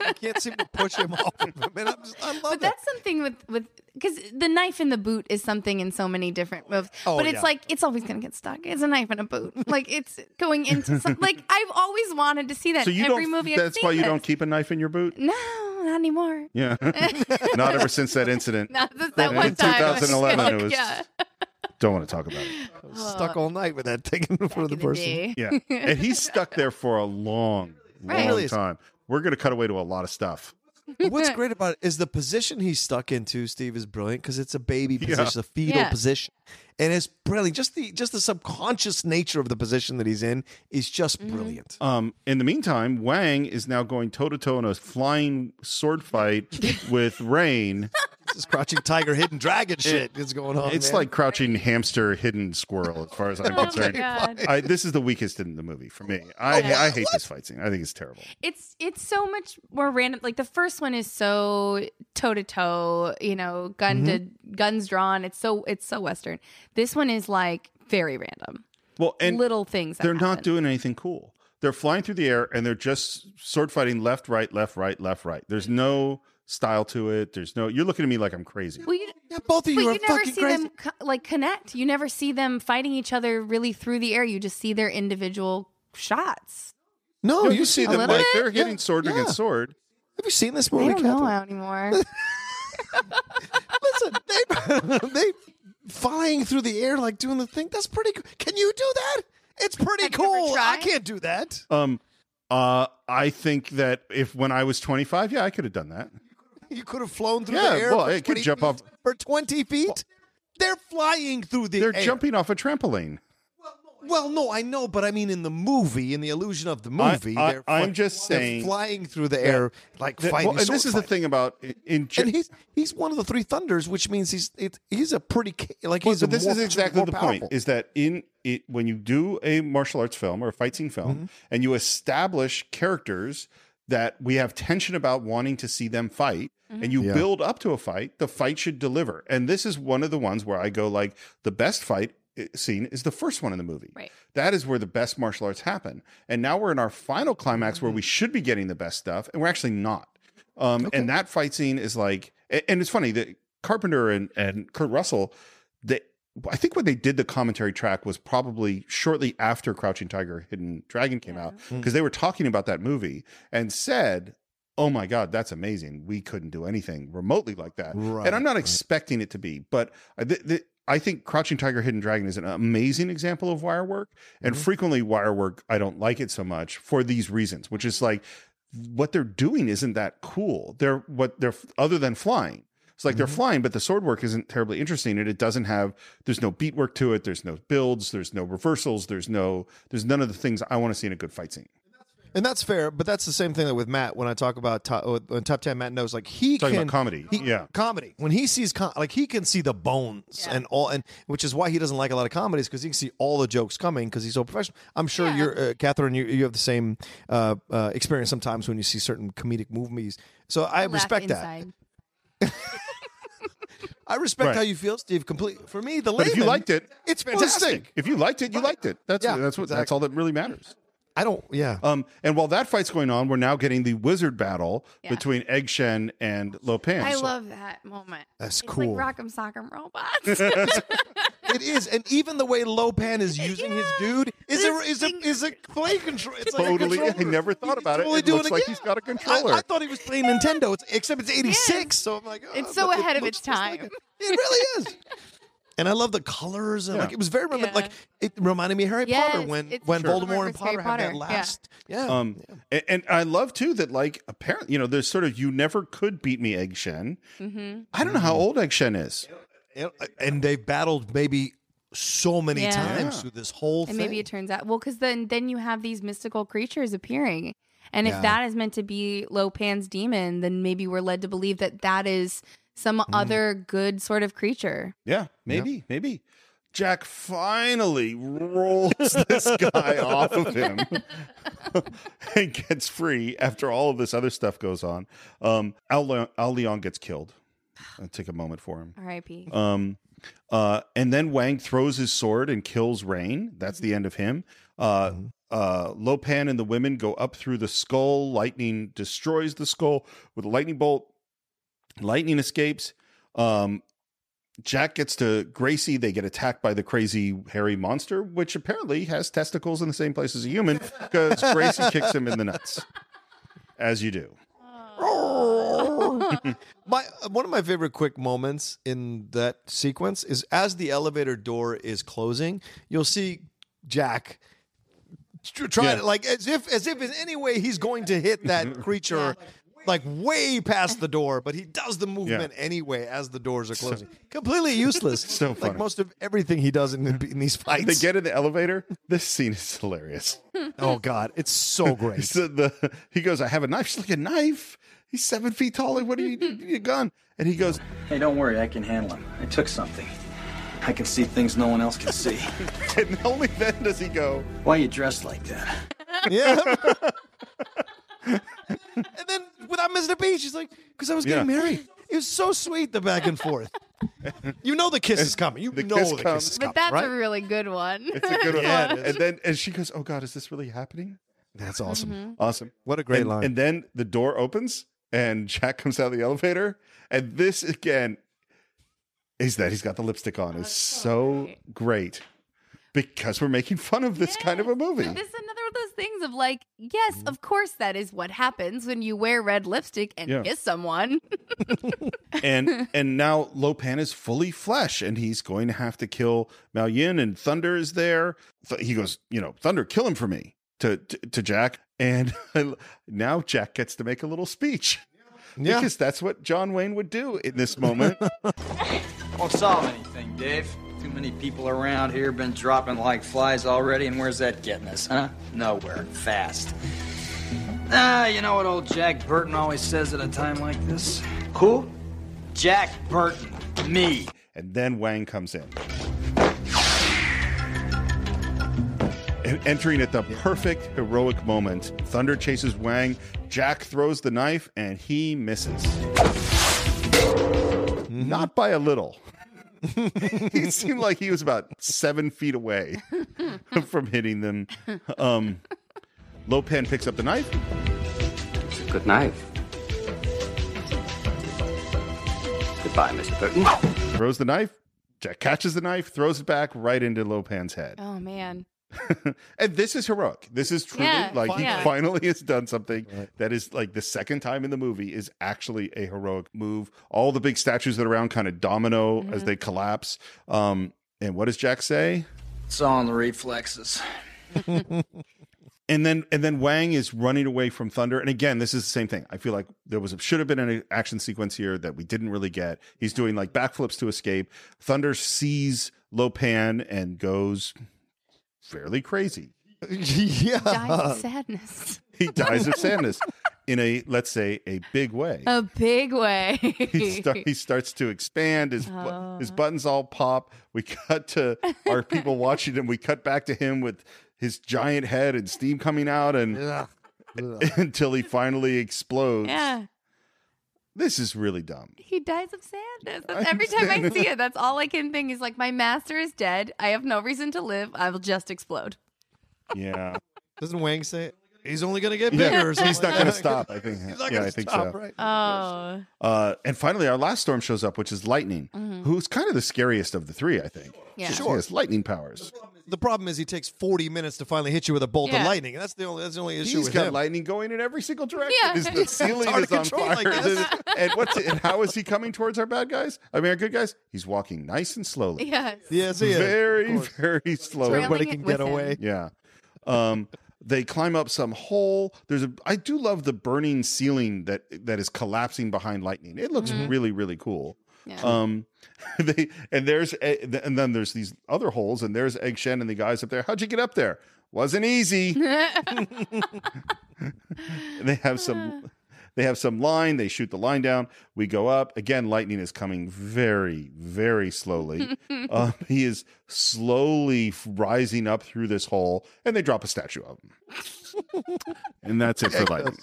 S3: I can't seem to push him off.
S4: but that's something with with because the knife in the boot is something in so many different moves.
S3: Oh,
S4: but it's
S3: yeah.
S4: like it's always gonna get stuck. It's a knife in a boot. Like it's going into some, like I've always wanted to see that.
S1: so you
S4: every
S1: don't
S4: movie. I've
S1: that's
S4: seen
S1: why you
S4: this.
S1: don't keep a knife in your boot
S4: No, not anymore.
S1: yeah not ever since that incident
S4: Not since
S1: That
S4: that one
S1: in
S4: time.
S1: 2011 it was-
S4: Yeah.
S1: don't want to talk about it
S3: stuck all night with that thing in front of the person.
S1: yeah and he's stuck there for a long
S3: Right.
S1: long
S3: Really is.
S1: time we're going to cut away to a lot of stuff
S3: But what's great about it is the position he's stuck into, Steve, is brilliant because it's a baby
S1: Yeah.
S3: position, a fetal
S1: Yeah.
S3: position. And it's brilliant. Just the just the subconscious nature of the position that he's in is just
S4: Mm-hmm.
S3: brilliant.
S1: um in the meantime wang is now going toe to toe in a flying sword fight with rain
S3: This crouching tiger, hidden dragon shit is going on.
S1: It's
S3: Oh, man.
S1: like crouching hamster, hidden squirrel. As far as I'm
S4: Oh my
S1: concerned,
S4: God.
S1: I, this is the weakest in the movie for me. I
S4: Yeah.
S1: I hate this fight scene. I think it's terrible.
S4: It's it's so much more random. Like the first one is so toe to toe, you know,
S1: Mm-hmm.
S4: gun to guns drawn. It's so it's so western. This one is like very random.
S1: Well, and
S4: little things. That
S1: They're not
S4: happen.
S1: doing anything cool. They're flying through the air and they're just sword fighting left, right, left, right, left, right. There's no style to it. There's no. You're looking at me like I'm crazy.
S4: Well, you,
S3: both
S1: of you
S4: but
S1: are
S4: you never
S1: fucking
S4: see
S1: crazy.
S4: them co- like connect. You never see them fighting each other really through the air. You just see their individual shots.
S3: No,
S1: you, see
S4: a
S1: them
S4: little
S1: like
S4: bit?
S1: they're hitting sword against sword.
S3: Have you seen this
S4: I
S3: movie?
S4: don't know out anymore.
S3: Catherine? they flying through the air like doing the thing. That's pretty. Cool. Can you do that? It's pretty cool. I can't do that.
S1: Um, uh, I think that if when I was 25, yeah, I could have done that.
S3: You could have flown through
S1: Yeah,
S3: the air
S1: well,
S3: for,
S1: it could
S3: 20
S1: jump off.
S3: for twenty feet. they're flying through the
S1: They're
S3: air.
S1: jumping off a trampoline.
S3: Well, no, I know, but I mean in the movie, in the illusion of the
S1: I-
S3: movie,
S1: I,
S3: they're
S1: am
S3: fuck-
S1: just
S3: they're
S1: saying,
S3: flying through the
S1: that-
S3: air like
S1: that-
S3: fighting.
S1: well, and this is the thing about in, in ge-
S3: and he's he's one of the three thunders, which means he's it, he's a pretty ca- like
S1: Well,
S3: he's.
S1: but
S3: a
S1: this
S3: more-
S1: is exactly
S3: more
S1: the
S3: powerful.
S1: point: is that in it when you do a martial arts film or a fight scene
S3: Mm-hmm.
S1: film, and you establish characters that we have tension about wanting to see them fight, and you
S3: Yeah.
S1: build up to a fight, the fight should deliver. And this is one of the ones where I go like the best fight eh, scene is the first one in the movie.
S4: Right.
S1: That is where the best martial arts happen. And now we're in our final climax where
S3: Mm-hmm.
S1: we should be getting the best stuff, and we're actually not. Um, And that fight scene is like, a- and it's funny that Carpenter and, and Kurt Russell, they, I think when they did the commentary track was probably shortly after Crouching Tiger, Hidden Dragon came out because they were talking about that movie and said, Oh my God, that's amazing. We couldn't do anything remotely like that.
S3: Right,
S1: and I'm not expecting it to be, but I, th- th- I think Crouching Tiger, Hidden Dragon is an amazing example of wire work. And
S3: Mm-hmm.
S1: frequently, wire work, I don't like it so much for these reasons, which is like what they're doing isn't that cool. They're what they're other than flying. It's like they're
S3: Mm-hmm.
S1: flying, but the sword work isn't terribly interesting, and it doesn't have. There's no beat work to it. There's no builds. There's no reversals. There's no. There's none of the things I want to see in a good fight scene.
S3: And that's fair, but that's the same thing that with Matt when I talk about top, uh, when top ten. Matt knows like he
S1: Talking
S3: can
S1: about comedy,
S3: he-
S1: yeah.
S3: comedy. When he sees com- like he can see the bones and all, and which is why he doesn't like a lot of comedies because he can see all the jokes coming because he's so professional. I'm sure you're uh, Catherine. You, you have the same uh, uh, experience sometimes when you see certain comedic movies. So I
S4: Laugh
S3: respect that.
S4: inside.
S3: I respect
S1: Right.
S3: how you feel, Steve. Completely for me, the
S1: But if you
S3: layman,
S1: liked it,
S3: it's
S1: fantastic.
S3: fantastic.
S1: If you liked it, you liked it. That's
S3: Yeah,
S1: that's what that's
S3: exactly.
S1: all that really matters.
S3: I don't. Yeah.
S1: Um, and while that fight's going on, we're now getting the wizard battle
S4: Yeah.
S1: between Egg Shen and Lopan.
S4: I
S1: So-
S4: love that moment.
S3: That's
S4: it's
S3: cool.
S4: Like Rock'em Sock'em Robots.
S3: It is, and even the way Lopan is using his dude is a is a is a play control. It's
S1: Totally,
S3: like a
S1: I
S3: controller.
S1: never thought about
S3: totally
S1: it. It
S3: doing
S1: looks
S3: it
S1: like
S3: again.
S1: he's got a controller.
S3: I, I thought he was playing Nintendo, it's, except it's eighty six. So I'm like,
S4: it's
S3: oh,
S4: so
S3: but it
S4: ahead of
S3: looks
S4: its
S3: just
S4: time.
S3: like it. it really is. And I love the colors and
S1: Yeah.
S3: like it was very remi-
S4: Yeah.
S3: like it reminded me of Harry
S4: Yes,
S3: Potter when
S4: it's
S3: when
S4: Sure.
S3: Voldemort and
S4: versus Harry
S3: Potter, had that
S4: Potter, yeah.
S3: last yeah.
S1: Um, and, and I love too that like apparently you know there's sort of you never could beat me Egg Shen.
S4: mm-hmm.
S1: I don't know how old Egg Shen is.
S3: And- and they battled maybe so many
S4: Yeah.
S3: times
S1: Yeah.
S3: through this whole
S4: and
S3: thing.
S4: maybe it turns out well because then then you have these mystical creatures appearing and if
S3: Yeah.
S4: that is meant to be lopan's demon then maybe we're led to believe that that is some
S1: Mm-hmm.
S4: other good sort of creature
S1: Yeah, maybe, maybe. Jack finally rolls this guy off of him and gets free after all of this other stuff goes on. Um, Al, Leon, Al Leon gets killed. I'll take a moment for him.
S4: rip
S1: Um, uh, and then Wang throws his sword and kills Rain. That's the end of him. Uh, uh, Lopan and the women go up through the skull. Lightning destroys the skull with a lightning bolt. Lightning escapes. Um, Jack gets to Gracie. They get attacked by the crazy hairy monster, which apparently has testicles in the same place as a human because Gracie kicks him in the nuts, as you do.
S3: my one of my favorite quick moments in that sequence is as the elevator door is closing, you'll see Jack tr- trying
S1: Yeah.
S3: to like as if as if in any way he's going to hit that creature. Like, like way past the door, but he does the movement anyway as the doors are closing. Completely useless.
S1: So funny.
S3: Like most of everything he does in, in these fights.
S1: They get in the elevator. This scene is hilarious.
S3: oh God, it's so great.
S1: so the, he goes, "I have a knife." She's like, "A knife? He's seven feet tall. What do you need? A gun?" And he goes,
S8: Hey, don't worry, I can handle him. I took something. I can see things no one else can see.
S1: and only then does he go,
S8: Why you dressed like that?
S3: yeah. and then without missing a beat, she's like, "Because I was getting
S1: Yeah.
S3: married." It was so sweet the back and forth. You know the kiss is coming. You
S1: The
S3: know
S1: kiss
S3: the
S1: comes.
S3: kiss is coming,
S4: But that's
S3: right?
S4: a really good one.
S1: "It's a good one."
S3: Yeah, it is.
S1: and then and she goes, "Oh God, is this really happening?"
S3: That's awesome.
S4: Mhm.
S1: Awesome.
S3: What a Mm-hmm. great
S1: and,
S3: line.
S1: And then the door opens and Jack comes out of the elevator. And this again is that he's got the lipstick on. is so great. because we're making fun of this kind of a movie.
S4: But this is another of those things of like,
S1: Mm-hmm.
S4: yes, of course, that is what happens when you wear red lipstick and
S1: Yeah.
S4: kiss someone.
S1: and and now Lopan is fully flesh, and he's going to have to kill Mao Yin, and Thunder is there. Th- he goes, you know, Thunder, kill him for me to to, to Jack, and now Jack gets to make a little speech.
S3: Yeah.
S1: Because that's what John Wayne would do in this moment.
S8: Won't solve anything, Dave. Too many people around here been dropping like flies already, and where's that getting us, huh? Nowhere. Fast. Ah, you know what old Jack Burton always says at a time like this? Who? Jack Burton. Me.
S1: and then Wang comes in. And entering at the perfect heroic moment, Thunder chases Wang. Jack throws the knife and he misses. Not by a little. he seemed like he was about seven feet away from hitting them. Um, Lopan picks up the knife.
S17: It's a good knife. Goodbye, Mr. Burton.
S1: throws the knife. Jack catches the knife, throws it back right into Lopan's head.
S4: oh man.
S1: And this is heroic. This is truly
S4: Yeah,
S1: like
S4: yeah.
S1: he finally has done something that is like the second time in the movie is actually a heroic move. All the big statues that are around kind of domino as they collapse. Um, and what does Jack say?
S8: It's all in the reflexes.
S1: And then and then Wang is running away from Thunder. And again, this is the same thing. I feel like there was should have been an action sequence here that we didn't really get. He's doing like backflips to escape. Thunder sees Lopan and goes fairly crazy.
S4: Dies of
S1: yeah.
S4: sadness.
S1: He dies of sadness in a let's say a big way.
S4: A big way.
S1: He, start, he starts to expand. His bu-
S4: Oh.
S1: his buttons all pop. We cut to our people watching him. We cut back to him with his giant head and steam coming out, and until he finally explodes.
S4: yeah.
S1: This is really dumb.
S4: He dies of sadness.
S1: I
S4: That's every time I
S1: understand.
S4: see it, that's all I can think is like, my master is dead. I have no reason to live. I will just explode.
S1: Yeah.
S3: Doesn't Wang say it? he's only gonna get bigger?
S1: Yeah,
S3: or something
S1: he's not
S3: like
S1: going to
S3: that?
S1: stop. I think.
S3: He's not
S1: yeah,
S3: gonna
S1: I think
S3: stop,
S1: so.
S3: right?
S4: Oh.
S1: Uh, and finally, our last storm shows up, which is lightning, who's kind of the scariest of the three. I think.
S4: Mm-hmm. Yeah.
S1: She
S3: Sure.
S1: has lightning powers.
S3: The problem is he takes forty minutes to finally hit you with a bolt
S4: Yeah.
S3: of lightning, and that's the only that's the only issue
S1: He's
S3: with
S1: got
S3: him.
S1: lightning going in every single direction.
S4: Yeah.
S1: His- the
S4: It's
S1: ceiling
S3: hard
S1: is
S3: to
S1: on
S3: control
S1: fire.
S3: like this.
S1: and what's and how is he coming towards our bad guys? I mean, our good guys. He's walking nice and slowly,
S4: Yes.
S3: Yes, he is.
S1: very, very slowly.
S4: Trailing it with him.
S1: Yeah. Um, they climb up some hole. There's a. I do love the burning ceiling that that is collapsing behind lightning. It looks really really cool.
S4: Yeah.
S1: Um, they and there's a, and then there's these other holes and there's Egg Shen and the guys up there. How'd you get up there? Wasn't easy. they have some. They have some line. They shoot the line down. We go up again. Lightning is coming very, very slowly. um, he is slowly f- rising up through this hole, and they drop a statue of him. and that's it for lightning.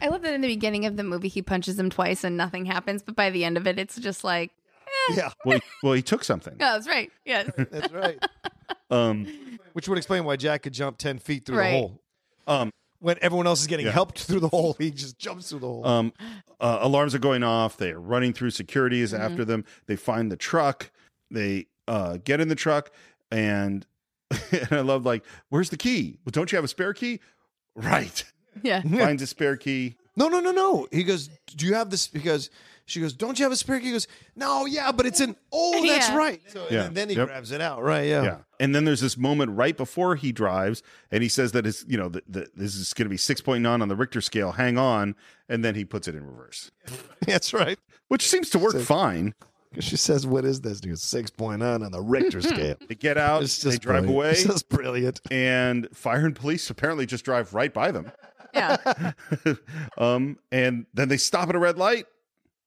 S4: I love that in the beginning of the movie, he punches him twice and nothing happens. But by the end of it, it's just like,
S3: Yeah,
S1: Well, he, well, he took something.
S4: oh, that's right. Yes.
S3: that's right.
S1: Um,
S3: Which would explain why Jack could jump ten feet through
S4: Right.
S3: the hole.
S1: um,
S3: When everyone else is getting
S1: Yeah.
S3: helped through the hole, he just jumps through the hole.
S1: Um, uh, alarms are going off. They are running through. Security is after them. They find the truck. They uh, get in the truck, and and I love like, where's the key? Well, don't you have a spare key? Right.
S4: Yeah.
S1: Finds a spare key.
S3: No, no, no, no. He goes, Do you have this? He goes, She goes, "Don't you have a spare key?" He goes, "No, yeah, but it's an oh, that's
S13: Yeah.
S3: right." So, and
S1: Yeah.
S3: then- then he
S1: Yep.
S3: grabs it out, right? Yeah.
S1: And then there's this moment right before he drives, and he says that his, you know, that that this is going to be 6.9 on the Richter scale. Hang on, and then he puts it in reverse.
S3: That's right.
S1: Which seems to work fine.
S3: She says, "What is this?" And he goes, 6.9 on the Richter scale.
S1: They get out,
S3: It's
S1: they
S3: just
S1: drive
S3: brilliant.
S1: away.
S3: It's just brilliant.
S1: And fire and police apparently just drive right by them.
S4: Yeah.
S1: um, and then they stop at a red light,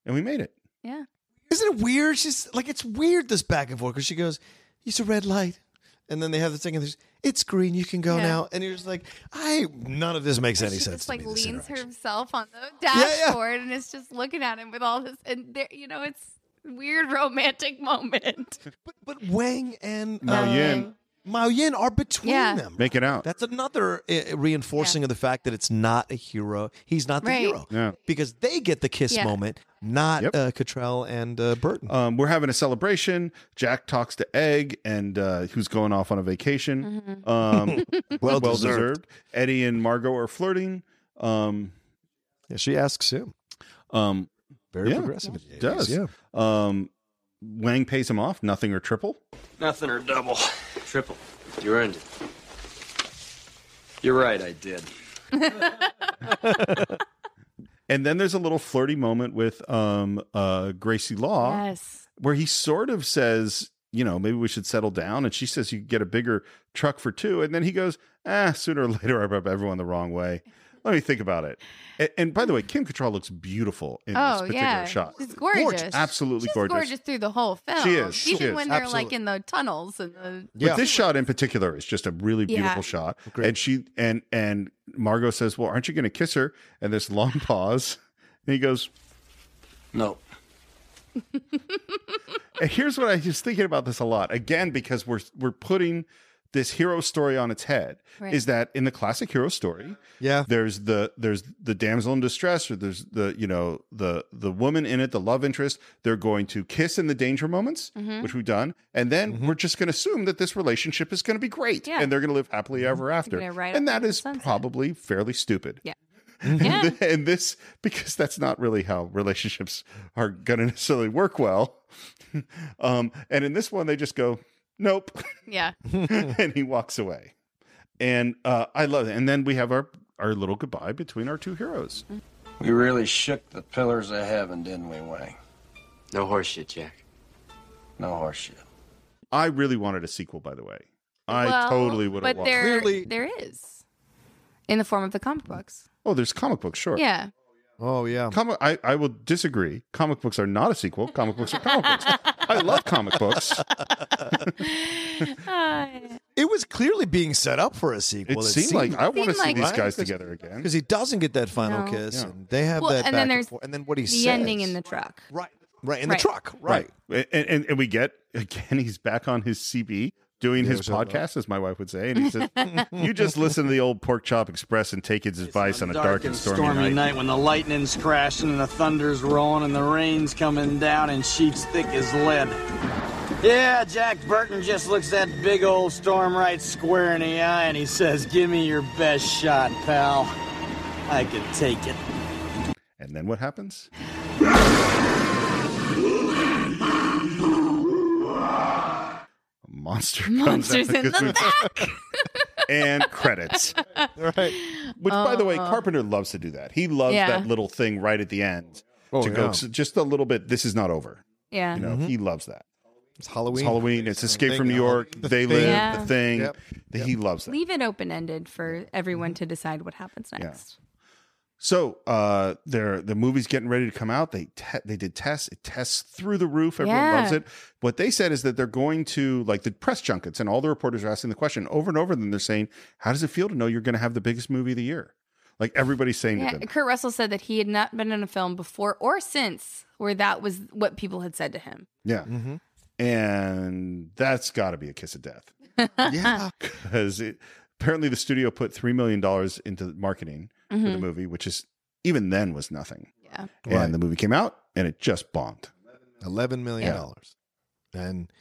S1: and we made it.
S4: Yeah.
S3: Isn't it weird? She's like, it's weird this back and forth because she goes, "It's a red light," and then they have the thing and there's, "It's green, you can go
S4: Yeah.
S3: now," and you're just like, "I none of this makes any
S4: She
S3: sense."
S4: just
S3: to
S4: like
S3: me, this
S4: leans
S3: interaction.
S4: herself on the
S3: yeah.
S4: dashboard and is just looking at him with all this, and there, you know, it's weird romantic moment.
S3: But Wang and uh,
S1: Mao Yin.
S3: Mao Yin are between
S4: Yeah.
S3: them.
S1: Make it out.
S3: That's another uh, reinforcing of the fact that it's not a hero. He's not the
S4: Right.
S3: hero
S1: Yeah.
S3: because they get the kiss
S4: Yeah.
S3: moment, not uh, Cottrell and uh, Burton.
S1: Um, we're having a celebration. Jack talks to Egg, and uh, who's going off on a vacation.
S4: Mhm.
S1: Um,
S3: Well
S1: deserved. Eddie and Margot are flirting. Um,
S3: Yeah, she asks him.
S1: um,
S3: Very
S1: yeah,
S3: progressive. in the
S1: it
S3: 80s,
S1: does.
S3: Yeah.
S1: Um, Wang pays him off, nothing or triple.
S8: Nothing or double.
S9: Triple.
S8: You earned it. You're right, I did.
S1: And then there's a little flirty moment with um, uh, Gracie Law,
S4: Yes.
S1: where he sort of says, you know, maybe we should settle down. And she says, you can get a bigger truck for two. And then he goes, ah, sooner or later, I rub everyone the wrong way. Let me think about it. A- And, by the way, Kim Cattrall looks beautiful in this
S4: oh
S1: particular
S4: yeah,
S1: shot.
S4: she's gorgeous.
S1: Absolutely
S4: she's
S1: gorgeous.
S4: through the whole film.
S1: She is. She
S4: Even
S1: is.
S4: when they're like in the tunnels and the
S1: But this shot in particular is just a really
S4: Yeah.
S1: beautiful shot. And she and and Margot says, "Well, aren't you going to kiss her?" And there's long pause, and he goes,
S8: "No."
S1: and here's what I was thinking about this a lot again because we're we're putting this hero story on its head.
S12: Right.
S1: Is that in the classic hero story?
S3: Yeah,
S1: there's the there's the damsel in distress, or there's the you know the the woman in it, the love interest. They're going to kiss in the danger moments,
S4: Mm-hmm.
S12: Mhm.
S1: which we've done, and then we're just going to assume that this relationship is going to be great,
S4: Yeah.
S1: and they're going to live happily ever after,
S4: gonna ride
S1: and
S4: off
S1: that is probably fairly stupid.
S4: yeah.
S1: And, th- and this because that's not really how relationships are going to necessarily work well. um, and in this one, they just go, "Nope."
S4: Yeah.
S1: and he walks away. And uh, I love it. And then we have our our little goodbye between our two heroes.
S4: Mm-hmm.
S8: We really shook the pillars of heaven, didn't we, Wang?
S9: No horseshit, Jack.
S8: No horseshit.
S1: I really wanted a sequel, by the way. I
S4: Well,
S1: totally would have
S4: But
S1: watched.
S4: there, there is, in the form of the comic books.
S1: Oh, there's comic books, sure.
S4: Yeah.
S3: Oh yeah.
S1: Comic. I, I will disagree. Comic books are not a sequel. Comic books are comic books. I love comic books.
S3: It was clearly being set up for a sequel.
S1: It seemed like I want to see these guys together again.
S3: because he doesn't get that final
S4: No.
S3: kiss.
S1: Yeah.
S3: And they have
S4: Well,
S3: that.
S4: and
S3: back
S4: then there's
S3: forth. and then what he
S4: the
S3: says.
S4: ending in the truck.
S3: Right. right in
S4: Right.
S3: the truck. Right.
S1: And, and and we get again. He's back on his CB doing his podcast, as my wife would say, and he says, "You just listen to the old Pork Chop Express and take its advice on a dark and stormy, night."
S8: when the lightning's crashing and the thunder's rolling and the rain's coming down and sheets thick as lead. Yeah, Jack Burton just looks that big old storm right square in the eye and he says, Give me your best shot, pal. I can take it.
S1: And then what happens? A monster comes
S4: Monsters
S1: out of
S4: in the
S1: back. and credits.
S3: Right.
S1: Which, by the way,
S4: Oh.
S1: Carpenter loves to do that. He loves
S4: Yeah.
S1: that little thing right at the end to
S3: yeah.
S1: go so just a little bit. This is not over.
S4: Yeah.
S1: You know, he loves that.
S3: It's Halloween.
S1: It's Halloween. It's Escape
S3: Thing,
S1: from New
S3: the
S1: York.
S3: Halloween, the
S1: They
S3: Thing.
S1: live.
S4: Yeah.
S1: The thing.
S3: Yep.
S1: The- He loves that.
S4: Leave it open ended for everyone to decide what happens
S1: Mm-hmm. Yeah.
S4: next.
S1: So uh, they're the movie's getting ready to come out. They te- they did tests. It tests through the roof. Everyone
S4: Yeah.
S1: loves it. What they said is that they're going to like the press junkets, and all the reporters are asking the question over and over. Then they're saying, "How does it feel to know you're going to have the biggest movie of the year?" Like everybody's saying
S4: Yeah.
S1: to them.
S4: Kurt Russell said that he had not been in a film before or since where that was what people had said to him.
S1: Yeah,
S3: Mm-hmm.
S1: and that's got to be a kiss of death
S3: yeah.
S1: because apparently the studio put three million dollars into marketing for the
S4: Mhm.
S1: movie, which is even then was nothing.
S4: Yeah.
S1: And
S3: Right.
S1: the movie came out, and it just bombed.
S3: Eleven million
S1: Yeah.
S3: dollars. And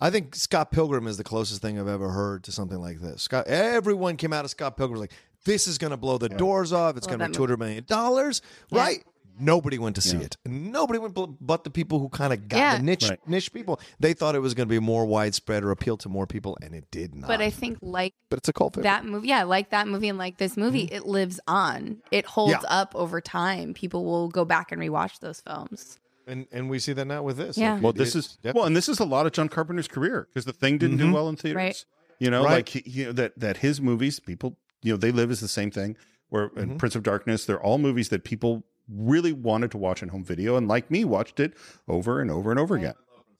S3: I think Scott Pilgrim is the closest thing I've ever heard to something like this. Scott, everyone came out of Scott Pilgrim like, this is going to blow the doors off. It's going
S4: Love
S3: to be
S4: that
S3: two hundred million dollars, right? Nobody went to see it. Nobody went bl- but the people who kind of got
S4: Yeah.
S3: the niche
S4: Right.
S3: niche people. They thought it was going to be more widespread or appeal to more people, and it did not.
S4: But I think like
S3: But it's a cult favorite.
S4: that movie, yeah, like that movie and like this movie, it lives on. It holds
S3: Mm-hmm. Yeah.
S4: up over time. People will go back and rewatch those films.
S3: and and we see that now with this.
S4: Yeah.
S1: Well, this is well, and this is a lot of John Carpenter's career because the thing didn't do well in theaters.
S4: Right.
S1: Mm-hmm. You know,
S3: Right.
S1: like he- you know that that his movies, people, you know, they live as the same thing. Where in Prince of Darkness, they're all movies that people really wanted to watch in home video, and like me, watched it over and over and over again.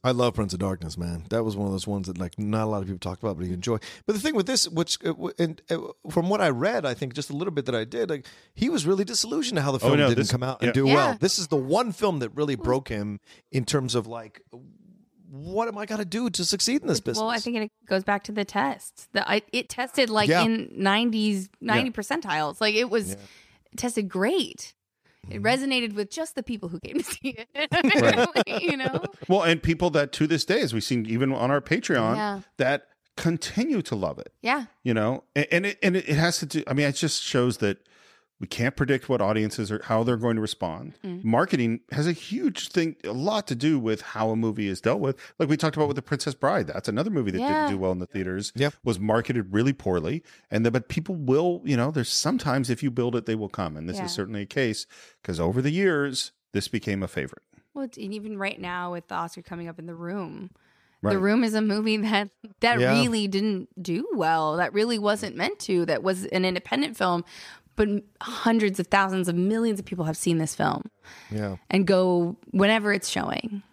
S3: I love Prince of Darkness, man. That was one of those ones that like not a lot of people talked about, but you enjoy. But the thing with this, which uh, w- and uh, from what I read, I think just a little bit that I did, like he was really disillusioned to how the
S1: Oh,
S3: film
S1: no,
S3: didn't
S1: this-
S3: come out and
S1: yeah.
S3: do
S1: Yeah.
S3: well. This is the one film that really broke him in terms of like, what am I gonna do to succeed in this business?
S4: Well, I think it goes back to the test. The I, it tested like
S3: Yeah.
S4: in 90s 90
S3: Yeah.
S4: percentiles. Like it was
S3: Yeah. Mm-hmm.
S4: it tested great. It resonated with just the people who came to see it. you know?
S1: Well, and people that to this day, as we've seen even on our Patreon,
S4: Yeah.
S1: that continue to love it.
S4: Yeah.
S1: you know and, and it and it has to do i mean it just shows that we can't predict what audiences are how they're going to respond
S4: Mm.
S1: marketing has a huge thing a lot to do with how a movie is dealt with like we talked about with the princess bride that's another movie that
S4: Yeah.
S1: didn't do well in the theaters was marketed really poorly and the, but people will you know there's sometimes if you build it they will come and this
S4: Yeah.
S1: is certainly a case because over the years this became a favorite
S4: Well, it's- and even right now with the Oscar coming up in the room,
S1: Right.
S4: the room is a movie that that
S1: Yeah.
S4: really didn't do well. That really wasn't meant to. That was an independent film, but hundreds of thousands of millions of people have seen this film
S1: yeah
S4: and go whenever it's showing.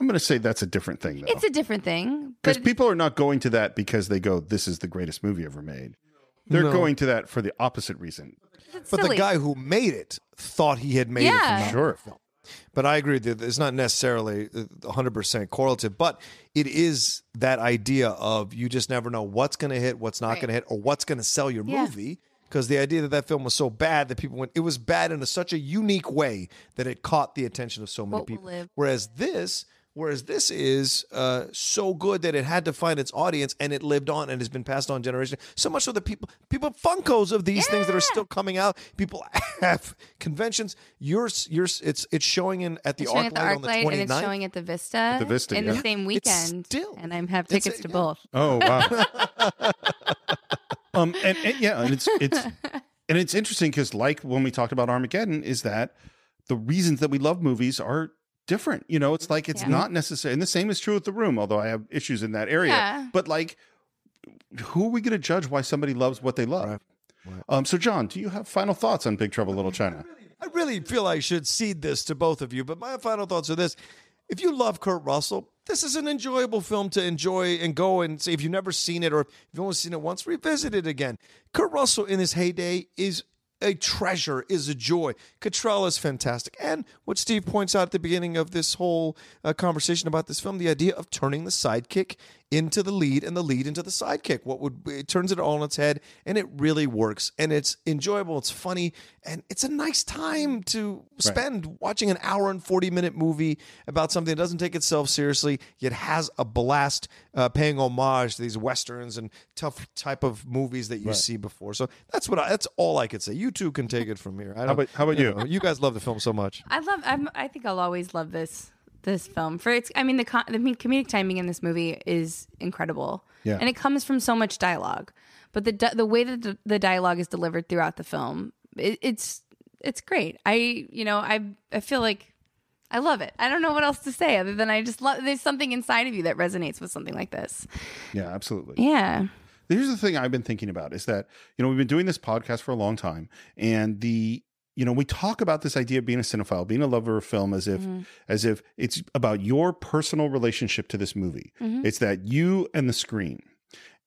S1: i'm going to say that's a different thing though
S4: It's a different thing.
S1: Because people are not going to that because they go, "This is the greatest movie ever made." They're
S3: No.
S1: going to that for the opposite reason.
S3: but
S4: silly.
S3: the guy who made it thought he had made
S4: Yeah.
S3: it. From
S1: Sure.
S3: Film. But I agree that it's not necessarily uh, 100% correlative, but it is that idea of you just never know what's going to hit, what's not
S4: Right.
S3: going to hit, or what's going to sell your
S4: Yeah.
S3: movie. Because the idea that that film was so bad that people went, it was bad in a, such a unique way that it caught the attention of so many
S4: What will
S3: people.
S4: live.
S3: Whereas this, whereas this is uh, so good that it had to find its audience and it lived on and has been passed on generation. So much so that people people have Funkos of these things that are still coming out. People have conventions. Yours, yours. It's it's showing in at the
S4: It's
S3: ArcLight
S4: showing at the
S3: on the
S4: ArcLight and
S3: 29th.
S4: it's showing at the Vista,
S1: The Vista,
S4: in
S1: yeah.
S4: the same weekend. and I have
S3: it's a-
S4: tickets to both.
S1: Oh wow! um, and, and yeah, and it's it's and it's interesting because, like when we talked about Armageddon, is that the reasons that we love movies are different. You know, it's like it's
S4: Yeah.
S1: not necessary, and the same is true with the room. Although I have issues in that area,
S4: Yeah.
S1: but like, who are we going to judge why somebody loves what they love? Um, so, John, do you have final thoughts on Big Trouble in Little China?
S3: I really feel I should cede this to both of you, but my final thoughts are this. If you love Kurt Russell, this is an enjoyable film to enjoy and go and see. If you've never seen it or if you've only seen it once, revisit it again. Kurt Russell in his heyday is a treasure, is a joy. Cottrell is fantastic. And what Steve points out at the beginning of this whole uh, conversation about this film, the idea of turning the sidekick into the lead and the lead into the sidekick. What would it turns it all on its head and it really works and it's enjoyable, it's funny, and it's a nice time to spend watching an hour and 40 minute movie about something that doesn't take itself seriously yet has a blast uh, paying homage to these westerns and tough type of movies that you
S1: Right.
S3: see before. So that's what I, that's all I could say. You two can take it from here. I don't,
S1: about- how about you?
S3: know, you guys love the film so much.
S4: I love. I'm, I think I'll always love this this film for its. I mean the con, I mean comedic timing in this movie is incredible.
S19: Yeah.
S4: and it comes from so much dialogue, but the di- the way that the, the dialogue is delivered throughout the film, it, it's it's great. I you know I I feel like. I love it. I don't know what else to say other than I just love. There's something inside of you that resonates with something like this.
S1: Yeah, absolutely.
S4: Yeah.
S1: Here's the thing I've been thinking about is that, you know, we've been doing this podcast for a long time and the you know, we talk about this idea of being a cinephile, being a lover of film as if
S19: Mhm.
S1: as if it's about your personal relationship to this movie.
S19: Mhm.
S1: It's that you and the screen.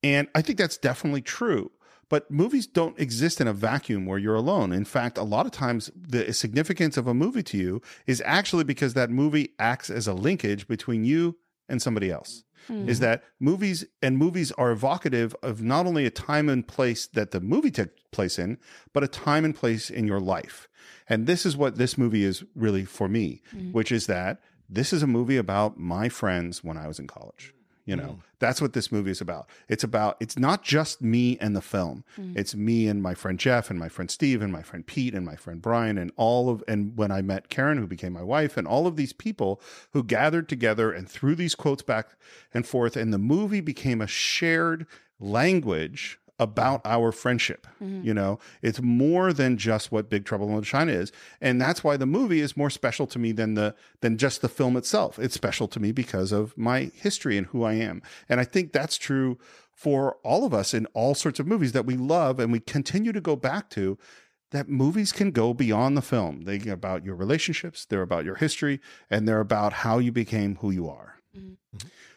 S1: And I think that's definitely true. But movies don't exist in a vacuum where you're alone. In fact, a lot of times the significance of a movie to you is actually because that movie acts as a linkage between you and somebody else.
S19: Mhm.
S1: Is that movies and movies are evocative of not only a time and place that the movie took place in, but a time and place in your life. And this is what this movie is really for me,
S19: Mhm.
S1: which is that this is a movie about my friends when I was in college. You know, that's what this movie is about. It's about, it's not just me and the film.
S12: Mm.
S1: It's me and my friend Jeff and my friend Steve and my friend Pete and my friend Brian and all of, and when I met Karen, who became my wife, and all of these people who gathered together and threw these quotes back and forth. And the movie became a shared language about our friendship.
S12: Mhm.
S1: You know, it's more than just what Big Trouble in Little China is, and that's why the movie is more special to me than the than just the film itself. It's special to me because of my history and who I am, and I think that's true for all of us in all sorts of movies that we love and we continue to go back to. That movies can go beyond the film. They're about your relationships, they're about your history, and they're about how you became who you are.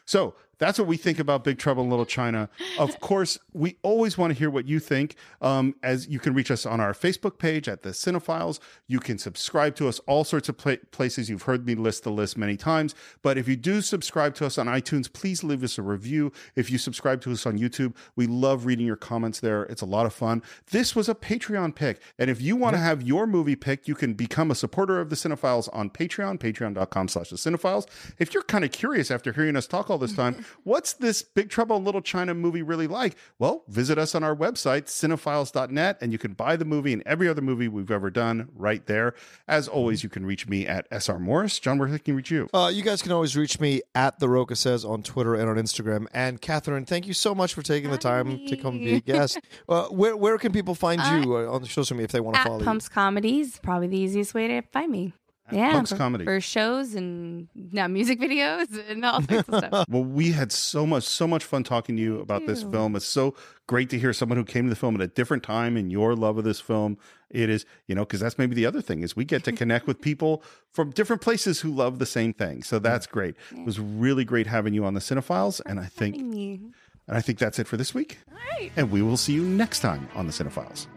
S1: So that's what we think about Big Trouble in Little China. Of course, we always want to hear what you think. Um, as you can reach us on our Facebook page at the Cinephiles, you can subscribe to us all sorts of pla- places. You've heard me list the list many times, but if you do subscribe to us on iTunes, please leave us a review. If you subscribe to us on YouTube, we love reading your comments there. It's a lot of fun. This was a Patreon pick, and if you want to have your movie picked, you can become a supporter of the Cinephiles on Patreon, Patreon.com/slash The Cinephiles. If you're kind of curious after hearing us talk all this time, what's this Big Trouble in Little China movie really like? Well, visit us on our website, cinephiles.net, and you can buy the movie and every other movie we've ever done right there. As always, you can reach me at SR Morris. John, where can we reach you?
S3: Uh, you guys can always reach me at the Roca says on Twitter and on Instagram. And Catherine, thank you so much for taking the time to come be a guest. Uh, where where can people find you uh, on the social media if they want to
S4: At
S3: follow
S4: Pumps Comedy is probably the easiest way to find me. yeah,
S1: Pumps
S4: for-
S1: Comedy.
S4: for shows and now music videos and all sorts of stuff.
S1: well, we had so much, so much fun talking to you about this
S4: too.
S1: film. It's so great to hear someone who came to the film at a different time and your love of this film. It is, you know, because that's maybe the other thing is we get to connect with people from different places who love the same thing. So that's great. It was really great having you on the Cinephiles, and I think,
S4: Me.
S1: and I think that's it for this week. All right. And we will see you next time on the Cinephiles.